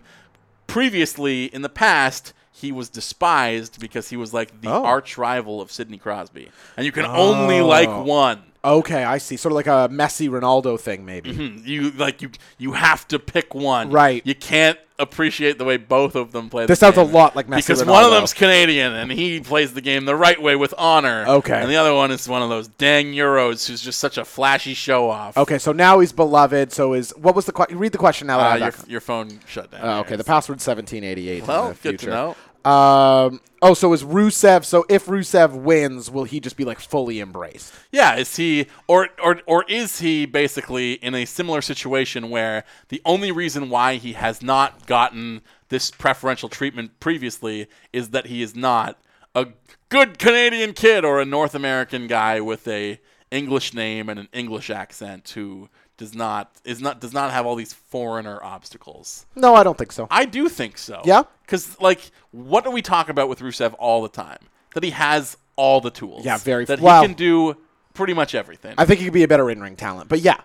S3: previously in the past he was despised because he was like the
S4: Oh.
S3: arch rival of Sidney Crosby, and you can only like one.
S4: Okay, I see. Sort of like a Messi Ronaldo thing, maybe.
S3: Mm-hmm. You like you you have to pick one.
S4: Right.
S3: You can't appreciate the way both of them play.
S4: This
S3: the
S4: sounds a
S3: game.
S4: lot like Messi
S3: because one of
S4: Ronaldo.
S3: them's Canadian and he plays the game the right way with honor.
S4: Okay.
S3: And the other one is one of those dang Euros who's just such a flashy show off.
S4: Okay, so now he's beloved. So is what was the question? Read the question now. That I
S3: Uh,
S4: have
S3: your,
S4: that-
S3: your phone shut down.
S4: Oh, okay, the password seventeen eighty eight.
S3: Well,
S4: in the
S3: good to
S4: future.
S3: know.
S4: Um, oh, so is Rusev? So if Rusev wins, will he just be like fully embraced?
S3: Yeah, is he or or or is he basically in a similar situation where the only reason why he has not gotten this preferential treatment previously is that he is not a good Canadian kid or a North American guy with a English name and an English accent who does not is not does not have all these foreigner obstacles.
S4: No, I don't think so.
S3: I do think so.
S4: Yeah?
S3: Because, like, what do we talk about with Rusev all the time? That he has all the tools.
S4: Yeah, very-
S3: That
S4: wow.
S3: he can do pretty much everything.
S4: I think he could be a better in ring talent, but yeah,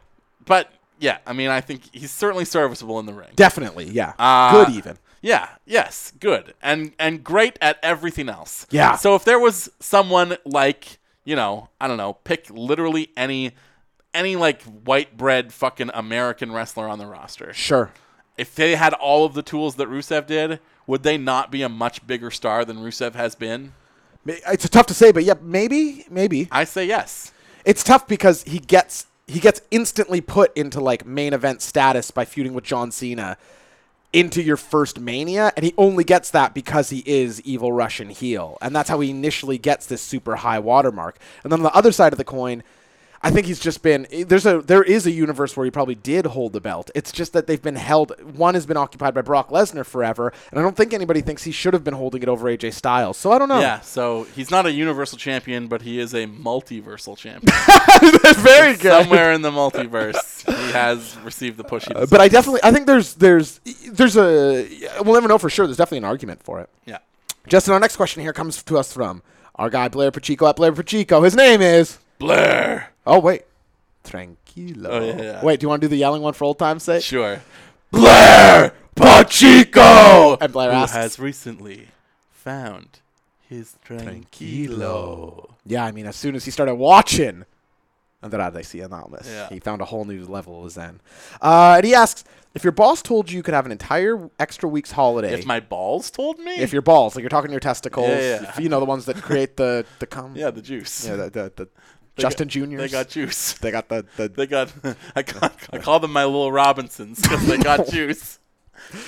S3: but, yeah, I mean, I think he's certainly serviceable in the ring.
S4: definitely, yeah,
S3: Uh,
S4: good even.
S3: Yeah, yes, good. And and great at everything else.
S4: Yeah.
S3: So if there was someone like, you know, I don't know, pick literally any any like white bread fucking American wrestler on the roster.
S4: Sure.
S3: if they had all of the tools that Rusev did, would they not be a much bigger star than Rusev has been?
S4: Ma- It's tough to say, but yeah, maybe, maybe.
S3: I say yes.
S4: It's tough because he gets he gets instantly put into like main event status by feuding with John Cena into your first mania and he only gets that because he is evil Russian heel and that's how he initially gets this super high watermark. And then on the other side of the coin, I think he's just been i- there's a there is a universe where he probably did hold the belt. It's just that they've been held one has been occupied by Brock Lesnar forever and I don't think anybody thinks he should have been holding it over AJ Styles. So I don't know.
S3: Yeah, so he's not a universal champion, but he is a multiversal champion.
S4: That's very good.
S3: Somewhere in the multiverse, he has received the push. He
S4: Uh, but I definitely I think there's there's there's a we'll never know for sure. There's definitely an argument for it.
S3: yeah.
S4: Justin, our next question here comes to us from our guy Blair Pacheco at Blair Pacheco. His name is
S3: Blair.
S4: Oh wait. Tranquilo.
S3: Oh, yeah, yeah.
S4: Wait, do you want to do the yelling one for old time's sake?
S3: Sure. Blair Pachico.
S4: And Blair
S3: who
S4: asks-
S3: has recently found his tranquilo.
S4: Yeah, I mean as soon as he started watching Andrade Anonymous,
S3: Yeah.
S4: he found a whole new level of Zen. Uh, and he asks, if your boss told you you could have an entire extra week's holiday
S3: If my balls told me,
S4: if your balls, like you're talking to your testicles,
S3: Yeah, yeah.
S4: if you know the ones that create the the cum.
S3: yeah, the juice.
S4: Yeah, the, the, the
S3: They
S4: Justin
S3: got-
S4: Juniors.
S3: They got juice.
S4: They got the, the
S3: They got. I, ca- I call them my little Robinsons because they got juice.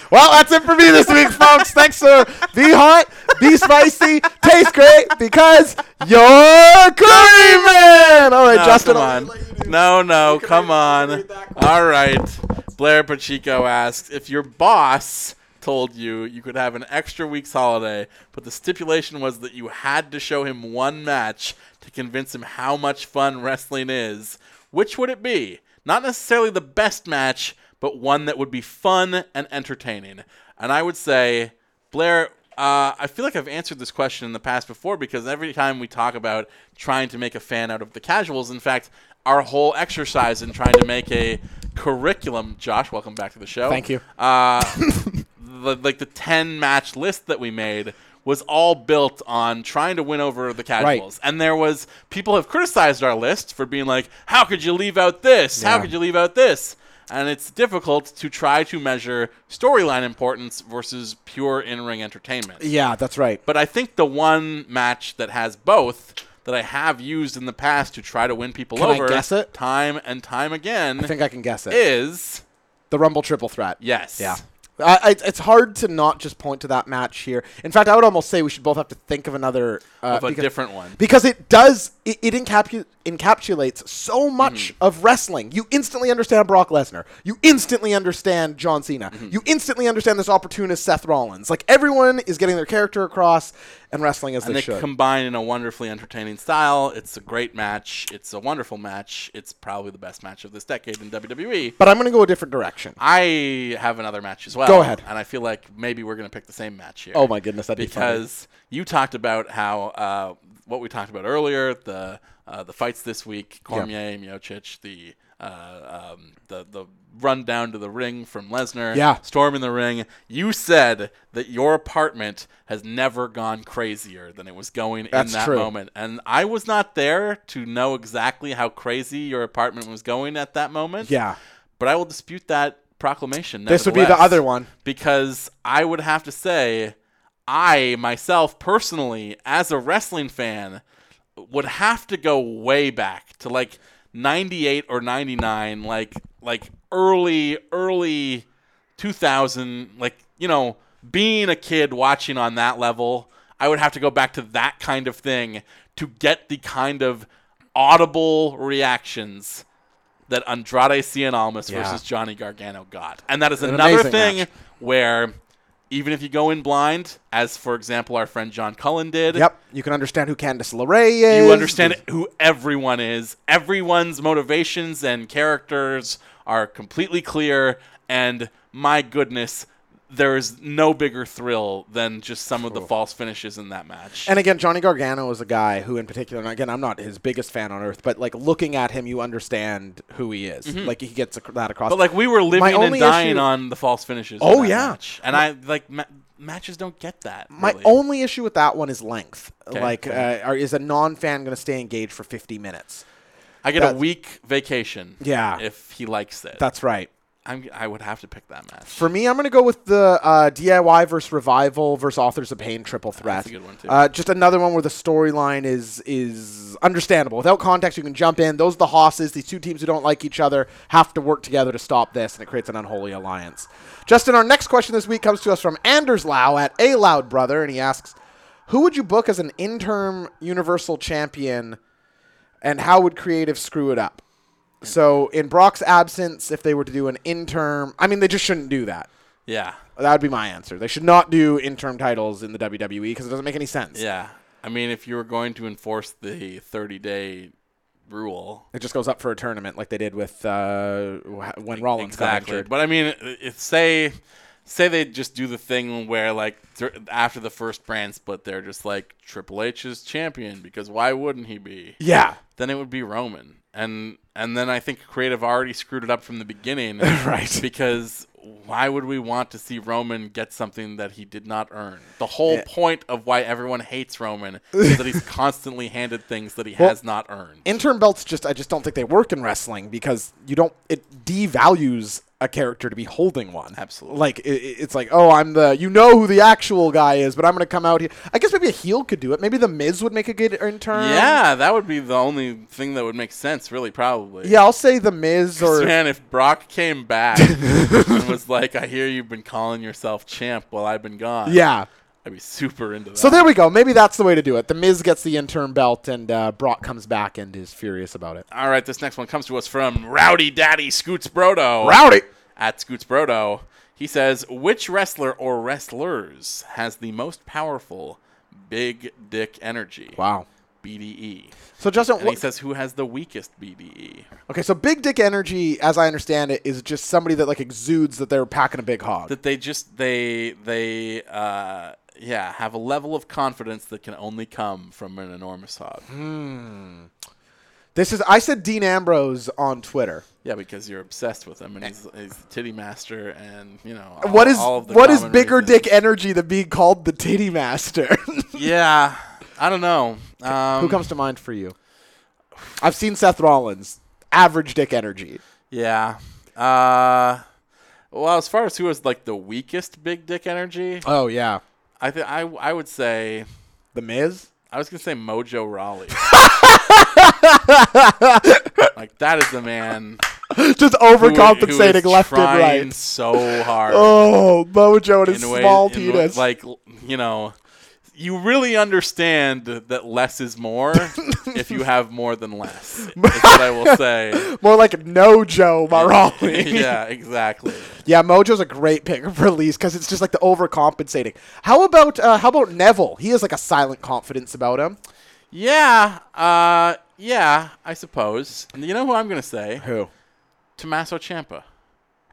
S4: Well, that's it for me this week, folks. Thanks for be hot, be spicy, taste great because you're creaming. All right,
S3: No,
S4: Justin. I'll
S3: come
S4: let
S3: on.
S4: you do-
S3: No, no,
S4: can read-
S3: come
S4: you
S3: on.
S4: can read back.
S3: All right. Blair Pacheco asks if your boss told you you could have an extra week's holiday, but the stipulation was that you had to show him one match to convince him how much fun wrestling is. Which would it be? Not necessarily the best match, but one that would be fun and entertaining. And I would say Blair, uh, I feel like I've answered this question in the past before because every time we talk about trying to make a fan out of the casuals, in fact, our whole exercise in trying to make a curriculum, Josh, welcome back to the show.
S4: Thank you.
S3: Uh, the, like the 10 match list that we made was all built on trying to win over the casuals. And there was people have criticized our list for being like, how could you leave out this? How
S4: Yeah.
S3: could you leave out this? And it's difficult to try to measure storyline importance versus pure in-ring entertainment.
S4: Yeah, that's right.
S3: But I think the one match that has both that I have used in the past to try to win people
S4: Can I
S3: over
S4: guess it?
S3: time and time again
S4: I think I can guess it.
S3: is
S4: the Rumble triple threat.
S3: yes.
S4: Yeah. I, I, it's hard to not just point to that match here. In fact, I would almost say we should both have to think of another uh,
S3: Of a different one.
S4: because it does it, it encapu- encapsulates so much
S3: Mm-hmm.
S4: of wrestling. You instantly understand Brock Lesnar. You instantly understand John Cena.
S3: Mm-hmm.
S4: You instantly understand this opportunist Seth Rollins. Like everyone is getting their character across and wrestling as
S3: and
S4: they
S3: they
S4: should.
S3: combine in a wonderfully entertaining style. It's a great match. It's a wonderful match. It's probably the best match of this decade in E. WWE.
S4: but I'm going to go a different direction.
S3: I have another match as well.
S4: Go ahead.
S3: And I feel like maybe we're going to pick the same match here.
S4: Oh my goodness, that'd be funny.
S3: because you talked about how uh, what we talked about earlier, the uh, the fights this week, Cormier, Miocic, the uh, um, the the run down to the ring from Lesnar,
S4: Yeah.
S3: storm in the ring. You said that your apartment has never gone crazier than it was going
S4: That's
S3: in that
S4: true.
S3: moment, and I was not there to know exactly how crazy your apartment was going at that moment.
S4: Yeah.
S3: but I will dispute that proclamation.
S4: This would be the
S3: nevertheless,
S4: other one.
S3: because I would have to say, I myself personally, as a wrestling fan, would have to go way back to like '98 or '99, like like early early 2000, like you know, being a kid watching on that level, I would have to go back to that kind of thing to get the kind of audible reactions that Andrade Cien Almas
S4: Yeah.
S3: versus Johnny Gargano got. And that is another
S4: amazing
S3: thing
S4: match.
S3: where even if you go in blind, as for example our friend John Cullen did,
S4: Yep. You can understand who Candice LeRae is.
S3: you understand who everyone is. Everyone's motivations and characters are completely clear, and my goodness, there is no bigger thrill than just some of the false finishes in that match.
S4: And again, Johnny Gargano is a guy who, in particular, and again, I'm not his biggest fan on earth, but like looking at him, you understand who he is. Like he gets ac- that across.
S3: Mm-hmm. but like we were
S4: My
S3: living and
S4: only
S3: dying
S4: issue-
S3: on the false finishes. in
S4: Oh,
S3: that
S4: yeah.
S3: match. and I like ma- matches don't get that.
S4: My
S3: really.
S4: only issue with that one is length.
S3: Okay.
S4: Like, uh, are, is a non-fan going to stay engaged for 50 minutes?
S3: I get a
S4: That's-
S3: week vacation.
S4: Yeah.
S3: If he likes it.
S4: That's right.
S3: I'm, I would have to pick that match.
S4: For me, I'm going to go with the uh, DIY versus Revival versus Authors of Pain triple threat.
S3: That's a good one, too.
S4: Uh, just another one where the storyline is is understandable. Without context, you can jump in. Those are the hosses. These two teams who don't like each other have to work together to stop this, and it creates an unholy alliance. Justin, our next question this week comes to us from Anders Lau at A Loud Brother, and he asks, "Who would you book as an interim Universal Champion, and how would creative screw it up?" So, in Brock's absence, if they were to do an interim, I mean, they just shouldn't do that.
S3: yeah.
S4: That would be my answer. They should not do interim titles in the WWE because it doesn't make any sense.
S3: Yeah. I mean, if you were going to enforce the 30 day rule.
S4: It just goes up for a tournament like they did with uh, wh-
S3: E-,
S4: when Rollins got injured.
S3: But I mean, if say say they just do the thing where like th- after the first brand split, they're just like Triple H is champion because why wouldn't he be?
S4: yeah,
S3: Then it would be Roman, and and then I think creative already screwed it up from the beginning,
S4: Right.
S3: Because why would we want to see Roman get something that he did not earn? The whole point of why everyone hates Roman is that he's constantly handed things that he has not earned.
S4: interim belts just I just don't think they work in wrestling because you don't it devalues a character to be holding one.
S3: Absolutely.
S4: Like i i- it's like oh I'm the you know who the actual guy is, but I'm gonna come out here. I guess maybe a heel could do it. Maybe the Miz would make a good interim.
S3: Yeah, that would be the only thing that would make sense, really, probably.
S4: Yeah, I'll say the Miz or
S3: Man, if Brock came back and was like, I hear you've been calling yourself champ while I've been gone.
S4: yeah.
S3: I'd be super into that.
S4: So there we go. Maybe that's the way to do it. The Miz gets the interim belt, and uh, Brock comes back and is furious about it.
S3: All right, this next one comes to us from Rowdy Daddy Scoots Brodo.
S4: Rowdy.
S3: At Scoots Brodo. He says, Which wrestler or wrestlers has the most powerful big dick energy?
S4: Wow.
S3: BDE.
S4: So Justin,
S3: And he
S4: what,
S3: says, Who has the weakest E?" BDE?
S4: okay, so big dick energy, as I understand it, is just somebody that like exudes that they're packing a big hog.
S3: that they just they they uh yeah have a level of confidence that can only come from an enormous hog
S4: this is I said Dean Ambrose on Twitter.
S3: yeah because you're obsessed with him and he's, he's the titty master and you know
S4: What is
S3: all of the
S4: what is
S3: common
S4: bigger
S3: reasons.
S4: dick energy than being called the titty master?
S3: yeah i don't know um
S4: Who comes to mind for you? I've seen Seth Rollins. Average dick energy.
S3: yeah uh well as far as who is like the weakest big dick energy
S4: Oh yeah,
S3: i think i i would say
S4: The Miz.
S3: I was gonna say Mojo Raleigh. like that is the man
S4: Just
S3: who- who
S4: overcompensating
S3: is
S4: left and
S3: trying
S4: right.
S3: So hard.
S4: Oh, Mojo and his
S3: in a way-
S4: small
S3: in a-
S4: penis.
S3: Like you know, you really understand that less is more if you have more than less. Is what I will say.
S4: More like no Joe Marali.
S3: yeah, exactly.
S4: Yeah, Mojo's a great pick for Lee's because it's just like the overcompensating. How about uh, how about Neville? He has like a silent confidence about him.
S3: Yeah, uh, yeah. I suppose. And You know who I'm gonna say?
S4: Who?
S3: Tommaso Ciampa.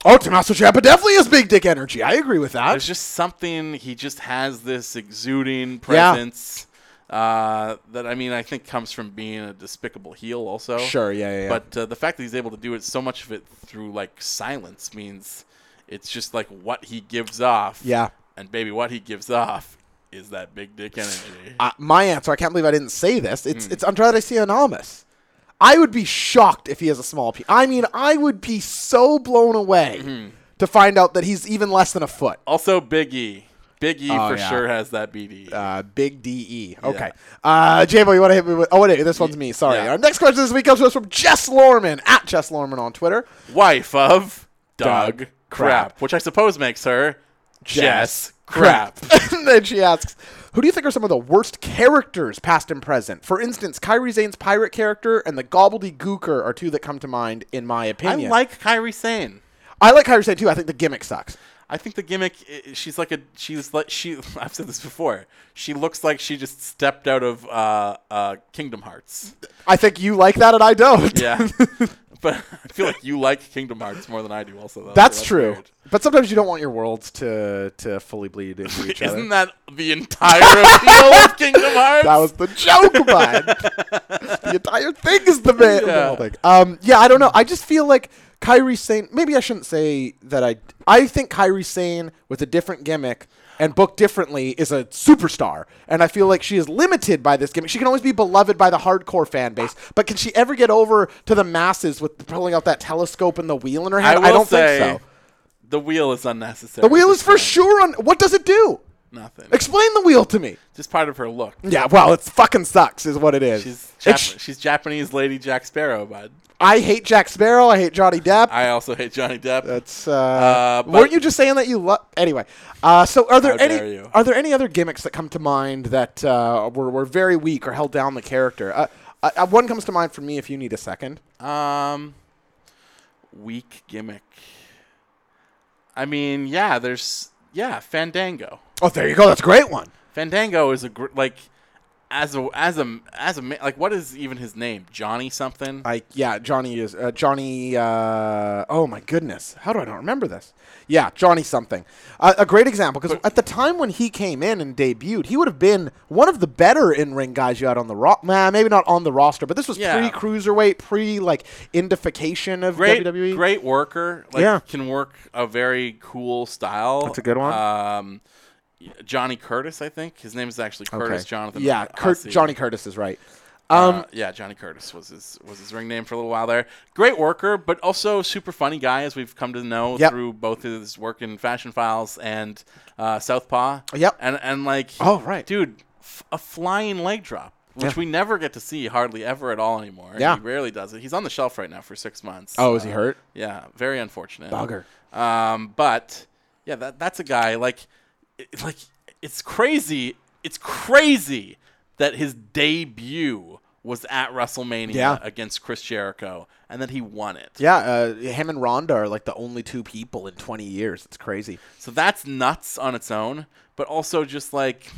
S4: Oh, Tommaso Ciampa definitely has big dick energy. I agree with that.
S3: There's just something he just has this exuding
S4: Yeah.
S3: presence. Uh, that I mean, I think comes from being a despicable heel, also.
S4: Sure, yeah, yeah, yeah.
S3: But uh, the fact that he's able to do it so much of it through like silence means it's just like what he gives off.
S4: Yeah.
S3: And baby, what he gives off is that big dick energy.
S4: Uh, my answer, I can't believe I didn't say this. It's
S3: Hmm.
S4: it's Andrade Cien Almas. I would be shocked if he has a small p. I mean, I would be so blown away
S3: Hmm.
S4: to find out that he's even less than a foot.
S3: also, Big E. Big E for
S4: Oh, yeah.
S3: sure has that BD.
S4: Uh, big DE. Okay. Uh, Jabo, you want to hit me with? Oh wait, this one's me. Sorry.
S3: Yeah.
S4: Our next question this week comes to us from Jess Lorman at Jess Lorman on Twitter.
S3: Wife of Doug,
S4: Doug
S3: Crap,
S4: Crap.
S3: which I suppose makes her Jess, Crap.
S4: and then she asks, "Who do you think are some of the worst characters, past and present? For instance, Kyrie Zane's pirate character and the gobbledygooker are two that come to mind, in my
S3: I
S4: opinion.
S3: like Kyrie Sane.
S4: I like Kyrie Zane too. I think the gimmick sucks.
S3: I think the gimmick. i- She's like a. She's like she. I've said this before. She looks like she just stepped out of uh, uh, Kingdom Hearts.
S4: I think you like that, and I don't.
S3: Yeah, but I feel like you like Kingdom Hearts more than I do. Also, though, so
S4: That's true.
S3: weird.
S4: But sometimes you don't want your worlds to to fully bleed into each other.
S3: Isn't that the entire appeal of Kingdom Hearts?
S4: That was the joke, man. the entire thing is the man.
S3: Yeah.
S4: Yeah. Um, yeah, I don't know. I just feel like Kyrie Sane. Maybe I shouldn't say that. I I think Kyrie Sane with a different gimmick and booked differently is a superstar, and I feel like she is limited by this gimmick. She can always be beloved by the hardcore fan base, but can she ever get over to the masses with pulling out that telescope and the wheel in her
S3: I,
S4: hand?
S3: will
S4: I, don't
S3: say
S4: think so.
S3: the wheel is unnecessary.
S4: The wheel is for sure on. What does it do?
S3: nothing.
S4: Explain the wheel to me.
S3: just part of her look.
S4: Yeah, well, it's fucking sucks, is what it is.
S3: She's
S4: It
S3: Jap-
S4: sh-
S3: she's Japanese lady Jack Sparrow, bud.
S4: I hate Jack Sparrow. I hate Johnny Depp.
S3: I also hate Johnny Depp.
S4: That's uh,
S3: but-
S4: weren't you just saying that you love? Anyway, uh, so are there
S3: How
S4: any
S3: dare you.
S4: are there any other gimmicks that come to mind that uh, were were very weak or held down the character? Uh, uh, uh, one comes to mind for me. If you need a second,
S3: Um, weak gimmick. I mean, yeah, there's yeah, Fandango.
S4: oh, there you go. That's a great one.
S3: Fandango is a gr- like as a as a as a ma- like what is even his name? Johnny something.
S4: I yeah, Johnny is uh, Johnny. Uh, oh my goodness, how do I not remember this? Yeah, Johnny something. Uh, a great example because at the time when he came in and debuted, he would have been one of the better in ring guys you had on the ro- nah, maybe not on the roster, but this was pre
S3: Yeah.
S4: cruiserweight, pre like indification of
S3: great
S4: WWE.
S3: great worker. Like,
S4: E? Yeah.
S3: can work a very cool style.
S4: That's a good one.
S3: Um, Johnny Curtis, I think his name is actually Curtis Jonathan.
S4: Yeah, Curt-
S3: Hussey.
S4: Johnny Curtis is right.
S3: Um, yeah, Johnny Curtis was his was his ring name for a little while there. Great worker, but also super funny guy, as we've come to know
S4: Yep.
S3: through both his work in Fashion Files and uh, Southpaw.
S4: Yep.
S3: and and like,
S4: Oh, right.
S3: dude, f- a flying leg drop, which
S4: Yeah.
S3: we never get to see hardly ever at all anymore.
S4: Yeah.
S3: he rarely does it. He's on the shelf right now for six months.
S4: Oh, is he hurt?
S3: Yeah, very unfortunate.
S4: Bugger.
S3: Um, but yeah, that that's a guy like it, like it's crazy. It's crazy that his debut was at WrestleMania
S4: Yeah.
S3: against Chris Jericho and that he won it.
S4: Yeah, uh, him and Ronda are like the only two people in 20 years. It's crazy.
S3: So that's nuts on its own, but also just like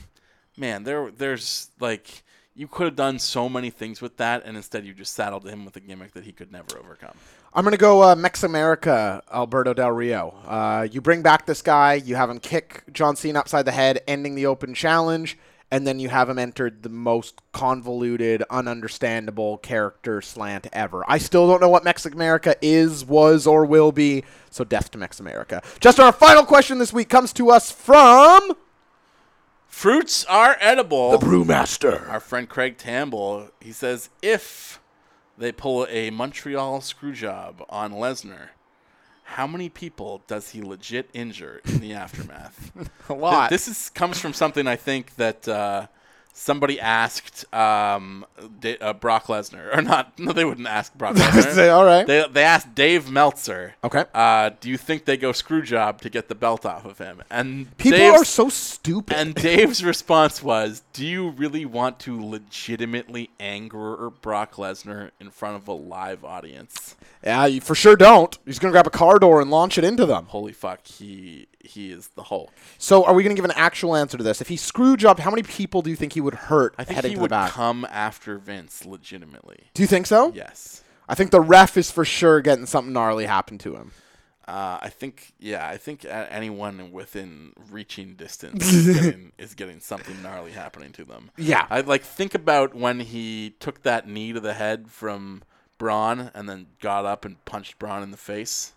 S3: man, there there's like you could have done so many things with that and instead you just saddled him with a gimmick that he could never overcome.
S4: I'm gonna go uh, Mex America, Alberto Del Rio. Uh, you bring back this guy, you have him kick John Cena upside the head, ending the open challenge, and then you have him enter the most convoluted, ununderstandable character slant ever. I still don't know what Mex America is, was, or will be. So death to Mex America. Just our final question this week comes to us from
S3: Fruits are edible.
S4: Brewmaster.
S3: our friend Craig Tamble, he says if they pull a Montreal screw job on Lesnar, how many people does he legit injure in the aftermath?
S4: A lot.
S3: This is comes from something I think that uh, somebody asked um, Da- uh, Brock Lesnar, or not? No, they wouldn't ask Brock
S4: Say,
S3: Lesnar.
S4: all right.
S3: They, they asked Dave Meltzer.
S4: Okay.
S3: Uh, do you think they go screw job to get the belt off of him? And
S4: People
S3: Dave's-
S4: are so stupid.
S3: and Dave's response was, "Do you really want to legitimately anger Brock Lesnar in front of a live audience?"
S4: yeah, you for sure don't. He's gonna grab a car door and launch it into them.
S3: Holy fuck, he he is the Hulk.
S4: So, are we going to give an actual answer to this? If he screw jobbed, how many people do you think he would hurt
S3: I think
S4: heading
S3: he
S4: to
S3: would
S4: the back?
S3: come after Vince legitimately.
S4: do you think so?
S3: Yes.
S4: I think the ref is for sure getting something gnarly happen to him.
S3: Uh, I think, yeah, I think a- anyone within reaching distance is, getting, is getting something gnarly happening to them.
S4: Yeah.
S3: I like think about when he took that knee to the head from Braun and then got up and punched Braun in the face.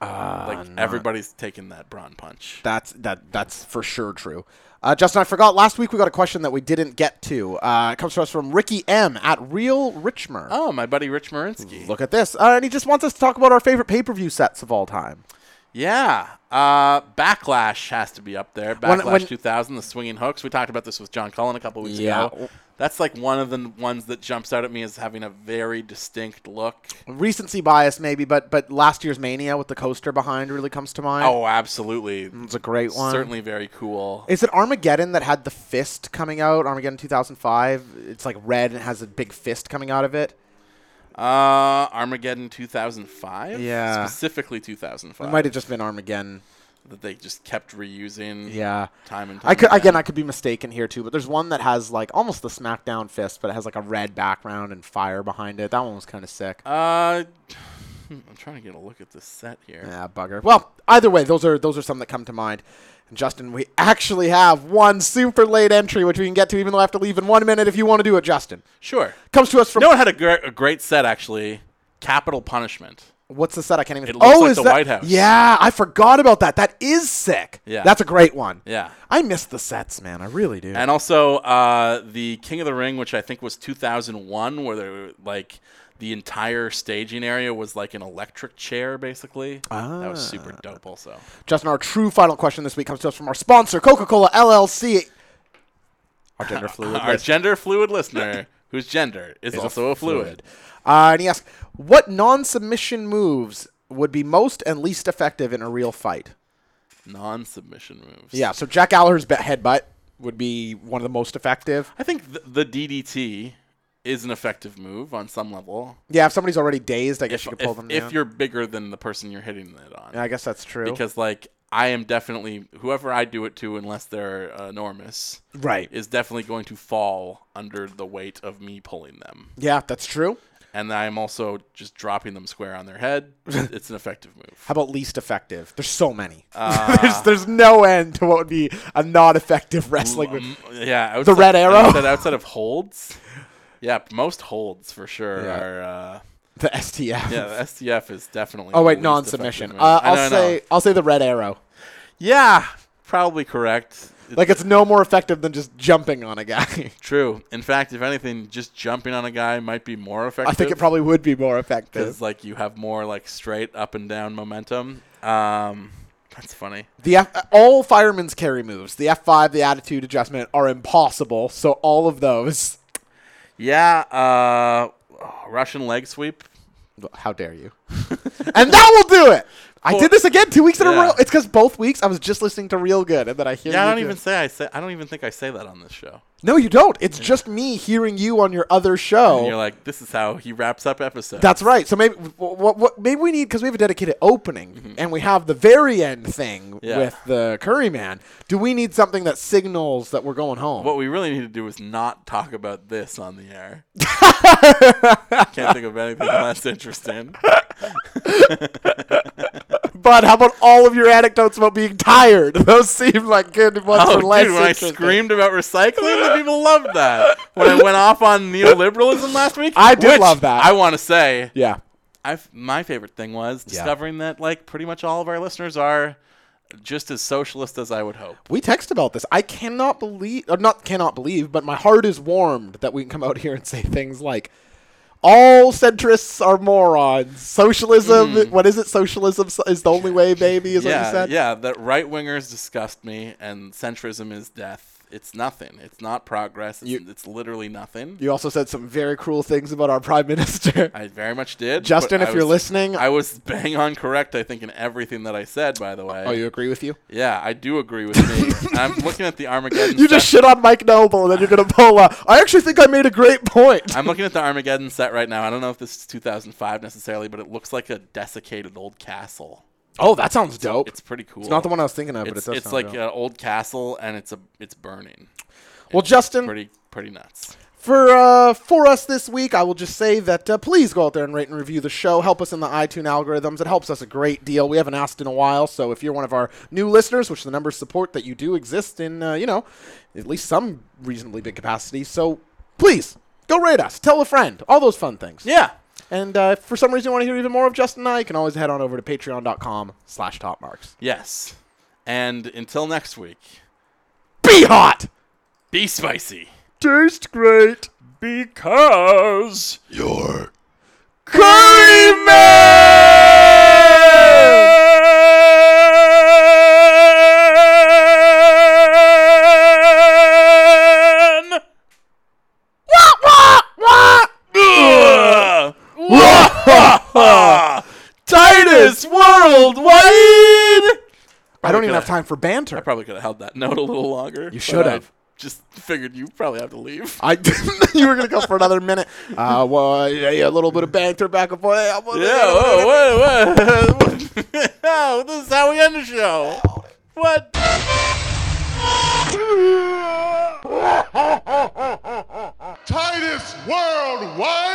S3: like everybody's taking that Braun punch.
S4: That's Uh, that. That's for sure true. Uh, Justin, I forgot last week we got a question that we didn't get to. Uh, it comes to us from Ricky M at Real Richmer.
S3: oh, my buddy Rich Marinsky.
S4: Look at this, uh, and he just wants us to talk about our favorite pay per view sets of all time.
S3: Yeah, uh, Backlash has to be up there. Backlash
S4: when-
S3: 2000, the swinging hooks. We talked about this with John Cullen a couple weeks
S4: Yeah.
S3: ago. That's like one of the ones that jumps out at me as having a very distinct look.
S4: Recency bias, maybe, but but last year's Mania with the coaster behind really comes to mind.
S3: Oh, absolutely.
S4: it's a great Mm, one.
S3: Certainly very cool.
S4: Is it Armageddon that had the fist coming out? Armageddon 2005. It's like red and it has a big fist coming out of it.
S3: Uh, Armageddon 2005?
S4: Yeah.
S3: Specifically
S4: It
S3: 2005.
S4: might have just been Armageddon.
S3: that they just kept reusing.
S4: Yeah.
S3: Time and time
S4: I could
S3: again.
S4: again, I could be mistaken here too, but there's one that has like almost the SmackDown fist, but it has like a red background and fire behind it. That one was kind of sick.
S3: Uh, I'm trying to get a look at this set here.
S4: Yeah, bugger. Well, either way, those are those are some that come to mind. And Justin, we actually have one super late entry, which we can get to, even though I have to leave in one minute. If you want to do it, Justin
S3: Sure.
S4: comes to us from
S3: No one had a, gr- a great set, actually. Capital Punishment.
S4: what's the set? I can't even.
S3: It looks
S4: oh,
S3: like
S4: is
S3: the
S4: that-
S3: White House.
S4: Yeah, I forgot about that. That is sick.
S3: Yeah.
S4: that's a great one.
S3: Yeah.
S4: I miss the sets, man. I really do.
S3: And also uh, the King of the Ring, which I think was 2001, where they were, like the entire staging area was like an electric chair, basically. That was super dope. Also,
S4: Justin, our true final question this week comes to us from our sponsor, Coca-Cola LLC. Our gender fluid.
S3: our gender fluid listener, whose gender is, also a fluid.
S4: Uh, and he asks, what non-submission moves would be most and least effective in a real fight?
S3: non-submission moves.
S4: Yeah, so Jack Gallagher's be- headbutt would be one of the most effective.
S3: I think th- the DDT is an effective move on some level.
S4: Yeah, if somebody's already dazed, I guess you could pull
S3: if,
S4: them
S3: if
S4: down.
S3: you're bigger than the person you're hitting it on.
S4: Yeah, I guess that's true.
S3: because like I am definitely whoever I do it to, unless they're uh, enormous,
S4: Right.
S3: is definitely going to fall under the weight of me pulling them,
S4: yeah, that's true.
S3: and I am also just dropping them square on their head. it's an effective move.
S4: How about least effective? There's so many.
S3: Uh,
S4: there's, there's no end to what would be a non-effective wrestling move.
S3: Um, yeah, outside,
S4: red arrow?
S3: outside, outside of holds. Yeah, most holds for sure
S4: Yeah.
S3: are. Uh,
S4: The STF.
S3: yeah, the SDF is definitely.
S4: Oh
S3: the
S4: wait,
S3: least
S4: non-submission.
S3: effective move.
S4: Uh,
S3: I
S4: I'll
S3: don't know.
S4: say I'll say the red arrow.
S3: Yeah, probably correct. It's
S4: Like it's no more effective than just jumping on a guy.
S3: true. In fact, if anything, just jumping on a guy might be more effective.
S4: I think it probably would be more effective.
S3: because like you have more like straight up and down momentum. Um, that's funny.
S4: The F- uh, all firemen's carry moves, the F5, the attitude adjustment are impossible. So all of those.
S3: Yeah, uh, Russian leg sweep.
S4: How dare you? and that will do it. I did this again two weeks in a
S3: Yeah.
S4: row. It's because both weeks I was just listening to Real Good, and then I hear.
S3: Yeah, I
S4: you
S3: don't
S4: do
S3: even
S4: it.
S3: say I say. I don't even think I say that on this show.
S4: No, you don't. It's just me hearing you on your other show.
S3: And you're like, this is how he wraps up episodes.
S4: That's right. So maybe what, what maybe we need because we have a dedicated opening and we have the very end thing
S3: Mm-hmm. Yeah.
S4: with the curry man. Do we need something that signals that we're going home?
S3: what we really need to do is not talk about this on the air. Can't think of anything less interesting.
S4: but how about all of your anecdotes about being tired? Those seem like good ones
S3: Oh,
S4: for
S3: dude,
S4: less
S3: when I
S4: interesting.
S3: screamed about recycling, the people loved that. When I went off on neoliberalism last week,
S4: I did
S3: which
S4: love that.
S3: I want to say,
S4: yeah.
S3: i my favorite thing was discovering that like pretty much all of our listeners are just as socialist as I would hope.
S4: We text about this. I cannot believe, or not cannot believe, but my heart is warmed that we can come out here and say things like, all centrists are morons. Socialism, what is it? Socialism so- is the only way, baby, is what you
S3: Hmm. yeah,
S4: said?
S3: yeah. That right wingers disgust me, and centrism is death. It's nothing. It's not progress. It's, it's literally nothing.
S4: You also said some very cruel things about our prime minister.
S3: I very much did. but
S4: Justin, if
S3: I
S4: you're
S3: was-
S4: listening-
S3: I was bang on correct. I think in everything that I said. By the way,
S4: oh, you agree with you?
S3: yeah, I do agree with me. I'm looking at the Armageddon.
S4: You just
S3: set-
S4: shit on Mike Noble, and then you're gonna pull up. I actually think I made a great point.
S3: I'm looking at the Armageddon set right now. I don't know if this is 2005 necessarily, but it looks like a desiccated old castle.
S4: Oh, that sounds dope.
S3: It's pretty cool.
S4: It's not the one I was thinking of, but it
S3: It's,
S4: does.
S3: it's
S4: sound
S3: like uh,
S4: dope.
S3: an old castle, and it's a it's burning.
S4: well, Justin,
S3: Pretty pretty nuts.
S4: For uh, for us this week, I will just say that uh, please go out there and rate and review the show. Help us in the iTunes algorithms. It helps us a great deal. We haven't asked in a while, so if you're one of our new listeners, which the numbers support that you do exist in, uh, you know, at least some reasonably big capacity, so please go rate us, tell a friend, all those fun things.
S3: Yeah.
S4: And uh, if for some reason you want to hear even more of Justin and I, you can always head on over to patreon.com slash topmarks.
S3: Yes. And until next week,
S4: Be hot!
S3: be spicy.
S4: Taste great!
S3: Because.
S4: Curry
S3: Titus Worldwide!
S4: I don't even
S3: could've-
S4: have time for banter.
S3: I probably could have held that note a little longer. You
S4: should have.
S3: Just figured you probably have to leave.
S4: I didn't. you were gonna go for another minute. Uh, well, yeah, yeah, a little bit of banter back and forth. Yeah, well,
S3: Yeah, whoa, whoa, whoa. oh, this is how we end the show. What?
S2: Titus Worldwide!